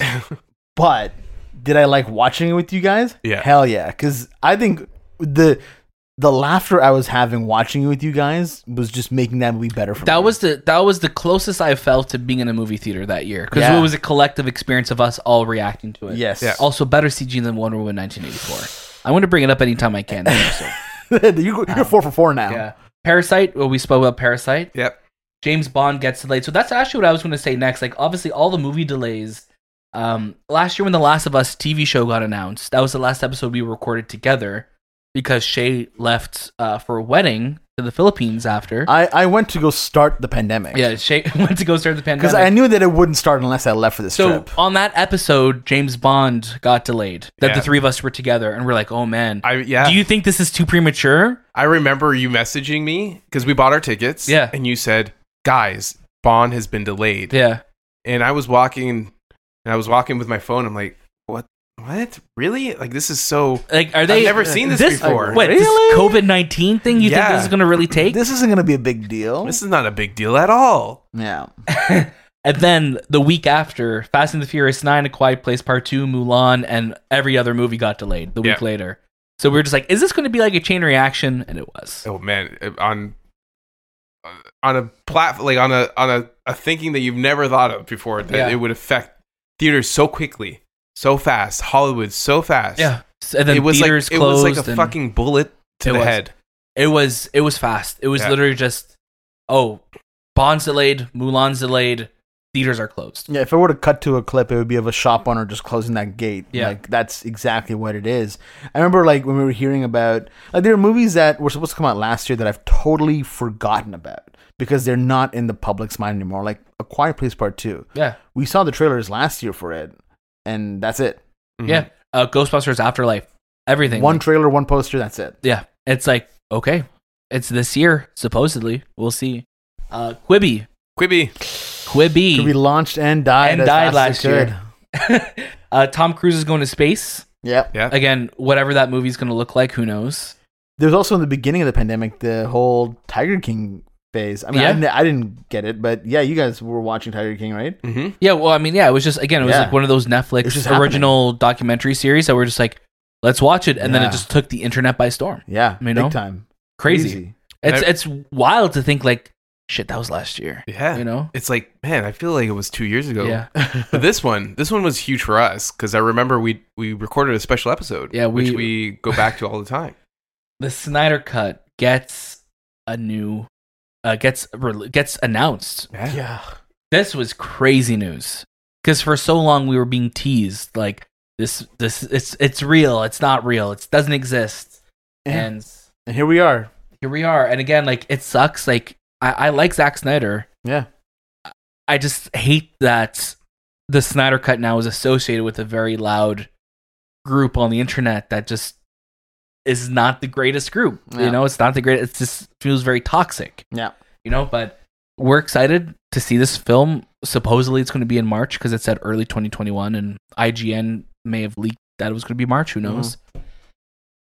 S1: but did i like watching it with you guys
S3: Yeah.
S1: hell yeah because i think the the laughter i was having watching it with you guys was just making that movie better for
S2: That
S1: me.
S2: was the that was the closest I felt to being in a movie theater that year because
S1: Yeah.
S2: it was a collective experience of us all reacting to it.
S1: yes
S3: Yeah.
S2: Also, better CG than Wonder Woman 1984. I want to bring it up anytime I can. so,
S1: [laughs] you, you're four for four now
S2: [laughs] yeah. Parasite. Well, we spoke about Parasite.
S3: Yep.
S2: James Bond gets delayed. So that's actually what I was going to say next. Like, obviously, all the movie delays. Um, last year when The Last of Us TV show got announced, that was the last episode we recorded together because Shay left uh, for a wedding to the Philippines after.
S1: I, I went to go start the pandemic.
S2: yeah, Shay [laughs] went to go start the pandemic.
S1: Because I knew that it wouldn't start unless I left for this
S2: so
S1: trip.
S2: on that episode, James Bond got delayed. That
S3: Yeah.
S2: the three of us were together, and we're like, "Oh man,
S3: I yeah.
S2: do you think this is too premature?"
S3: I remember you messaging me because we bought our tickets.
S2: Yeah.
S3: And you said, guys, Bond has been delayed.
S2: Yeah,
S3: And I was walking and I was walking with my phone. I'm like, what? What? Really? Like, this is so.
S2: like are they? uh,
S3: never seen this before.
S2: What
S1: Really?
S2: this COVID nineteen thing? You think
S3: Yeah.
S2: this is going to really take?
S1: This isn't going to be a big deal.
S3: This is not a big deal at all.
S1: yeah.
S2: and then the week after, Fast and the Furious Nine, A Quiet Place Part Two, Mulan, and every other movie got delayed the week
S3: Yeah.
S2: later. So we were just like, "Is this going to be like a chain reaction?" And it was.
S3: Oh man, on uh, on a platform like on a on a, a thinking that you've never thought of before that
S2: Yeah.
S3: it would affect theaters so quickly, so fast, Hollywood so fast.
S2: Yeah, and then
S3: it was like
S2: theaters
S3: it was
S2: closed.
S3: like a
S2: and-
S3: fucking bullet to
S2: It
S3: the
S2: was.
S3: head.
S2: It was it was fast. It was
S3: Yeah.
S2: literally just oh, Bond's delayed, Mulan's delayed, theaters are closed.
S1: Yeah, if it were to cut to a clip, it would be of a shop owner just closing that gate.
S2: Yeah.
S1: Like, that's exactly what it is. I remember, like, when we were hearing about, like, there are movies that were supposed to come out last year that I've totally forgotten about because they're not in the public's mind anymore. Like, A Quiet Place Part 2.
S2: Yeah.
S1: We saw the trailers last year for it, and that's it.
S3: Mhm.
S2: Yeah. Uh, Ghostbusters Afterlife. Everything.
S1: One trailer, one poster, that's it.
S2: yeah. It's like, okay. It's this year, supposedly. We'll see. Uh Quibi.
S3: Quibi.
S1: Could be
S2: Quibi.
S1: launched and died.
S2: E. And
S1: as
S2: died
S1: fast as
S2: last
S1: it
S2: year. [laughs]
S1: could.
S2: uh Tom Cruise is going to space.
S1: Yep.
S3: Yeah.
S2: Again, whatever that movie's gonna look like, who knows?
S1: There was also in the beginning of the pandemic the whole Tiger King phase. I mean, I,
S2: Yeah.
S1: didn't, I didn't get it, but yeah, you guys were watching Tiger King, right?
S3: hmm
S2: Yeah, well, I mean, yeah, it was just again, it was
S1: Yeah.
S2: like one of those
S1: It's
S2: Netflix
S1: just
S2: original documentary series that were just like, let's watch it, and then
S1: Yeah.
S2: it just took the internet by storm.
S1: Yeah,
S2: I mean,
S1: big
S2: no.
S1: time,
S2: Crazy. It's
S3: I-
S2: it's wild to think like shit that was last year.
S3: Yeah.
S2: You know?
S3: It's like, man, I feel like it was two years ago.
S2: Yeah.
S3: But this one, this one was huge for us because I remember we we recorded a special episode.
S2: Yeah, we-
S3: which we go back to all the time.
S2: The Snyder cut gets a new uh, gets rel- gets announced.
S1: Yeah,
S2: This was crazy news because for so long we were being teased like this this it's it's real it's not real it doesn't exist
S1: and,
S2: and
S1: and here we are.
S2: here we are and again like it sucks like I, I like Zack Snyder
S1: Yeah.
S2: I just hate that the Snyder cut now is associated with a very loud group on the internet that just is not the greatest group.
S1: Yeah.
S2: You know, it's not the great. It just feels very toxic.
S1: Yeah.
S2: You know, but we're excited to see this film. Supposedly, it's going to be in March because it said early 2021, and IGN may have leaked that it was going to be March. Who
S1: Mm-hmm.
S2: knows?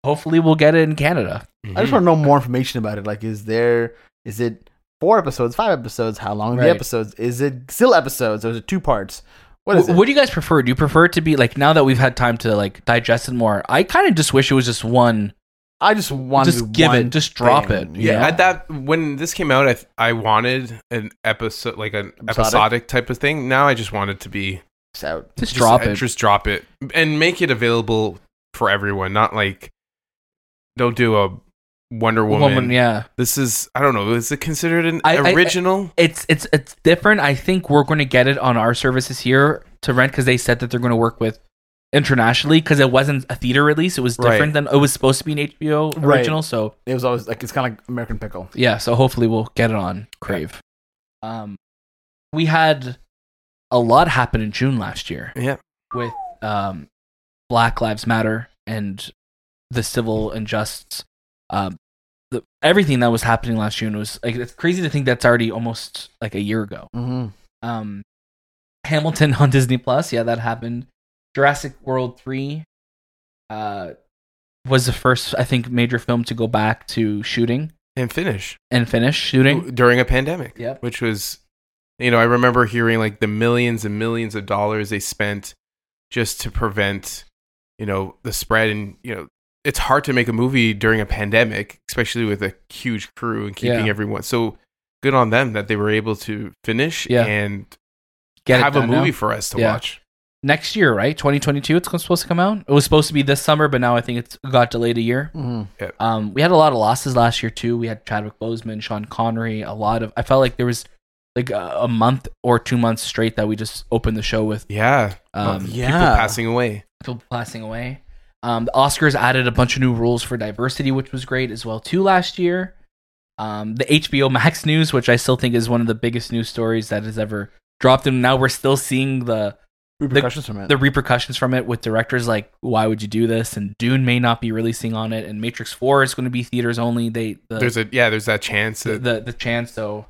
S2: Hopefully, we'll get it in Canada.
S1: I just
S3: Mhm.
S1: want to know more information about it. Like, is there? Is it four episodes, five episodes? How long are the
S2: Right.
S1: episodes? Is it still episodes? Or is it two parts? What
S2: What,
S1: is it?
S2: what do you guys prefer? Do you prefer it to be like now that we've had time to like digest it more? I kind of just wish it was just one
S1: I just want to
S2: just
S1: do
S2: give
S1: one
S2: it, just drop
S1: thing.
S2: it.
S3: yeah,
S1: Yeah.
S3: at that when this came out, I th- I wanted an episode like an
S1: Episodic.
S3: episodic, type of thing. Now I just want it to be
S1: It's out.
S2: just,
S3: just-
S2: drop
S3: I
S2: it.
S3: just drop it, and make it available for everyone. Not like don't do a Wonder Woman.
S2: Woman, yeah,
S3: This is I don't know. Is it considered an
S2: I- I-
S3: original?
S2: it's it's it's different. I think we're going to get it on our services here to rent because they said that they're going to work with internationally because it wasn't a theater release. It was
S3: Right.
S2: different than it was supposed to be an HBO
S1: Right.
S2: original. So
S1: It was always like it's kind of like American Pickle.
S2: yeah, so hopefully we'll get it on Crave. Um, we had a lot happen in June last year
S3: yeah,
S2: with um, Black Lives Matter and the civil injustice. Um, the, everything that was happening last June was like it's crazy to think that's already almost like a year ago.
S1: Mm-hmm.
S2: Um, Hamilton [laughs] on Disney Plus, yeah, that happened. Jurassic World three uh, was the first, I think, major film to go back to shooting
S3: and finish.
S2: and finish shooting.
S3: during a pandemic.
S2: Yep.
S3: Which was, you know, I remember hearing like the millions and millions of dollars they spent just to prevent, you know, the spread. And, you know, it's hard to make a movie during a pandemic, especially with a huge crew and keeping
S2: Yeah.
S3: everyone. So good on them that they were able to finish
S2: Yeah.
S3: and
S2: Get it
S3: have a
S2: done now.
S3: movie for us to
S2: Yeah.
S3: watch.
S2: next year, right? Twenty twenty two. It's supposed to come out. It was supposed to be this summer, but now I think it's got delayed a year.
S1: Mm-hmm.
S2: Um, we had a lot of losses last year too. We had Chadwick Boseman, Sean Connery, a lot of. I felt like there was like a, a month or two months straight that we just opened the show with
S3: Yeah.
S2: um,
S1: yeah.
S3: People passing away.
S2: people passing away. Um, the Oscars added a bunch of new rules for diversity, which was great as well too last year. um, the HBO Max news, which I still think is one of the biggest news stories that has ever dropped. And now we're still seeing the
S1: Repercussions from it.
S2: the repercussions from it with directors like why would you do this and dune may not be releasing on it and matrix 4 is going to be theaters only they the,
S3: there's a yeah, there's that chance
S2: Uh, the,
S3: that
S2: the, the chance so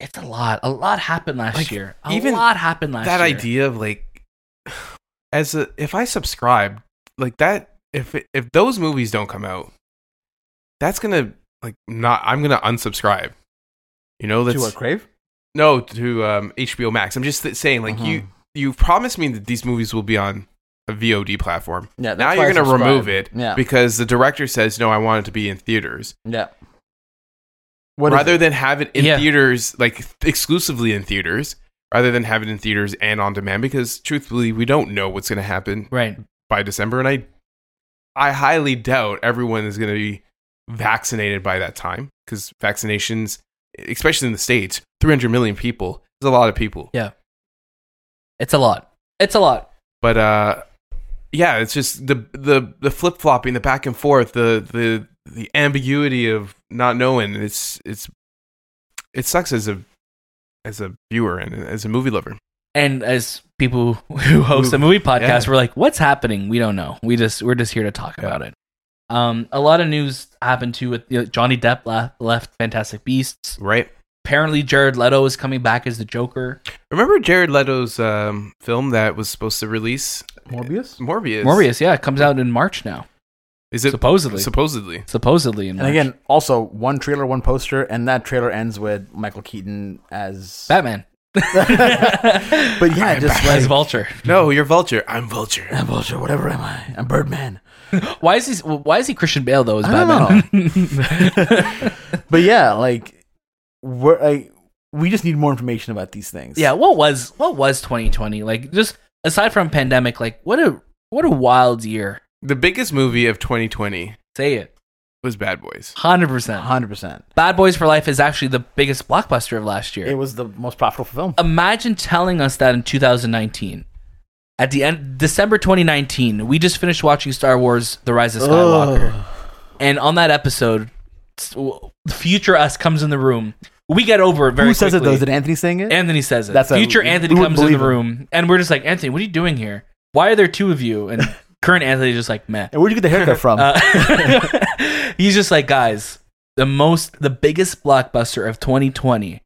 S2: it's a lot a lot happened last
S3: Like,
S2: year a
S3: even
S2: lot happened last
S3: that
S2: year
S3: idea of like as a if I subscribe like that if it- if those movies don't come out, that's gonna like not I'm gonna unsubscribe. You know,
S1: to
S3: that's
S1: what Crave?
S3: no to um, HBO Max. I'm just th- saying like
S1: Uh-huh.
S3: you you promised me that these movies will be on a VOD platform.
S1: Yeah.
S3: now
S1: that's
S3: you're
S1: why I
S3: gonna
S1: subscribe.
S3: remove it
S1: Yeah.
S3: because the director says no. I want it to be in theaters
S1: yeah. What is
S3: rather
S1: it?
S3: than have it in
S2: Yeah.
S3: theaters like exclusively in theaters rather than have it in theaters and on demand because truthfully we don't know what's going to happen
S2: right
S3: by December and I I highly doubt everyone is going to be vaccinated by that time cuz vaccinations especially in the states 300 million people is a lot of people
S2: it's a lot it's a lot
S3: but uh yeah it's just the the the flip-flopping the back and forth the the the ambiguity of not knowing it's it's it sucks as a as a viewer and as a movie lover
S2: and as people [laughs] who host a movie podcast
S3: Yeah.
S2: we're like what's happening we don't know we just we're just here to talk
S3: Yeah.
S2: about it um a lot of news happened too with you know, johnny depp la- left fantastic beasts
S3: right
S2: apparently jared leto is coming back as the joker
S3: remember jared leto's um film that was supposed to release
S1: Morbius?
S3: morbius
S2: Morbius, yeah, it comes out in March now,
S3: is it
S2: Supposedly.
S3: supposedly
S2: supposedly. In
S1: And
S2: March.
S1: again, also one trailer, one poster, and that trailer ends with Michael Keaton as.
S3: [laughs]
S2: Batman. but [laughs]
S1: but yeah,
S3: I'm
S1: just
S3: Batman.
S2: as
S1: like
S2: Vulture.
S3: no you're vulture i'm vulture
S1: I'm Vulture, whatever am I? I'm Birdman.
S2: Why is he? Why is he Christian Bale though? As
S1: I don't [laughs]
S2: Batman.
S1: But yeah, like we're like we just need more information about these things.
S2: yeah. What was what was 2020 like? Just aside from pandemic, like what a what a wild year.
S3: the biggest movie of 2020
S2: Say it,
S3: was bad boys
S2: hundred percent.
S1: hundred percent.
S2: Bad Boys for Life is actually the biggest blockbuster of last year.
S1: It was the most profitable film.
S2: Imagine telling us that in 2019. At the end, December 2019, we just finished watching Star Wars: The Rise of Skywalker.
S1: Ugh.
S2: And on that episode, s- w- the future us comes in the room. We get over it very
S1: Who says it
S2: quickly.
S1: though? Did Anthony sing it?
S2: [laughs] Anthony says it.
S1: That's a-
S2: future Anthony
S1: we would
S2: comes in the
S1: believe him.
S2: room, and we're just like, Anthony, what are you doing here? Why are there two of you?
S1: [laughs]
S2: And current Anthony's just like, meh.
S1: and where'd you get the haircut
S2: [laughs]
S1: from?
S2: Uh, he's just like, guys, the most, the biggest blockbuster of 2020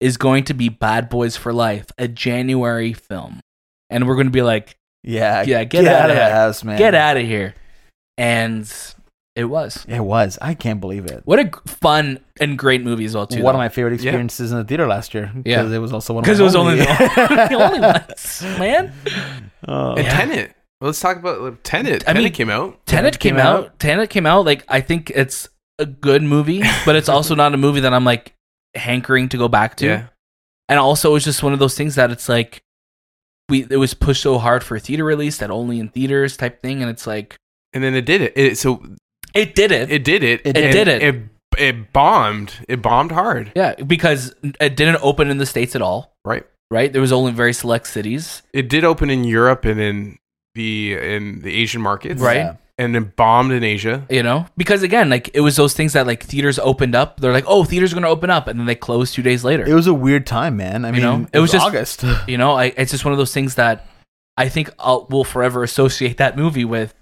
S2: is going to be Bad Boys for Life, a January film, and we're going to be like,
S1: yeah,
S2: yeah, get outta
S1: the
S2: here.
S1: house, man.
S2: get out of here, and it was.
S1: It was. I can't believe it.
S2: What a g- fun and great movie as well too.
S1: one of my favorite
S3: Yeah.
S1: experiences in the theater last year.
S2: Yeah.
S1: because it was also one.
S2: because
S1: Because
S2: it was
S1: [laughs]
S2: only [laughs] the, the only ones, man.
S1: oh.
S3: and
S2: Yeah.
S3: tenet let's talk about like, tenet
S2: I
S3: tenet
S2: mean-
S3: came out
S2: Tenet came
S1: came
S2: out. Tenet came out. Like I think it's a good movie, but it's [laughs] also not a movie that I'm like hankering to go back to.
S3: yeah
S2: And also, it's just one of those things that it's like we it was pushed so hard for a theater release that only in theaters type thing, and it's like
S3: and then it did it. it so
S2: it did it.
S3: it did it.
S1: It
S3: and
S2: did it.
S3: It it bombed. It bombed hard.
S2: yeah, because it didn't open in the states at all.
S3: Right.
S2: Right. There was only very select cities.
S3: It did open in Europe and in the in the Asian markets.
S2: Right.
S3: And then bombed in Asia.
S2: you know because again like it was those things that like theaters opened up they're like oh theaters are going to open up and then they closed two days later
S1: It was a weird time, man. I mean,
S2: know,
S1: it, was, just
S2: [laughs]
S1: August.
S2: you know I, it's just one of those things that i think i'll will forever associate that movie with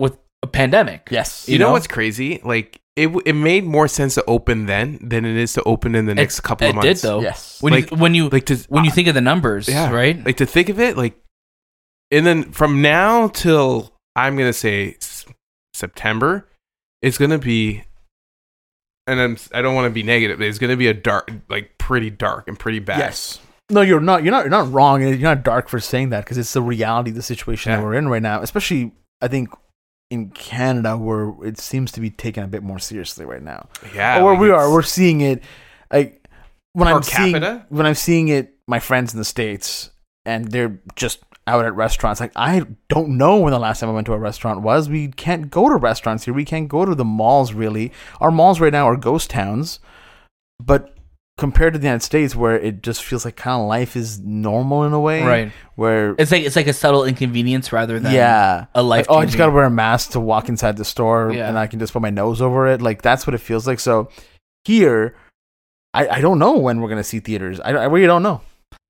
S2: with a pandemic
S1: yes.
S3: You,
S2: You
S3: know,
S2: know?
S3: what's crazy? Like it w- it made more sense to open then than it is to open in the next couple
S2: it
S3: of months.
S2: did though
S1: Yes.
S2: when
S3: Like-
S2: you when you
S3: Like to
S2: when you
S1: uh,
S2: think of the numbers
S3: Yeah.
S2: right
S3: like to think of it like and then from now till i'm gonna say s- september it's gonna be and i'm i don't want to be negative but it's gonna be a dark like pretty dark and pretty bad
S1: Yes. No, you're not. You're not. You're not wrong. and You're not dark for saying that because it's the reality of the situation
S3: Yeah.
S1: that we're in right now. Especially, I think in Canada, where it seems to be taken a bit more seriously right now.
S3: yeah
S1: or where
S3: like
S1: we
S3: it's-
S1: are, we're seeing it. Like when
S3: Per
S1: I'm seeing
S3: capita?
S1: when I'm seeing it, my friends in the states, and they're just out at restaurants. Like I don't know when the last time I went to a restaurant was. We can't go to restaurants here. We can't go to the malls really. Our malls right now are ghost towns, but compared to the United States, where it just feels like kind of life is normal in a way,
S2: right
S1: Where
S2: it's like it's like a subtle inconvenience rather than
S1: yeah.
S2: a
S1: Like,
S2: life
S1: oh, I just gotta wear a mask to walk inside the store,
S2: Yeah.
S1: and I can just put my nose over it. Like that's what it feels like. So here, I, I don't know when we're gonna see theaters. I, I really don't know.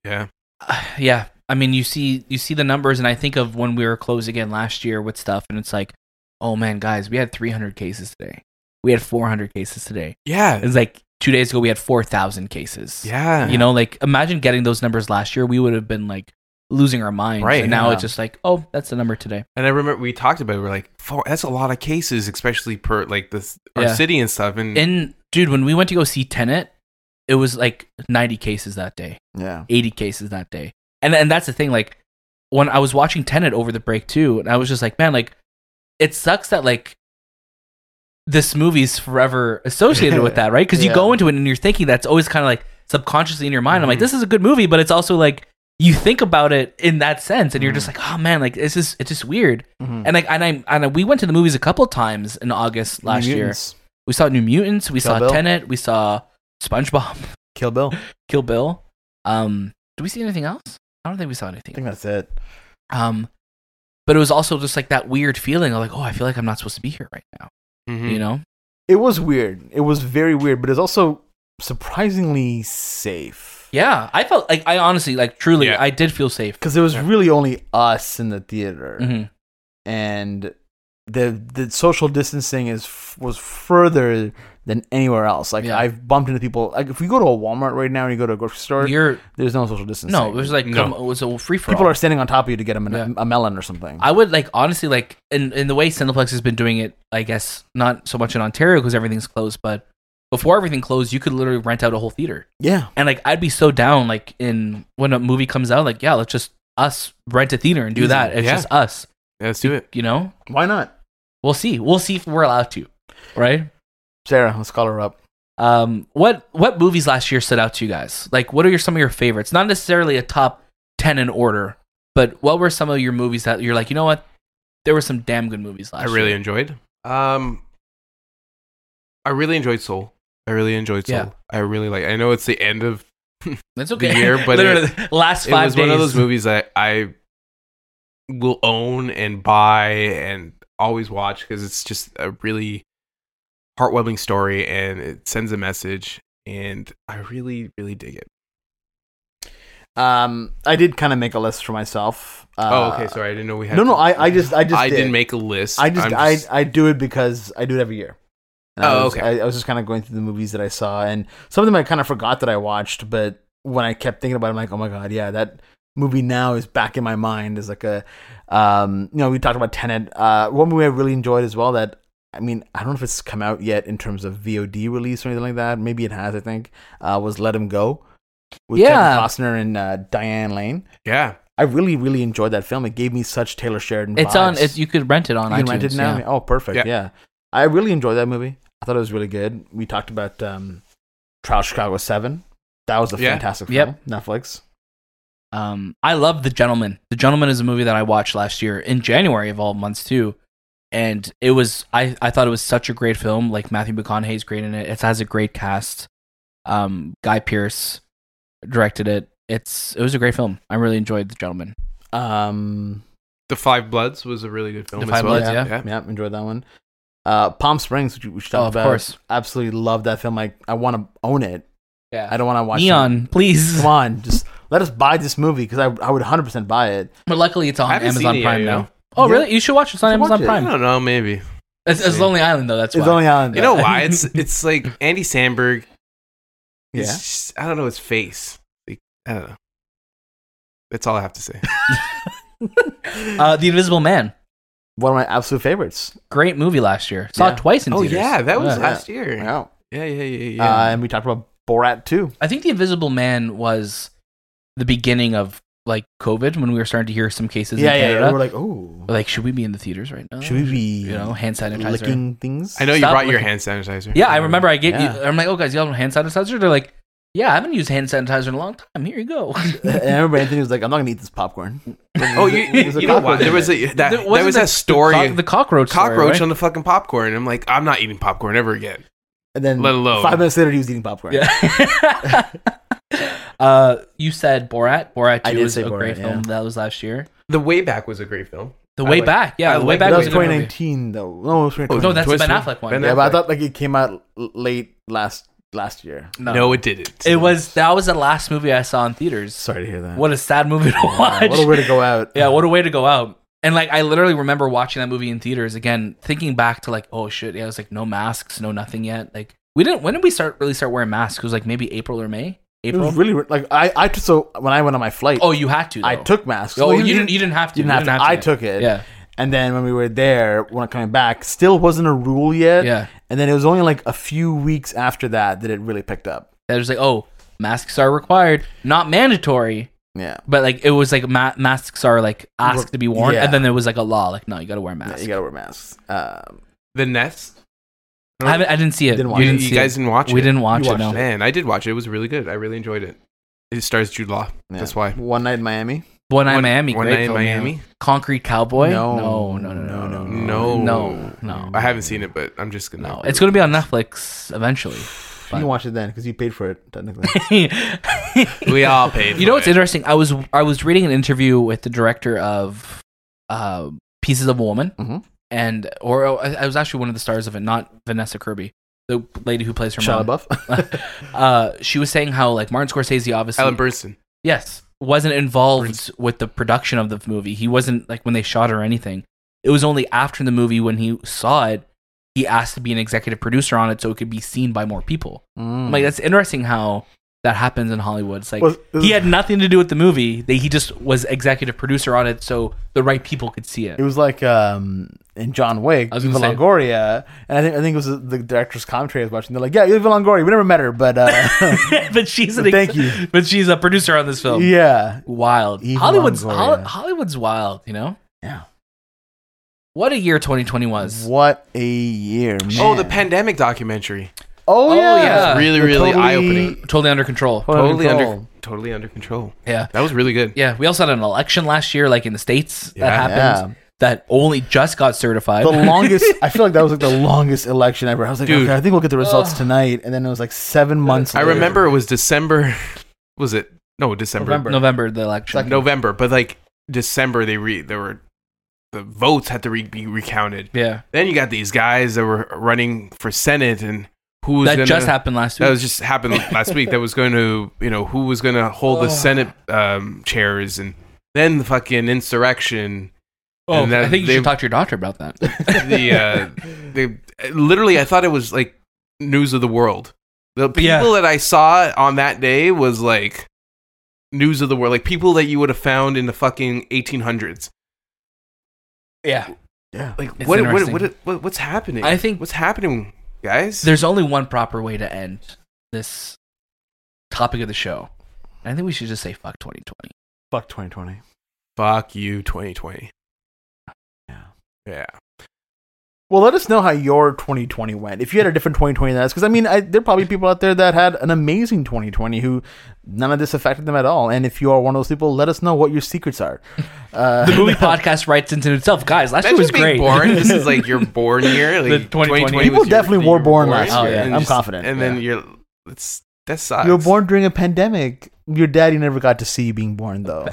S3: Yeah.
S2: [sighs] yeah i mean you see you see the numbers and i think of when we were closed again last year with stuff and it's like oh man guys we had 300 cases today we had 400 cases today
S3: Yeah.
S2: it's like two days ago we had 4000 cases
S3: Yeah.
S2: you know like imagine getting those numbers last year we would have been like losing our minds
S3: Right,
S2: and now
S1: yeah.
S2: it's just like oh that's the number today
S3: And I remember we talked about it. We're like, four, that's a lot of cases, especially per like this our
S2: Yeah.
S3: city and stuff. And,
S2: and dude when we went to go see tenant it was like 90 cases that day
S1: Yeah.
S2: 80 cases that day. And and that's the thing like when I was watching Tenet over the break too and I was just like, man, like it sucks that like this movie's forever associated
S1: [laughs]
S2: with that, right? Cuz you
S1: Yeah. Mm-hmm.
S2: go into it and you're thinking that's always kind of like subconsciously in your mind. I'm like,
S3: Mhm.
S2: this is a good movie, but it's also like you think about it in that sense and you're
S1: Mm.
S2: just like, oh man, like it's just it's just weird. And like and I and I, we went to the movies a couple times in August last year. We saw New Mutants, we
S1: Kill
S2: saw
S1: Bill.
S2: Tenet, we saw SpongeBob.
S1: Kill Bill. I
S2: Kill Bill. Um, do we see anything else? I don't think we saw anything.
S1: think that's it.
S2: Um, but it was also just like that weird feeling of like, oh, I feel like I'm not supposed to be here right now.
S3: Mhm.
S2: You know?
S1: It was weird. It was very weird, but it's also surprisingly safe.
S2: Yeah, I felt like I honestly, like, truly,
S3: Yeah.
S2: I did feel safe.
S1: Because there was
S3: Yeah.
S1: really only us in the theater,
S2: Mhm.
S1: and the the social distancing is f- was further than anywhere else. Like
S2: Yeah.
S1: I've bumped into people. Like if we go to a Walmart right now and you go to a grocery store,
S2: You're
S1: there's no social distancing.
S2: no, it was like
S3: No.
S2: come- it was a free for
S1: people
S2: all.
S1: are standing on top of you to get a, men-
S2: Yeah.
S1: a melon or something.
S2: I would like honestly like in in the way Cineplex has been doing it. I guess not so much in Ontario because everything's closed, but before everything closed, you could literally rent out a whole theater.
S1: yeah,
S2: And like I'd be so down like in when a movie comes out, like yeah, let's just us rent a theater and do
S1: Easy.
S2: that. It's
S3: Yeah.
S2: just us.
S3: Yeah, let's do it.
S2: you know
S1: why not?
S2: we'll see we'll see if we're allowed to right
S1: Sarah, let's call her up.
S2: um what what movies last year stood out to you guys like what are your some of your favorites not necessarily a top 10 in order but what were some of your movies that you're like you know what there were some damn good movies
S3: I
S2: last
S3: really
S2: year
S3: enjoyed. Um, I really enjoyed Soul. I really enjoyed Soul.
S2: Yeah.
S3: I really like. I know it's the end of
S2: that's
S3: the
S2: okay [laughs]
S3: year, but it-
S2: Literally, the last
S3: it
S2: five
S3: was
S2: days
S3: one of those movies that I will own and buy and always watch because it's just a really heartwarming story and it sends a message and I really really dig it.
S1: Um, I did kind of make a list for myself. Uh,
S3: oh, okay. Sorry, I didn't know we had.
S1: No, no, I, I just, I just,
S3: I
S1: did.
S3: didn't make a list.
S1: I just,
S3: I'm
S1: I, I do it because I do it every year. And I
S3: Oh,
S1: was-
S3: okay.
S1: I, I was just kind of going through the movies that I saw, and some of them I kind of forgot that I watched, but when I kept thinking about, it, I'm like, oh my god, yeah, that movie now is back in my mind. Is like a, um, you know, we talked about Tenet. Uh, one movie I really enjoyed as well that. I mean, I don't know if it's come out yet in terms of VOD release or anything like that. Maybe it has. I think uh, was Let Him Go with Kevin
S2: Yeah.
S1: Costner and uh, Diane Lane.
S3: yeah.
S1: I really, really enjoyed that film. It gave me such Taylor Sheridan.
S2: it's
S1: vibes.
S2: on it's, you could rent it on
S1: You can
S2: iTunes,
S1: rent it now.
S2: yeah.
S1: Oh, perfect. Yeah.
S3: Yeah.
S1: I really enjoyed that movie. I thought it was really good. We talked about um, Trial of Chicago Seven. That was a
S3: Yeah.
S1: fantastic film.
S2: Yep.
S1: Netflix.
S2: Um, I love The Gentleman. The Gentleman is a movie that I watched last year in January of all months too, and it was I, I thought it was such a great film. Like Matthew McConaughey's great in it. It has a great cast. Um, Guy Pearce directed it. It's it was a great film. I really enjoyed The Gentleman.
S1: Um,
S3: The Five Bloods was a really good film.
S2: The
S3: as
S2: Five
S3: well.
S2: Bloods, yeah.
S1: yeah, enjoyed that one. Uh, Palm Springs, which, we which we
S2: Oh,
S1: talked
S2: of
S1: about.
S2: course.
S1: Absolutely love that film. Like, I want to own it.
S2: Yeah,
S1: I don't want to watch it.
S2: Neon, please.
S1: Come on, just let us buy this movie because I, I would 100% buy it.
S2: [laughs] But luckily, it's on
S3: I haven't
S2: Amazon
S3: seen it yet,
S2: Prime
S3: you
S2: now.
S3: know.
S2: Oh,
S1: Yeah.
S2: really? You should watch it. It's on
S1: You should watch
S2: Amazon
S1: it.
S3: I
S2: Prime.
S3: don't know, maybe.
S2: It's, it's
S3: See.
S2: Lonely Island though. That's
S1: it's
S2: why.
S1: only on.
S3: You know
S2: [laughs]
S3: why? It's it's like Andy Sandberg.
S1: Yeah.
S3: It's just- I don't know his face. Like, I don't know. That's all I have to say.
S2: uh, the Invisible Man.
S1: one of my absolute favorites.
S2: Great movie last year. Saw
S1: Yeah.
S2: it twice [laughs] in
S3: oh
S2: theaters.
S3: yeah, that was
S1: Yeah.
S3: last year. Yeah,
S1: Wow.
S3: yeah, yeah, yeah.
S1: Uh, and we talked about Borat too.
S2: I think the Invisible Man was the beginning of like COVID when we were starting to hear some cases in Canada.
S1: We're like, oh,
S2: Like, should we be in the theaters right now?
S1: should we be
S2: you know, hand sanitizer?
S1: licking things?
S3: I know you
S2: Stop
S3: brought your
S2: looking-
S3: hand sanitizer.
S2: Yeah, I remember. I get
S1: Yeah.
S2: you. I'm like, oh guys, y'all have hand sanitizer? They're like, yeah, I haven't used hand sanitizer in a long time. Here
S1: [laughs]
S2: you go.
S1: [laughs] and I remember Anthony was like, "I'm not gonna eat this popcorn."
S3: Oh, you,
S1: There's a
S3: you know
S1: cockroach
S3: what? There
S1: in
S3: was
S1: it.
S3: a that there,
S2: wasn't
S3: was
S2: the-
S3: that story
S2: the, cock- the cockroach. story,
S3: cockroach
S2: right?
S3: on the fucking popcorn. I'm like, I'm not eating popcorn ever again.
S1: and then
S3: Let alone-
S1: five minutes later, he was eating popcorn.
S2: Yeah. uh, you said Borat. Borat
S1: I
S2: Two
S1: did
S2: was
S1: say
S2: a great
S1: Borat,
S2: film.
S1: yeah.
S2: That was last year.
S3: The Way Back was a great film.
S2: The
S3: I
S2: Way
S3: like-
S2: Back. Yeah,
S3: I
S2: The
S3: like
S2: Way
S1: But
S2: Back
S1: that
S2: was
S1: was
S2: a good movie.
S1: 2019, though. No, it was
S3: Oh,
S2: No,
S1: 2020.
S2: that's the
S3: Twister.
S2: Ben Affleck one.
S3: Ben
S1: yeah, but I
S3: Affleck.
S1: thought like it came out l- late last last year.
S3: No, it didn't.
S2: It was that was the last movie I saw in theaters.
S1: Sorry to hear that.
S2: What a sad movie to
S1: Wow,
S2: watch.
S1: what a way to go out.
S2: [laughs] yeah, what a way to go out. And like I literally remember watching that movie in theaters again, thinking back to like, oh shit, yeah, it was like no masks, no nothing yet. Like we didn't when did we start really start wearing masks? It was like maybe April or May?
S1: It
S2: April.
S1: was really like I, I so when I went on my flight,
S2: oh, you had to.
S1: I
S2: though.
S1: took masks.
S2: Oh,
S1: Well,
S2: you didn't you didn't have to.
S1: didn't have to. I took it.
S2: Yeah.
S1: And then when we were there, when coming back, still wasn't a rule yet.
S2: Yeah.
S1: And then it was only like a few weeks after that that it really picked up.
S2: That was like, oh, masks are required, not mandatory.
S1: Yeah.
S2: But like it was like ma- masks are like asked to be worn,
S1: Yeah.
S2: and then there was like a law, like no, you got to wear a
S1: Yeah,
S2: mask.
S1: you gotta wear masks. Um,
S3: the Nest.
S2: I, haven't, I didn't see it.
S1: Didn't watch
S2: you
S1: it.
S2: didn't
S3: you
S2: see
S3: guys
S2: it.
S3: didn't watch
S2: we
S3: it.
S2: didn't watch
S1: You
S2: it. No,
S1: watched
S3: Man, I did watch it. It was really good. I really enjoyed it. It stars Jude Law.
S1: yeah.
S3: That's why.
S1: One night in Miami.
S2: One Eye
S3: One-
S2: Miami.
S3: One
S2: great
S3: night in
S2: film name.
S3: Miami.
S2: Concrete Cowboy.
S1: No.
S2: no, no, no, no, no,
S3: No.
S2: no, no.
S3: I haven't seen it, but I'm just gonna.
S2: No. It's gonna be on Netflix [laughs] eventually.
S1: You can watch it then because you paid for it [laughs] technically.
S3: We all paid.
S2: you know what's
S3: in
S2: interesting? I was I was reading an interview with the director of uh, Pieces of a Woman,
S1: Mhm.
S2: and or oh, I I was actually one of the stars of it, not Vanessa Kirby, the lady who plays her
S1: Shia
S2: mom.
S1: LaBeouf.
S2: [laughs] Uh, she was saying how like Martin Scorsese obviously
S3: Alan Bernstein.
S2: yes wasn't involved with the production of the movie. He wasn't like when they shot it or anything. It was only after the movie when he saw it, he asked to be an executive producer on it so it could be seen by more people.
S1: Mm.
S3: Hmm.
S2: I'm like that's interesting how that happens in Hollywood. It's like
S1: Was-
S2: he had nothing to do with the movie. They, he just was executive producer on it, so the right people could see it.
S1: It was like um, in John Wick,
S2: I was
S1: Eva
S2: gonna say-
S1: Longoria, and I think I think it was the- the director's commentary I was watching. They're like, "Yeah, Eva Longoria. We never met her,
S2: [laughs]
S1: but uh, [laughs]
S2: but she's an
S1: Thank
S2: ex-
S1: you.
S2: But she's a producer on this film.
S1: yeah,
S2: Wild.
S1: Eva
S2: Hollywood's
S1: Longoria.
S2: Hol- Hollywood's wild. You know.
S1: Yeah.
S2: What a year 2020 was.
S1: what a year, man!
S3: Oh, the pandemic documentary.
S1: Oh,
S2: Oh,
S1: yeah,
S2: yeah.
S3: Really,
S1: The
S3: really eye-opening.
S2: Totally under control.
S3: Totally under,
S1: control.
S3: totally under control.
S2: Yeah.
S3: That was really good.
S2: Yeah, we also had an election last year, like in the states,
S3: Yeah.
S2: that happened. That only just got certified.
S1: The
S2: [laughs]
S1: longest, I feel like that was like the longest election ever. I was like,
S3: Dude.
S1: okay, I think we'll get the results
S2: Ugh.
S1: tonight, and then it was like seven months.
S3: I
S1: later.
S3: remember it was December. [laughs] Was it no December?
S1: November.
S2: November the election.
S1: Second.
S3: November, but like December, they re there were the votes had to re- be recounted.
S2: Yeah,
S3: Then you got these guys that were running for senate, and who was
S2: that
S3: gonna,
S2: just happened last week.
S3: That was
S2: [laughs]
S3: just happened last week. That was going to you know who was going to hold the
S2: Ugh.
S3: senate um, chairs, and then the fucking insurrection.
S2: oh,
S3: and that
S2: I think you
S3: they-
S2: should talk to your doctor about that.
S3: [laughs] The uh, they literally, I thought it was like news of the world. The people
S2: Yeah.
S3: that I saw on that day was like news of the world, like people that you would have found in the fucking 1800s.
S2: yeah,
S1: Yeah.
S3: like
S2: It's
S3: what, what,
S2: interesting.
S3: what, what what's happening
S2: I think-
S3: what's happening guys
S2: there's only one proper way to end this topic of the show. And I think we should just say fuck
S3: [laughs]
S2: 2020.
S1: Fuck 2020.
S3: fuck you 2020
S1: Yeah.
S3: yeah
S1: Well, let us know how your 2020 went. If you had a different 2020 than us, because I mean, I, there are probably people out there that had an amazing 2020 who none of this affected them at all. And if you are one of those people, let us know what your secrets are. Uh, [laughs]
S2: The movie podcast writes into itself, guys. Last year
S3: that's
S2: was
S3: just
S2: great.
S3: being born this is
S2: [laughs]
S3: like your born year like
S2: The 2020
S1: People
S3: was your-
S1: definitely
S3: you
S1: were born last
S2: year.
S3: and
S1: I'm
S3: just-
S1: confident.
S3: and
S2: Yeah.
S3: then you're it's that sucks
S1: you were born during a pandemic. Your daddy never got to see you being born, though.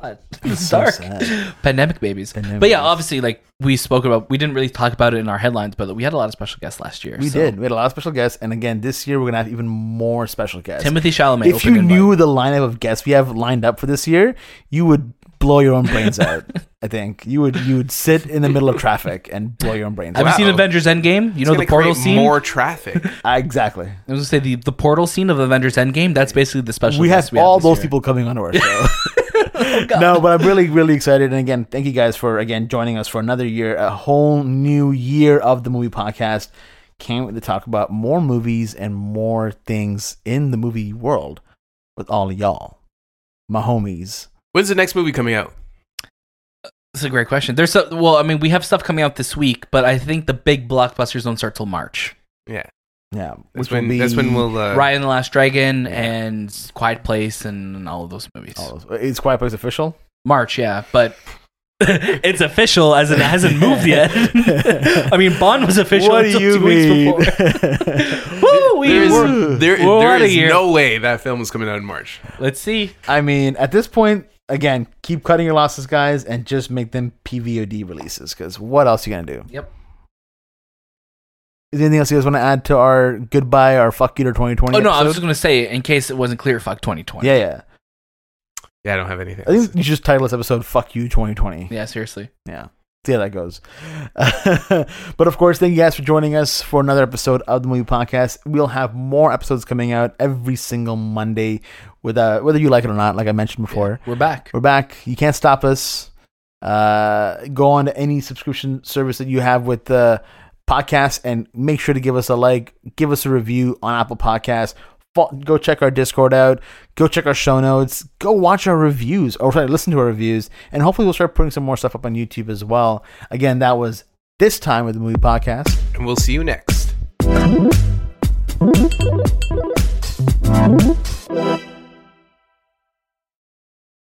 S2: God,
S1: It's
S2: it's
S1: so
S2: dark.
S1: sad.
S2: Pandemic babies.
S1: Pandemic
S2: but yeah,
S1: babies.
S2: obviously, like we spoke about, we didn't really talk about it in our headlines, but we had a lot of special guests last year.
S1: We
S2: so.
S1: did. We had a lot of special guests, and again, this year we're gonna have even more special guests.
S2: Timothy Chalamet.
S1: if
S2: opened
S1: you
S2: invite.
S1: knew the lineup of guests we have lined up for this year, you would blow your own
S3: [laughs]
S1: brains out. I think you would you would sit in the middle of traffic and blow your own brains
S2: have
S1: out.
S2: you seen
S3: Wow.
S2: Avengers Endgame? You know the
S3: It's gonna
S2: portal
S3: create
S2: scene.
S3: more traffic
S1: Ah, exactly.
S2: I was gonna say the, the portal scene of Avengers Endgame. That's basically the special.
S1: We
S2: guest
S1: have all
S2: this
S1: those
S2: year.
S1: people coming
S3: [laughs]
S1: on our show.
S3: Oh,
S1: no, but I'm really really excited. And again, thank you guys for again joining us for another year, a whole new year of the movie podcast. Can't wait to talk about more movies and more things in the movie world with all of y'all, my homies.
S3: when's the next movie coming out
S2: That's a great question. There's so, well, I mean, we have stuff coming out this week, but I think the big blockbusters don't start till March.
S3: yeah
S1: Yeah, which
S3: that's
S1: will
S3: when that's when we'll uh,
S2: Ryan the Last Dragon and Quiet Place and all of those movies.
S1: all those- It's Oh, Quiet Place official.
S2: March, yeah, but [laughs] it's official as it hasn't moved
S1: [laughs]
S2: yet. I mean, Bond was official
S1: What do
S2: until
S1: you
S2: [laughs] two weeks
S1: mean?
S2: before.
S1: [laughs]
S2: Woo, we
S3: there
S2: were-
S3: is, there,
S2: We're
S3: there
S2: outta
S3: is
S2: here.
S3: no way that film is coming out in March.
S2: Let's see.
S1: I mean, at this point, again, keep cutting your losses, guys, and just make them PVOD releases. Because what else you gonna do?
S2: Yep.
S1: Is there anything else you guys want to add to our goodbye or fuck you to 2020?
S2: Oh no, I was
S1: episode?
S2: just gonna say in case it wasn't clear. Fuck 2020.
S1: Yeah, yeah.
S3: Yeah, I don't have anything.
S1: I think you should just title this episode "Fuck You 2020."
S2: Yeah, seriously.
S1: See how that goes. [laughs] but of course, thank you guys for joining us for another episode of the Movie Podcast. We'll have more episodes coming out every single Monday, with uh, whether you like it or not. Like I mentioned before,
S2: We're back.
S1: We're back. You can't stop us. Uh, go on to any subscription service that you have with the podcast and make sure to give us a like, give us a review on Apple Podcasts. Fo- Go check our Discord out. Go check our show notes. Go watch our reviews, or sorry, listen to our reviews, and hopefully we'll start putting some more stuff up on YouTube as well. Again, that was this time with the movie podcast.
S3: And we'll see you next.